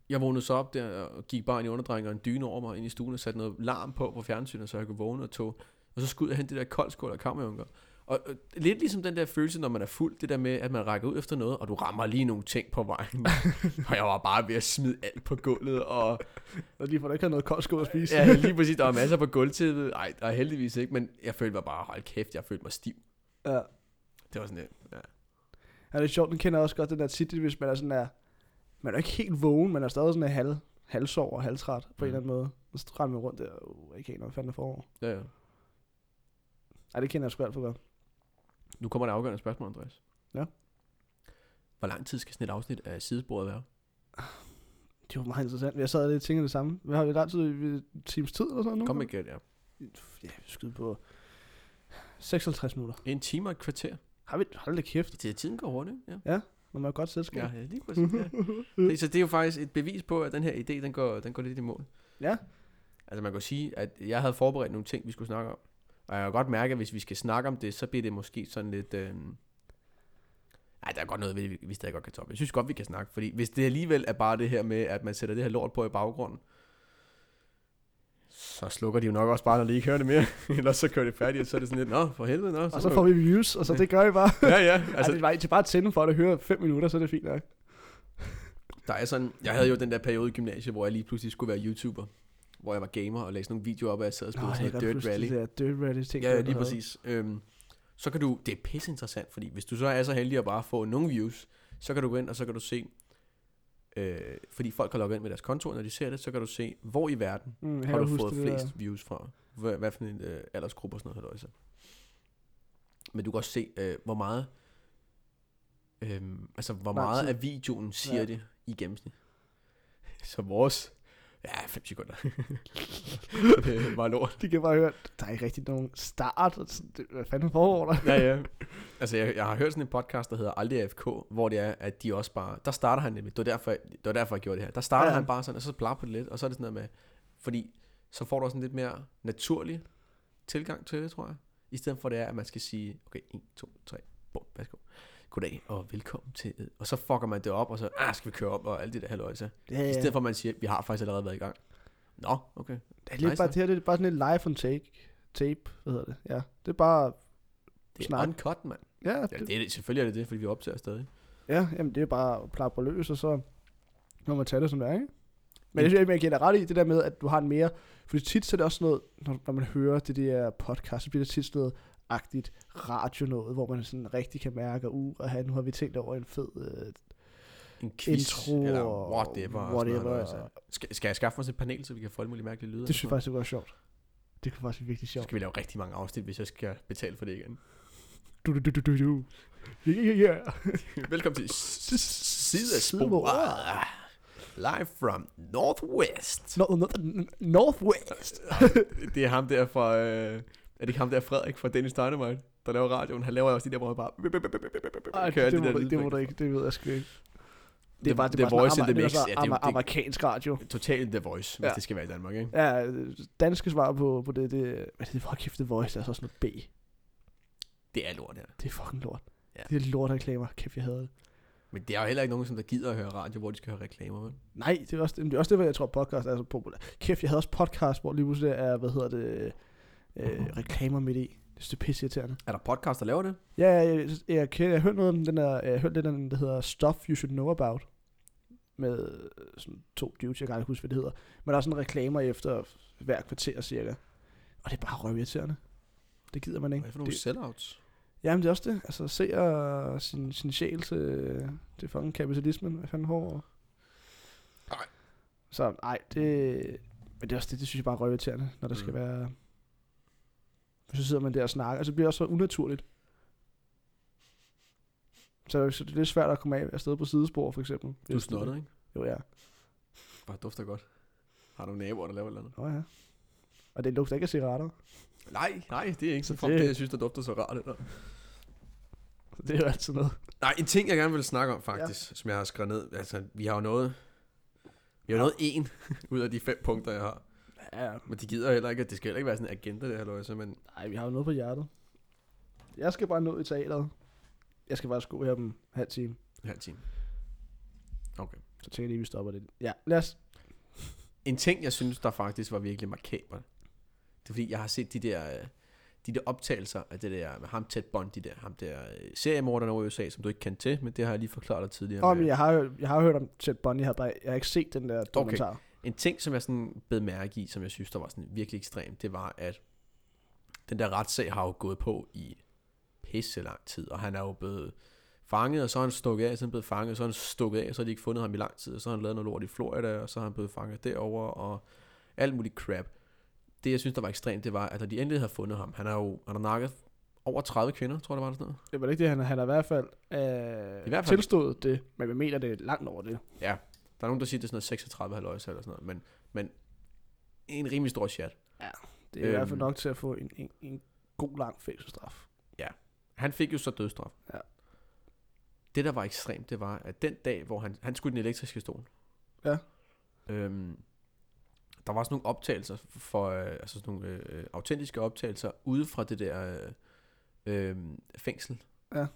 jeg vågnede så op der og gik bare ind i underdreng og en dyne over mig ind i stuen og satte noget larm på på fjernsynet, så jeg kunne vågne og tog. Og så skulle jeg ud og hente det der koldskål og kammerjunker. Og, og lidt ligesom den der følelse, når man er fuld, det der med, at man rækker ud efter noget, og du rammer lige nogle ting på vejen. og jeg var bare ved at smide alt på gulvet, og
Og lige for, at du ikke har noget koldskål at spise.
Ja, lige præcis. Der var masser på gulvtæppet. Nej, der er heldigvis ikke, men jeg følte mig bare, hold kæft, jeg følte mig stiv.
ja.
Det var sådan lidt. Ja.
ja, det er sjovt, den kender jeg også godt, den der tit, hvis man er sådan der, man er ikke helt vågen, man er stadig sådan der halv, halvsov og halvtræt på mm. en
Mm.
eller anden måde. Og så render man rundt der, uh, jeg kan ikke hvad fanden er forår.
Ja, ja.
Nej, det kender jeg sgu alt for godt.
Nu kommer det afgørende spørgsmål, Andreas.
Ja.
Hvor lang tid skal sådan et afsnit af sidesporet være?
Det var meget interessant, men jeg sad lidt og tænkte det samme. Hvad har vi lang tid? En times tid eller sådan noget?
Kom med et gæt, ja.
Ja, vi skyder på 56 minutter.
En time og et kvarter.
Har vi? Hold da kæft,
Det er tiden går hurtigt, ja.
når man er et godt selskab.
Ja, ja lige præcis, ja.
Mm.
Se, Så det er jo faktisk et bevis på, at den her idé, den går, den går lidt i mål.
Ja.
Altså man kan jo sige, at jeg havde forberedt nogle ting, vi skulle snakke om. Og jeg kan godt mærke, at hvis vi skal snakke om det, så bliver det måske sådan lidt... Øh... Ej, der er godt noget, ved det, vi vi stadig godt kan toppe. Jeg synes godt, vi kan snakke, fordi hvis det alligevel er bare det her med, at man sætter det her lort på i baggrunden, så slukker de jo nok også bare, når de ikke hører det mere. Ellers så kører det færdigt, og så er det sådan lidt, nå, for helvede, nå.
Og så
må
får vi views, og så det gør vi bare.
Ja, ja.
Altså, Ej,
Altså,
det var til bare at tænde for at høre 5 minutter, så er det fint nok.
Der er sådan, jeg havde jo den der periode i gymnasiet, hvor jeg lige pludselig skulle være YouTuber. Hvor jeg var gamer og lagde sådan nogle videoer op, og jeg sad og spillede sådan noget Dirt Rally.
Det der Dirt Rally ting.
Ja, ja, lige præcis. Øhm, så kan du, det er pisse interessant, fordi hvis du så er så heldig at bare få nogle views, så kan du gå ind, og så kan du se, øh, fordi folk har logget ind med deres konto, og når de ser det, så kan du se, hvor i verden
Mm,
har du
huske
fået
det
flest
Der.
views fra. Hvad, hvad for en øh, aldersgruppe og sådan noget, halløjsa. Men du kan også se, øh, hvor meget, øh, altså hvor
Lang
meget
tid.
af videoen siger
Ja.
ja. det i gennemsnit. Så vores, ja, 5 sekunder. det var lort.
De kan bare høre, der er ikke rigtig nogen start. og sådan, det- Hvad fanden foregår der?
ja, ja. Altså, jeg, jeg har hørt sådan en podcast, der hedder Aldrig AFK, hvor det er, at de også bare... Der starter han nemlig. Det var derfor, det var derfor jeg gjorde det her. Der starter
Ja.
ja. han bare sådan, og så blar på det lidt, og så er det sådan noget med... Fordi så får du også en lidt mere naturlig tilgang til det, tror jeg. I stedet for det er, at man skal sige, okay, 1, 2, 3, bum, værsgo. Goddag og velkommen til... Og så fucker man det op, og så ah, skal vi køre op og alt det der halvøjse.
Ja,
I
ja.
stedet for, at man siger, vi har faktisk allerede været i gang. Nå, okay.
Det er lidt
Nice,
bare,
ja.
det her det er bare sådan en live on take. Tape, hvad hedder det? Ja, det er bare...
Det er
Snak.
uncut, mand.
Ja,
Ja,
det,
det er, det- selvfølgelig er det det, fordi vi optager stadig.
ja jamen, det er bare at plapre løs, og så må man tage det, som det er, ikke? Men det synes jeg, jeg giver dig ret i, det der med, at du har en mere... Fordi tit så er det også noget, når, når man hører det der podcast, så bliver det tit sådan noget agtigt radio noget, hvor man sådan rigtig kan mærke, at uh, og nu har vi tænkt over en fed øh,
en quiz,
Intro
eller
og
whatever. og sådan noget,
whatever.
altså. Skal, skal jeg skaffe mig sådan et panel, så vi kan få alle mulige mærkelige lyde?
Det synes jeg faktisk, det var sjovt. Det kunne faktisk være virkelig
Så
sjovt.
skal vi lave rigtig mange afsnit, hvis jeg skal betale for det igen.
Du, du, du, du, du, du. Ja, ja, ja.
Velkommen til Sidesporet.
Sidesporet.
Live from Northwest.
North, north, northwest.
Det er ham der fra... Øh, er det ikke ham der Frederik fra Dennis Dynamite, der laver radioen? Han laver også de der, hvor han bare...
Ej,
kører
det, det,
alle
må
de
du,
der
ikke- det må
lydeffekter.
du ikke, det ved jeg sgu ikke.
Det-
bare-
det
bare
er
sådan
Voice in
amer-
the
det er
Mix.
sådan
Ja, det er jo-
amer-
det-
amerikansk radio.
Totalt The Voice, hvis
Ja.
det skal være i Danmark, ikke?
Ja, danske svar på, på det, det, men det er fucking kæft, det voice, det er så sådan noget B.
Det er lort, ja.
Det er fucking lort.
Ja.
Det er lort reklamer, kæft, jeg havde det.
Men det er jo heller ikke nogen, som der gider at høre radio, hvor de skal høre reklamer, vel?
Nej, det er også det, men det, er også det hvor jeg tror, podcast er så populært. Kæft, jeg havde også podcast, hvor lige pludselig er, hvad hedder det, øh, reklamer midt i. Det synes, det er pisse irriterende.
Er der podcast, der laver det?
Ja, jeg, jeg, jeg, kender- jeg hørte noget om den der, jeg hørte lidt om den, der hedder Stuff You Should Know About, med øh, sådan to dudes, jeg kan aldrig huske, hvad det hedder. Men der er sådan reklamer efter hver kvarter cirka. Og det er bare røvirriterende. Det gider man ikke.
Hvad for nogle
Det-
sellouts?
Jamen det er også det. Altså se og sin, sin sjæl til, til fucking kapitalismen. Hvad fanden hård.
Nej.
Så nej, det... Men det er også det, det synes jeg bare er røvirriterende, når der mm. skal
Mm.
være... Så sidder man der og snakker, altså det bliver også så unaturligt. Så, så det er lidt svært at komme af afsted på sidespor, for eksempel.
Du er snottet, ikke?
Jo, ja.
Bare dufter godt. Har du naboer, der laver et eller andet?
Nå ja. Og det lugter ikke af cigaretter.
Nej, nej, det er ikke
Så
så fuck
det-
det, jeg synes, der dufter så rart. Eller?
Så det er jo altid noget.
Nej, en ting, jeg gerne vil snakke om faktisk, ja. som jeg har skrevet ned. Altså, vi har jo noget... Vi har jo noget en ud af de fem punkter, jeg har.
Ja,
Men de gider heller ikke, at det skal heller ikke være sådan en agenda, det her løjse, men
Nej, vi har jo noget på hjertet. Jeg skal bare nå i teateret. Jeg skal bare gå her om en halv time.
en halv time.
Så tænker jeg lige, vi stopper det. Ja, lad os.
En ting, jeg synes, der faktisk var virkelig markabert, det er fordi, jeg har set de der, øh, de der optagelser af det der med ham tæt Bond, de der, ham der øh, seriemorderen over i USA, som du ikke kendte til, men det har jeg lige forklaret dig tidligere.
Åh,
med-
men jeg har, jo- jeg har hørt om Ted Bundy, jeg har, bare, jeg har ikke set den der dokumentar. Okay.
En ting, som jeg sådan bed mærke i, som jeg synes, der var sådan virkelig ekstrem, det var, at den der retssag har jo gået på i pisse lang tid, og han er jo blevet fanget, og så er han stukket af, og så er han blevet fanget, og så er han stukket af, og så har de ikke fundet ham i lang tid, og så har han lavet noget lort i Florida, og så har han blevet fanget derover og alt muligt crap. Det, jeg synes, der var ekstremt, det var, at når de endelig havde fundet ham, han har jo han har nakket over 30 kvinder, tror jeg, det var eller sådan noget.
Det var ikke det, han, han har i hvert fald, øh,
I hvert fald-
tilstået det, men vi mener det er langt over det.
Der er nogen, der siger, det er sådan noget 36 halvøjs eller sådan noget, men, men en rimelig stor chat.
Det er øhm. i hvert
Øhm.
fald nok til at få en, en, en god lang fængselsstraf.
Han fik jo så dødsstraf.
Ja.
Det, der var ekstremt, det var, at den dag, hvor han, han skulle i den elektriske stol.
Ja.
Øhm, der var sådan nogle optagelser, for, øh, altså sådan nogle øh, autentiske optagelser, ude fra det der øh, øh, fængsel.
Ja.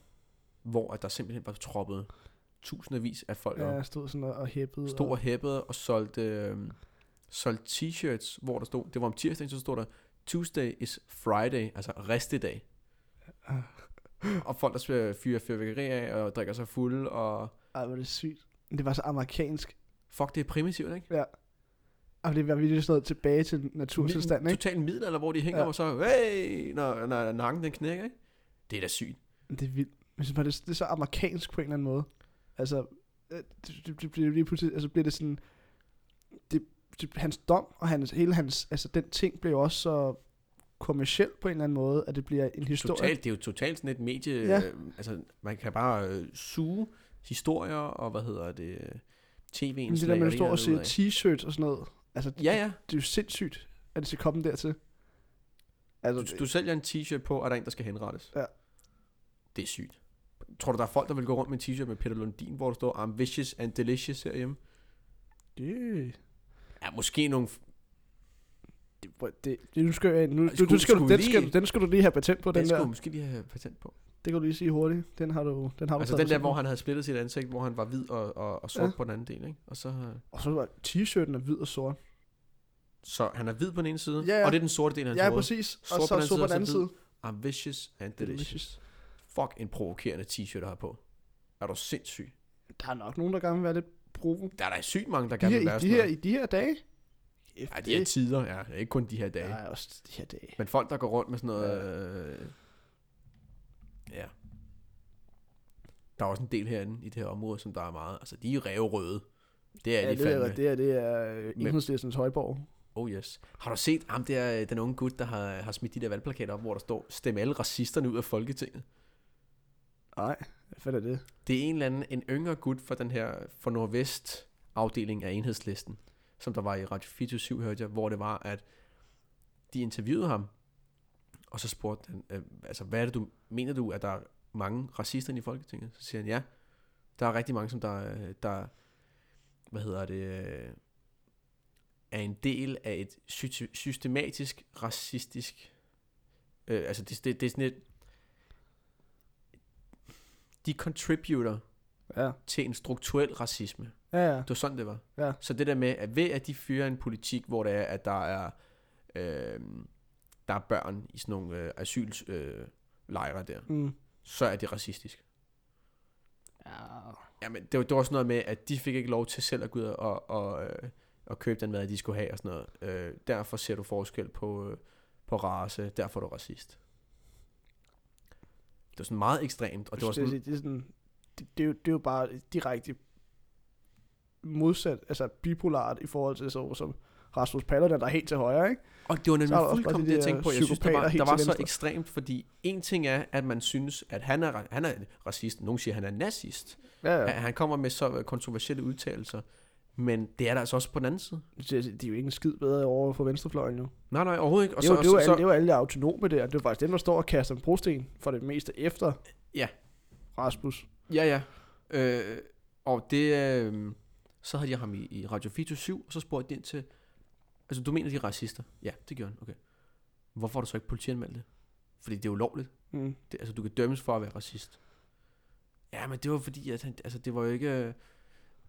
Hvor at der simpelthen var troppet tusindvis af folk
Ja,
ja,
jeg stod sådan og, og hæppede.
Stod og
og,
hæppede og solgte, øh, solgte t-shirts, hvor der stod, det var om tirsdagen, så stod der, Tuesday is Friday, altså restedag. og folk, der øh, fyrer fyrværkeri af og drikker sig fulde, og
Ej, hvor er det sygt. Men Det var så amerikansk.
fuck, det er primitivt, ikke?
Ja. Og det var virkelig sådan noget tilbage til naturtilstanden, ikke?
Total middelalder, hvor de hænger
Ja.
ja. og så, hey, når, når nakken den knækker, ikke? Det er da sygt.
Det er vildt. Men så var det, det er så amerikansk på en eller anden måde. Altså, øh, det, det, det bliver lige pludselig, altså bliver det sådan, det, det, hans dom og hans, hele hans, altså den ting blev også så kommerciel på en eller anden måde, at det bliver en historie.
Totalt, det er jo totalt sådan et medie,
Ja.
ja. øh, altså man kan bare øh, suge historier og hvad hedder det, øh, tv-indslag.
Men det der med,
og
at du står og
ene
ser
og det
t-shirts og sådan noget, altså
andet af. Ja, ja.
det er jo sindssygt, at det skal komme dertil. Altså,
Du, du sælger en t-shirt på, og der er en, der skal henrettes.
Ja.
Det er sygt. Tror du, der er folk, der vil gå rundt med en t-shirt med Peter Lundin, hvor der står, I'm vicious and delicious herhjemme?
det,
Ja, måske nogle...
det, det, det, nu skal jeg, nu,
Ej,
du, du
skulle-
skal, du,
skulle
den,
vi
skal,
lige-
den skal du lige have patent på, den,
Den, den skulle
der.
jeg måske lige have patent på.
Det kan du lige sige hurtigt. Den har du, den har du
Altså
taget
den der,
patent på.
hvor han havde splittet sit ansigt, hvor han var hvid og, og, og sort
Ja.
ja. på den anden del, ikke? Og så, øh,
Og så var t-shirten er hvid og sort.
så han er hvid på den ene side,
Ja, ja.
og det er den sorte del af hans
Ja,
hoved.
præcis.
Sort
og
på
så
den
sort på den anden
anden side,
side.
I'm vicious and delicious.
Delicious.
Fuck en provokerende t-shirt, der har på. Er du sindssyg?
Der er nok nogen, der gerne vil være lidt provo.
Der er da sygt mange, der
De
gerne
her,
vil være
i, de
sådan
her,
noget.
I de her dage?
Ej, de her tider, ja. Ikke kun de her dage.
Der er også de her dage.
Men folk, der går rundt med sådan noget... Øh, ja. Der er også en del herinde i det her område, som der er meget... Altså, de er ræverøde. Det er
Ja,
ja, de
det,
fandme.
er, det, er, det er øh,
Men-
enhedslæsens højborg.
Oh yes. Har du set ham der, øh, den unge gut, der har, har smidt de der valgplakater op, hvor der står, stem alle racisterne ud af Folketinget?
Nej, hvad fanden er det?
Det er en eller anden, en yngre gut fra den her, fra Nordvest afdeling af enhedslisten, som der var i Radio 24 hørte jeg, hvor det var, at de interviewede ham, og så spurgte han, øh, altså hvad er det du, mener du, at der er mange racister inde i Folketinget? Så siger han, ja, der er rigtig mange, som der, øh, der hvad hedder det, øh, er en del af et sy- systematisk racistisk, øh, altså det, det, det er sådan et, de contributor
Ja,
til en strukturel racisme.
ja, ja.
Det var sådan, det var.
Ja.
Så det der med, at ved at de fører en politik, hvor det er, at der er, øh, der er børn i sådan nogle øh, asyllejre øh, lejre der,
Mm.
så er det racistisk.
ja.
Jamen, det var, det var sådan noget med, at de fik ikke lov til selv at gå ud og, og, øh, og købe den mad, de skulle have og sådan noget. Øh, derfor ser du forskel på, øh, på race, derfor er du racist. Det var sådan meget ekstremt, og det var
Skulle jeg
sådan,
sige, det, er sådan, det, det, er jo, det er jo bare direkte modsat, altså bipolart i forhold til så som Rasmus Paludan, der er helt til højre, ikke?
Og det var
Så er der
nemlig
også bare
fuldkommen
de
det,
der
jeg tænkte på. Jeg synes, der
psykopater
var,
helt
der var
til
så
venstre.
ekstremt, fordi en ting er, at man synes, at han er, han er racist. Nogle siger, at han er nazist.
Ja,
Ja. Han kommer med så øh, kontroversielle udtalelser. Men det er der altså også på den anden side.
Det, de er jo ikke en skid bedre over for venstrefløjen nu.
Nej, nej, overhovedet ikke.
Og
Og
det,
så,
var, det, var
så,
alle,
så,
det var alle de autonome der. Det var faktisk dem, der står og kaster en brosten for det meste efter
Ja.
Rasmus.
Ja, ja. Øh, og det, øh, så havde jeg ham i, i Radio 24 og så spurgte de ind til, altså du mener, de er racister? Ja, det gjorde han, okay. Hvorfor har du så ikke politianmeldt det? Fordi det er ulovligt.
Mm.
Det, altså, du kan dømmes for at være racist. Ja, men det var fordi, at han, altså, det var jo ikke...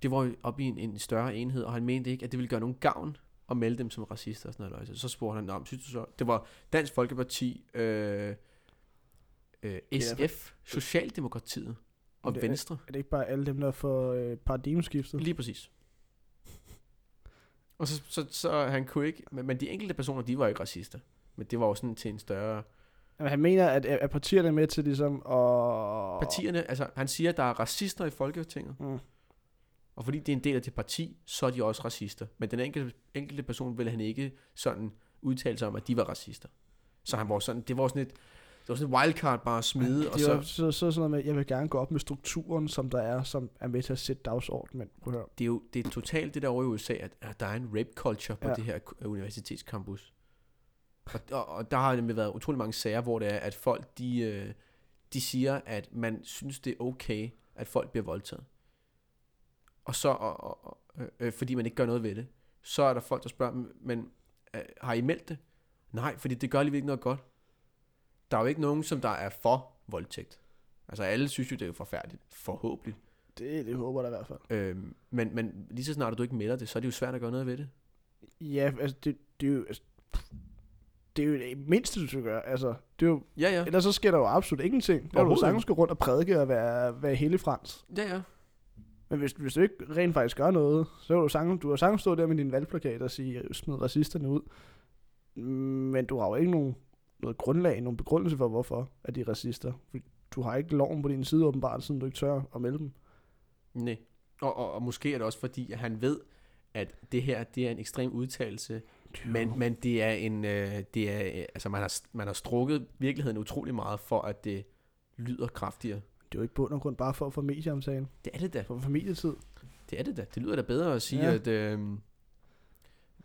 Det var jo op i en, en større enhed, og han mente ikke, at det ville gøre nogen gavn at melde dem som racister og sådan noget. løjse. Så spurgte han, om synes du så... Det var Dansk Folkeparti, øh, øh,
Ja.
SF, Socialdemokratiet og
Det er-
Venstre.
Er det ikke bare alle dem, der får øh, paradigmeskiftet?
Lige præcis. Og så, så, så han kunne ikke... Men, men de enkelte personer, de var jo ikke racister. Men det var jo sådan til en større...
Jamen, han mener, at, at partierne er med til ligesom at...
Partierne, altså han siger, at der er racister i Folketinget.
Mm.
Og fordi det er en del af det parti, så er de også racister. Men den enkelte, enkelte person ville han ikke sådan udtale sig om, at de var racister. Så han var sådan, det var sådan et, det var sådan et wildcard bare at smide, og
Det er jo
så,
så, så sådan noget med, jeg vil gerne gå op med strukturen, som der er, som er med til at sætte dagsordenen, men prøv at høre.
det er jo det er totalt det der over i USA, at, at der er en rape culture på
Ja.
ja. det her k- universitetscampus. Og, og, og der har nemlig været utrolig mange sager, hvor det er, at folk de, øh, de siger, at man synes, det er okay, at folk bliver voldtaget. Og så, og, og, og, øh, øh, fordi man ikke gør noget ved det, så er der folk, der spørger, "Men- men øh, har I meldt det? Nej, fordi det gør alligevel ikke noget godt. Der er jo ikke nogen, som der er for voldtægt. Altså alle synes jo, det er forfærdeligt. Forhåbentlig.
Det, det håber jeg da i hvert fald.
Øhm, men, men lige så snart at du ikke melder det, så er det jo svært at gøre noget ved det.
Ja, altså, det, det er jo... Altså, det er jo det mindste, du skal gøre. Altså, det er jo,
Ja, ja.
ellers så sker der jo absolut ingenting. Der er du
Overhovedet
sagtens gå rundt og prædike og være, være hellig frans.
Ja, ja.
Men hvis, hvis du ikke rent faktisk gør noget, så er du sagtens, du har sagtens stå der med din valgplakat og sige, smid racisterne ud. Men du har jo ikke nogen, noget grundlag, nogen begrundelse for, hvorfor at de er racister. Fordi Du har ikke loven på din side åbenbart, siden du ikke tør at melde dem.
Nej. Og, og, og måske er det også fordi, at han ved, at det her, det er en ekstrem udtalelse, Men, men det er en, øh, det er, øh, altså man har, man har strukket virkeligheden utrolig meget for, at det lyder kraftigere.
Det er jo ikke bund og grund bare for at få medieomtalen,
Det er det da.
for familietid.
Det er det da. Det lyder da bedre at sige,
Ja.
ja. at øh,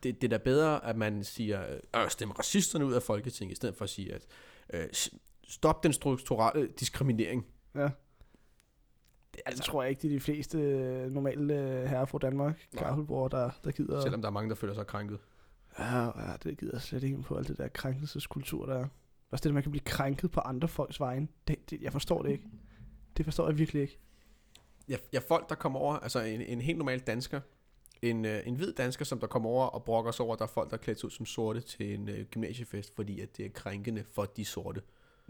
det, det er da bedre, at man siger, øh, "Øh, stem racisterne ud af Folketinget, i stedet for at sige, at øh, s- stop den strukturelle diskriminering.
Ja.
Det, er
Altså,
altså,
det tror jeg ikke, det er de fleste øh, normale øh, herrer fra Danmark,
Nej.
kaffelbror, der, der gider.
selvom der er mange, der føler sig krænket.
Ja, ja, det gider jeg slet ikke på, alt det der krænkelseskultur, der er. Også det, at man kan blive krænket på andre folks vegne. Det, det, jeg forstår det ikke. Det forstår jeg virkelig ikke.
Ja, ja, folk, der kommer over, altså en, en helt normal dansker, en, øh, en hvid dansker, som der kommer over og brokker sig over, at der er folk, der er klædt ud som sorte til en øh, gymnasiefest, fordi at det er krænkende for de sorte.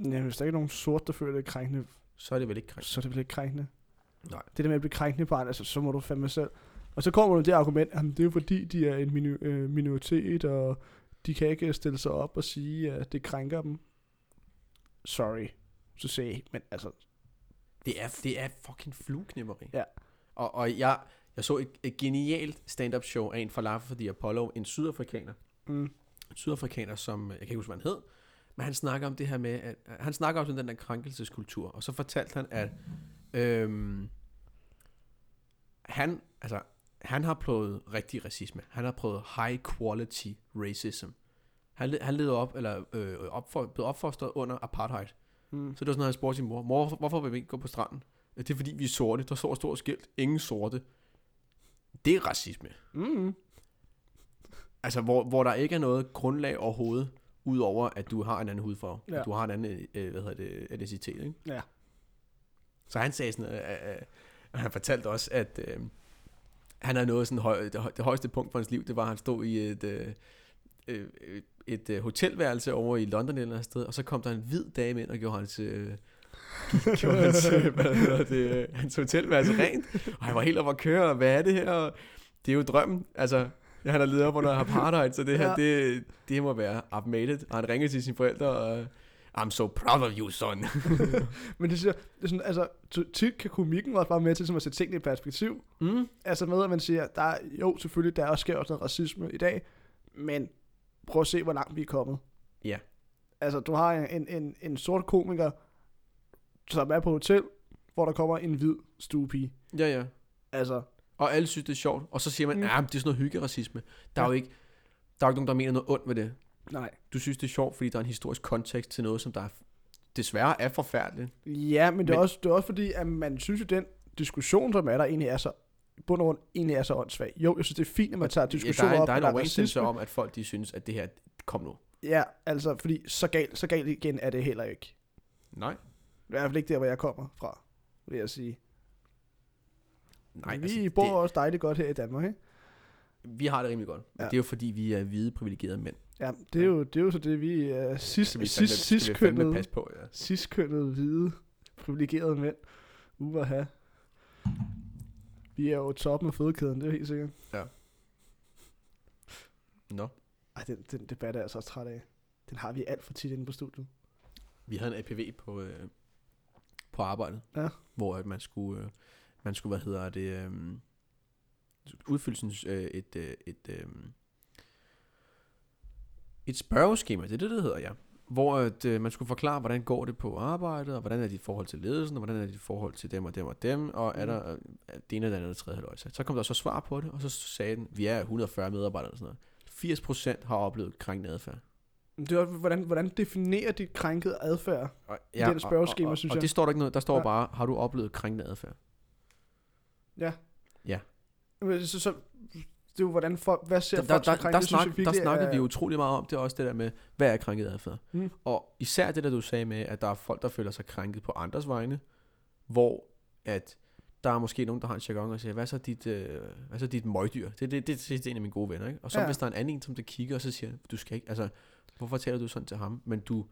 Ja, hvis der ikke er nogen sort, der føler det er krænkende,
Så er det vel ikke krænkende.
så er det vel ikke krænkende.
Nej.
Det der med at blive krænkende på andre, altså, så må du fandme selv. Og så kommer du med det argument, at det er jo fordi, de er en minu- øh, minoritet, og de kan ikke stille sig op og sige, at det krænker dem. Sorry, så se, men altså,
Det er, det er fucking flueknemmeri.
Ja.
Og, og jeg, jeg så et, et genialt stand-up show af en fra Laffer for the Apollo, en sydafrikaner,
mm,
en sydafrikaner, som jeg kan ikke huske, hvad han hed, men han snakker om det her med, at, at han snakker også om den der krænkelseskultur, og så fortalte han, at øhm, han, altså, han har prøvet rigtig racisme. Han har prøvet high quality racism. Han, led- han levede op, eller øh, opfor, blev opfostret under apartheid.
mm,
Så det var sådan, at han spurgte sin mor, mor, hvorfor vil vi ikke gå på stranden? "Ja, Det er fordi, vi er sorte. Der står et stort skilt. Ingen sorte. Det er racisme.
mm,
Altså, hvor, hvor der ikke er noget grundlag overhovedet, udover at du har en anden hudfarve.
Ja.
Ja. Du har en anden, øh, hvad hedder det, etnicitet, ikke?
Ja.
Så han sagde sådan, øh, øh, og han fortalte også, at øh, han havde nået sådan høj, det, høj, det højeste punkt for hans liv, det var, at han stod i et, øh, øh, et øh, hotelværelse over i London eller et eller andet sted, og så kom der en hvid dame ind og gjorde hans, øh, gjorde hans, øh, hvad hedder det, øh, hans hotelværelse rent, og han var helt oppe at køre, og hvad er det her? Og Det er jo drømmen, altså, jeg har da ledet op under apartheid, så det her,
Ja.
ja. det, det må være upmated. Og han ringede til sine forældre, og I'm so proud of you, son.
Men det, synes jeg- det er sådan, altså, t- tit kan komikken også bare med til sådan at sætte tingene i perspektiv.
Mm.
Altså med, at man siger, der er, jo, selvfølgelig, der er også sker også noget racisme i dag, men prøv at se, hvor langt vi er kommet.
Ja.
Altså, du har en, en, en sort komiker, som er på hotel, hvor der kommer en hvid stuepige.
Ja, ja.
Altså,
Og alle synes, det er sjovt. Og så siger man,
Mm.
mm. ah, men det er sådan noget hyggeracisme. Der er
Ja.
jo ikke, der er jo ikke nogen, der mener noget ondt ved det.
nej.
Du synes, det er sjovt, fordi der er en historisk kontekst til noget, som der er, desværre er forfærdeligt.
Ja, men det er,
Men-
også, det er også fordi, at man synes jo, den diskussion, som er der, egentlig er så i bund og grund egentlig er så åndssvag. Jo, jeg synes, det er fint, at man tager diskussioner
ja, der er,
op,
der er
at
en overensstemmelse
racisme.
om, at folk de synes, at det her, kom nu.
Ja, altså, fordi så galt, så galt igen er det heller ikke.
Nej.
I hvert fald ikke der, hvor jeg kommer fra, vil jeg sige.
Nej,
vi
altså,
bor også dejligt godt her i Danmark, ikke?
det, vi har det rimelig godt.
Ja.
Ja. Det er jo fordi, vi er hvide, privilegerede mænd.
Ja, det er jo, det er jo så det, vi øh, er sis,
Skal Altså, vi fandme-
sis,
skal vi fandme
siskønnede,
passe på, ja.
siskønnede, hvide, privilegerede mænd. Uha. Vi er jo toppen af fødekæden, det er helt sikkert.
Nå.
Ej, den, den debat er jeg så også træt af. Den har vi alt for tit inde på studiet.
Vi havde en APV på, øh, på arbejdet,
Ja.
hvor at man skulle, øh, man skulle, hvad hedder det, øh, udfylde sådan, øh, et, øh, et, øh, et spørgeskema, det er det, det hedder, ja. Hvor at, øh, man skulle forklare, hvordan går det på arbejdet, og hvordan er dit forhold til ledelsen, og hvordan er dit forhold til dem og dem og dem, og er
Mm.
der øh, det ene og det andet og det tredje halvøjse. Så kom der så svar på det, og så sagde den, vi er 140 medarbejdere og sådan noget. 80% har oplevet krænkende adfærd.
Men Det er også, hvordan, hvordan definerer dit krænkede adfærd?
Og,
I det der spørgeskema,
og, og,
synes
og,
jeg.
Og det står der ikke noget. Der står
Nej.
bare, har du oplevet krænkende adfærd?
Men Så, så, det er jo, hvordan folk, hvad ser
Der,
folk
der,
som
der,
krænkende?
der,
Det synes
snak,
jeg
der
virkelig
snakkede
er-
vi utrolig meget om det også, det der med, hvad er krænket adfærd?
Mm.
Og især det der, du sagde med, at der er folk, der føler sig krænket på andres vegne, hvor at der er måske nogen, der har en jargon og siger, hvad er så dit, øh, hvad er så dit møgdyr? Det, det, det, det er en af mine gode venner, ikke? Og så
Ja.
ja. hvis der er en anden en, som der kigger, og så siger, du skal ikke, altså, hvorfor taler du sådan til ham? Men du,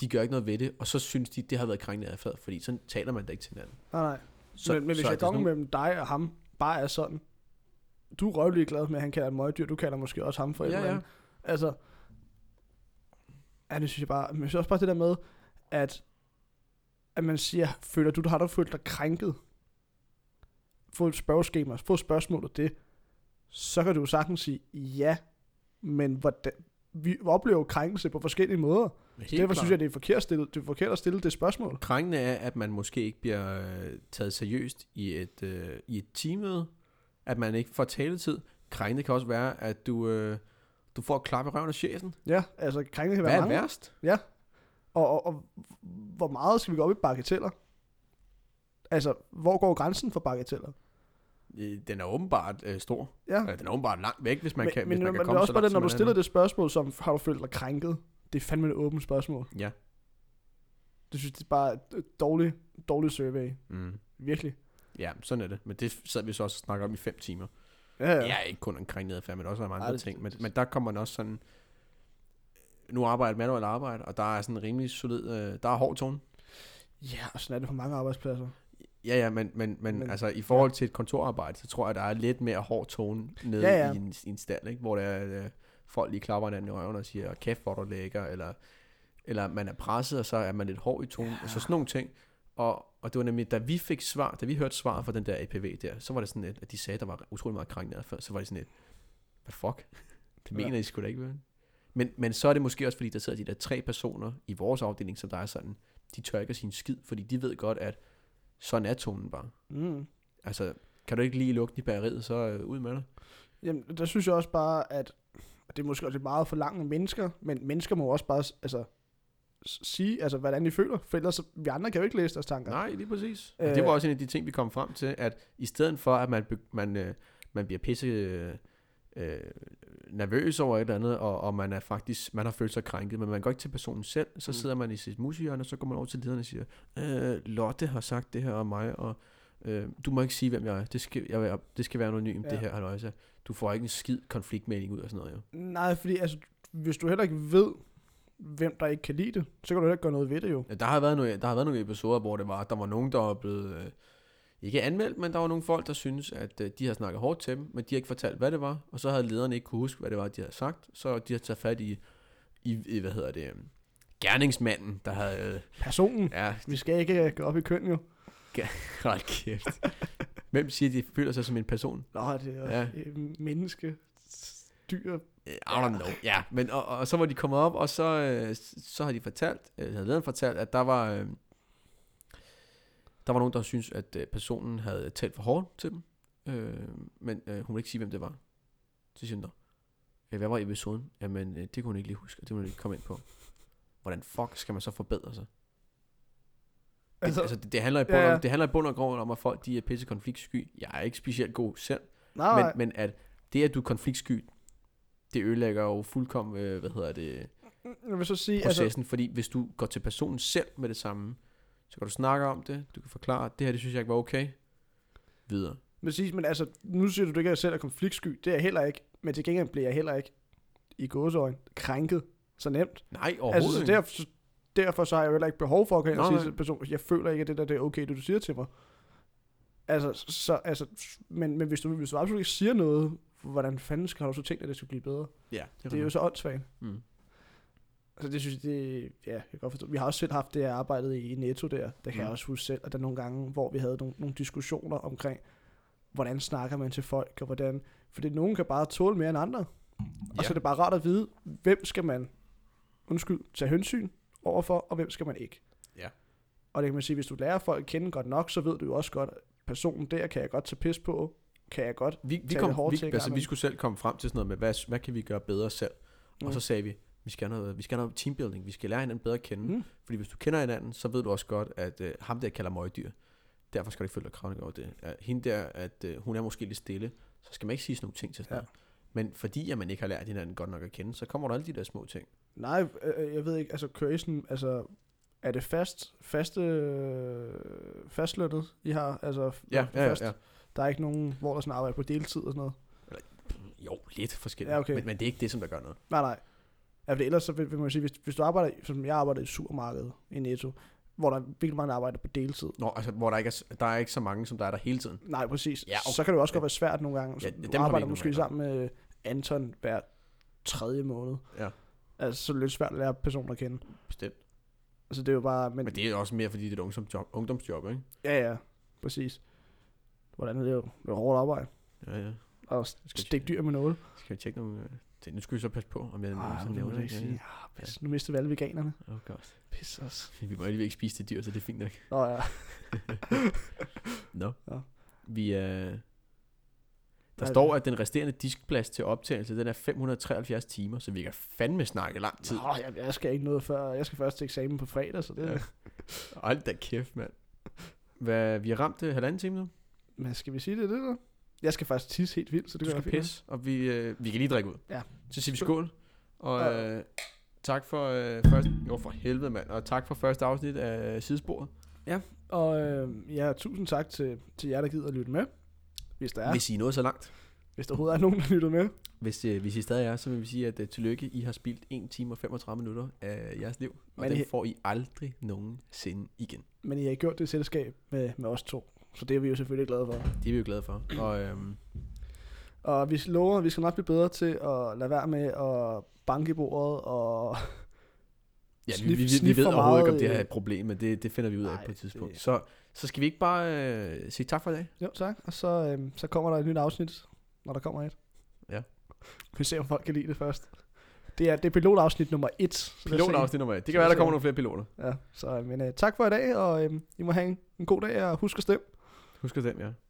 de gør ikke noget ved det, og så synes de, det har været krænkende adfærd, fordi sådan taler man da ikke til hinanden.
Nej, nej. Så,
Så,
men, men hvis
så er
jeg
det sådan
gongen
nogle-
mellem dig og ham bare er sådan, du er røvlig glad med, at han kalder dig møgdyr, du kalder måske også ham for et eller
ja, ja.
andet. Altså, ja, det synes jeg bare, men jeg synes også bare det der med, at, at man siger, føler du, du har du følt dig krænket? Få et spørgeskema, få spørgsmålet det, så kan du jo sagtens sige, ja, men hvordan, vi oplever jo krænkelse på forskellige måder.
Helt
Helt Derfor
klart.
synes jeg, det er forkert, stillet, det er forkert at stille det spørgsmål.
Krænkende er, at man måske ikke bliver øh, taget seriøst i et, øh, i et teammøde, at man ikke får taletid. Krænkende kan også være, at du, øh, du får et klap i røven af chefen.
Ja, altså krænkende kan
Hvad
være
er
mange.
værst?
Og, og, og hvor meget skal vi gå op i bagateller? Altså, hvor går grænsen for bagateller?
Øh, Den er åbenbart øh, stor.
Ja.
Eller Den er åbenbart langt væk, hvis man
men,
kan,
men,
hvis
men
man kan
det er
komme
også
så
bare det,
langt,
når
som
du
man er
stiller
nu.
det spørgsmål, som har du følt dig krænket? Det er fandme et åbent spørgsmål.
Ja.
Det synes jeg bare er et dårligt, dårligt survey.
Mm.
Virkelig.
Ja, sådan er det. Men det sad vi så også og snakkede om i fem timer.
Ja, ja.
Ja, ikke kun omkring adfærd, men også om andre
Ej, det-
ting. Men, men der kommer man også sådan... Nu arbejder jeg et manuelt arbejde, og der er sådan en rimelig solid... Øh, der er hård tone.
ja og sådan er det på mange arbejdspladser.
Ja, ja, men, men, men,
Men-
men altså i forhold til et kontorarbejde, så tror jeg, der er lidt mere hård tone nede
Ja,
ja,
ja.
ja. I, en, i en stald, ikke? hvor der er, øh, folk lige klapper hinanden i røven og siger, kæft hvor du lækker, eller, eller man er presset, og så er man lidt hård i tonen, ja. og så sådan nogle ting. Og, og det var nemlig, da vi fik svar, da vi hørte svaret fra den der APV der, så var det sådan lidt, at de sagde, der var utrolig meget krænkende adfærd, så var det sådan lidt, hvad fuck? Det
Ja.
mener I sgu da ikke, vel? Men, men så er det måske også, fordi der sidder de der tre personer i vores afdeling, som der er sådan, de tør ikke at sige en skid, fordi de ved godt, at sådan er tonen bare.
Mm.
Altså, kan du ikke lige lukke den i bageriet, så øh, ud med dig.
Jamen, der synes jeg også bare, at og det er måske også lidt meget for langt af mennesker, men mennesker må jo også bare s- altså, s- sige, altså, hvordan de føler, for ellers, så- vi andre kan jo ikke læse deres tanker.
Nej, lige præcis.
Øh.
Øh. Det var også en af de ting, vi kom frem til, at i stedet for, at man, be- man, øh, man bliver pisse øh, øh, nervøs over et eller andet, og, og man er faktisk, man har følt sig krænket, men man går ikke til personen selv, så
Mm.
mm. sidder man i sit musehjørne, og så går man over til lederen og siger, øh, Lotte har sagt det her om mig, og øh, du må ikke sige, hvem jeg er. Det skal, jeg, jeg- det skal være anonymt,
Ja.
ja. det her, halløjsa. Du får ikke en skid konfliktmelding ud af sådan noget, jo.
Nej, fordi altså, hvis du heller ikke ved, hvem der ikke kan lide det, så kan du heller ikke gøre noget ved det jo.
Ja, Der har været nogle, der har været nogle episoder, hvor det var, der var nogen, der var blevet, øh, ikke anmeldt, men der var nogle folk, der synes, at øh, de har snakket hårdt til dem, men de har ikke fortalt, hvad det var, og så havde lederne ikke kunne huske, hvad det var, de havde sagt, så de har taget fat i, i, i hvad hedder det, øh, gerningsmanden, der havde, øh,
Personen.
ja,
Vi skal ikke øh, gå op i køn jo.
hold kæft. Hvem siger, de føler sig som en person?
Nå, det er ja.
Ja.
menneske, dyr.
Øh, I don't know. Ja, men og, og så var de kommet op, og så, øh, så har de fortalt, øh, havde lederen fortalt, at der var, øh, der var nogen, der synes at øh, personen havde talt for hårdt til dem, øh, men øh, hun ville ikke sige, hvem det var. Så siger hun, "Nå, øh, hvad var episoden? Jamen, øh, det kunne hun ikke lige huske, og det kunne hun ikke komme ind på. Hvordan fuck skal man så forbedre sig? Altså, altså det, det, handler i bund,
Ja,
ja,
ja.
ja. det handler i bund og grund om, at folk de er pisse konfliktsky. Jeg er ikke specielt god selv,
nej,
men, men at det, at du er konfliktsky, det ødelægger jo fuldkommen, øh, hvad hedder det,
jeg vil så sige, altså,
processen. Altså, fordi hvis du går til personen selv med det samme, så kan du snakke om det, du kan forklare, at det her, det synes jeg ikke var okay. Videre.
men, sige, men altså, nu siger du, du ikke er selv er konfliktsky, det er jeg heller ikke, men til gengæld bliver jeg heller ikke, i gåseøjne, krænket så nemt.
Nej, overhovedet
Altså, så
ikke.
derfor, så derfor så har jeg jo heller ikke behov for at gå hen og
Nå,
sige
nej.
til personen, jeg føler ikke, at det der det er okay, det du siger til mig. Altså, så, altså, men, men hvis, du, hvis du absolut ikke siger noget, hvordan fanden skal har du så tænkt, at det skal blive bedre?
Ja,
Det er jo så åndssvagt.
Mm.
Altså det synes jeg, det, ja, jeg kan godt forstå. Vi har også selv haft det her arbejde i, i Netto der, det kan mm. jeg
Mm.
også huske selv, at der er nogle gange, hvor vi havde nogle, nogle diskussioner omkring, hvordan snakker man til folk, og hvordan, fordi nogen kan bare tåle mere end andre. Ja. Og så er det bare rart at vide, hvem skal man, undskyld, tage hensyn overfor, og hvem skal man ikke.
Ja.
Og det kan man sige, hvis du lærer folk at kende godt nok, så ved du jo også godt, at personen der kan jeg godt tage pis på, kan jeg godt.
vi, vi,
tage det
kom,
hårdt
vi,
til en
altså,
gang
vi
imellem.
skulle selv komme frem til sådan noget med, hvad, hvad kan vi gøre bedre selv? Mm.
Mm.
Og så sagde vi, vi skal, have noget, vi skal have noget teambuilding, vi skal lære hinanden bedre at kende.
Mm.
Fordi hvis du kender hinanden, så ved du også godt, at øh, ham der kalder møgdyr. Derfor skal du ikke føle dig kravende over det. At hende der, at øh, hun er måske lidt stille, så skal man ikke sige sådan nogle ting til sådan
Ja.
ja. Men fordi at man ikke har lært hinanden godt nok at kende, så kommer der alle de der små ting.
Nej, øh, øh, jeg ved ikke, altså kører I sådan, altså Er det fast, faste, øh, fastlønnet, I har? Altså, f-
Ja, ja,
fast?
ja, ja.
Der er ikke nogen, hvor der sådan arbejder på deltid og sådan noget?
Jo, lidt forskelligt.
Ja, okay.
men, men det er ikke det, som der gør noget.
Nej, nej. Ja, fordi ellers så vil, vil man sige, hvis, hvis du arbejder, i- som jeg arbejder i supermarkedet i Netto, hvor der er virkelig mange, der arbejder på deltid.
Nå, altså, hvor der ikke er, s- der er ikke så mange, som der er der hele tiden.
Nej, præcis.
Ja, okay.
Så kan det jo også godt være svært nogle gange.
Ja,
Ja,
dem har
du
vi
arbejder
ikke
måske
normalt.
sammen med Anton hver tredje måned.
Ja,
Altså, så er det lidt svært at lære personen at kende.
bestemt.
Altså, det er jo bare... Men,
Men det er også mere, fordi det er et ungdomsjob, ungdomsjob ikke?
Ja, ja. Præcis. Hvordan er det jo? Det er hårdt arbejde.
Ja, ja.
Og
vi
stik dyr med nåle.
Skal vi tjekke nogle... øh, ting? Nu skal vi så passe på, om jeg
Ah,
nogensinde
nu
laver
må du ikke
Ja,
sige. Ah, pis, nu mister vi alle veganerne.
ja. Oh god.
Pis os.
Vi må alligevel ikke spise det dyr, så det er fint nok.
Nå ja.
Nå.
Nå.
Vi er... Der
Nej,
står, at den resterende diskplads til optagelse, den er 573 timer, så vi kan fandme snakke lang tid.
Nå, jeg, jeg, skal ikke noget før. Jeg skal først til eksamen på fredag, så det...
Ja. Hold da kæft, mand. Hvad, vi har ramt øh, halvanden time nu.
Men skal vi sige det, er det der? Jeg skal faktisk tisse helt vildt, så det
Du
gør
skal
jeg fint.
pisse, og vi, øh, vi kan lige drikke ud.
Ja.
Så siger vi skål. Og
Ja.
øh, tak for øh, første... Jo, for helvede, mand. Og tak for første afsnit af Sidesporet.
Og øh, ja, tusind tak til, til jer, der gider at lytte med. Hvis der er. Hvis,
Hvis I er nået så langt.
hvis der overhovedet er nogen, der lytter med.
Hvis, øh, hvis I stadig er, så vil vi sige, at øh, tillykke, I har spildt 1 time og 35 minutter af jeres liv. Og
Men
den
he-
får I aldrig nogensinde igen.
Men I har gjort det i selskab med, med os to. Så det er vi jo selvfølgelig glade for.
Det er vi jo glade for. Og øhm,
Og vi lover, at vi skal nok blive bedre til at lade være med at banke i bordet og...
ja,
Snif-
vi, vi, vi, vi
snif
ved
for
overhovedet ikke, om
meget,
det her er
øh,
et problem, men det, det finder vi ud af
nej,
på et tidspunkt.
det-
Så, så skal vi ikke bare øh, sige tak for i dag?
Jo, tak. Og så, øh, så kommer der et nyt afsnit, når der kommer et.
Ja.
Vi ser, om folk kan lide det først. Det er, det er pilotafsnit nummer et. så lad os se.
Pilotafsnit nummer et.
Så
Det kan være,
lad
der
os
kommer
se.
nogle flere piloter.
øhm, Ja, så, men øh, tak for i dag, og øh, I må have en, en god dag, og husk at stemme.
Husk at den, ja.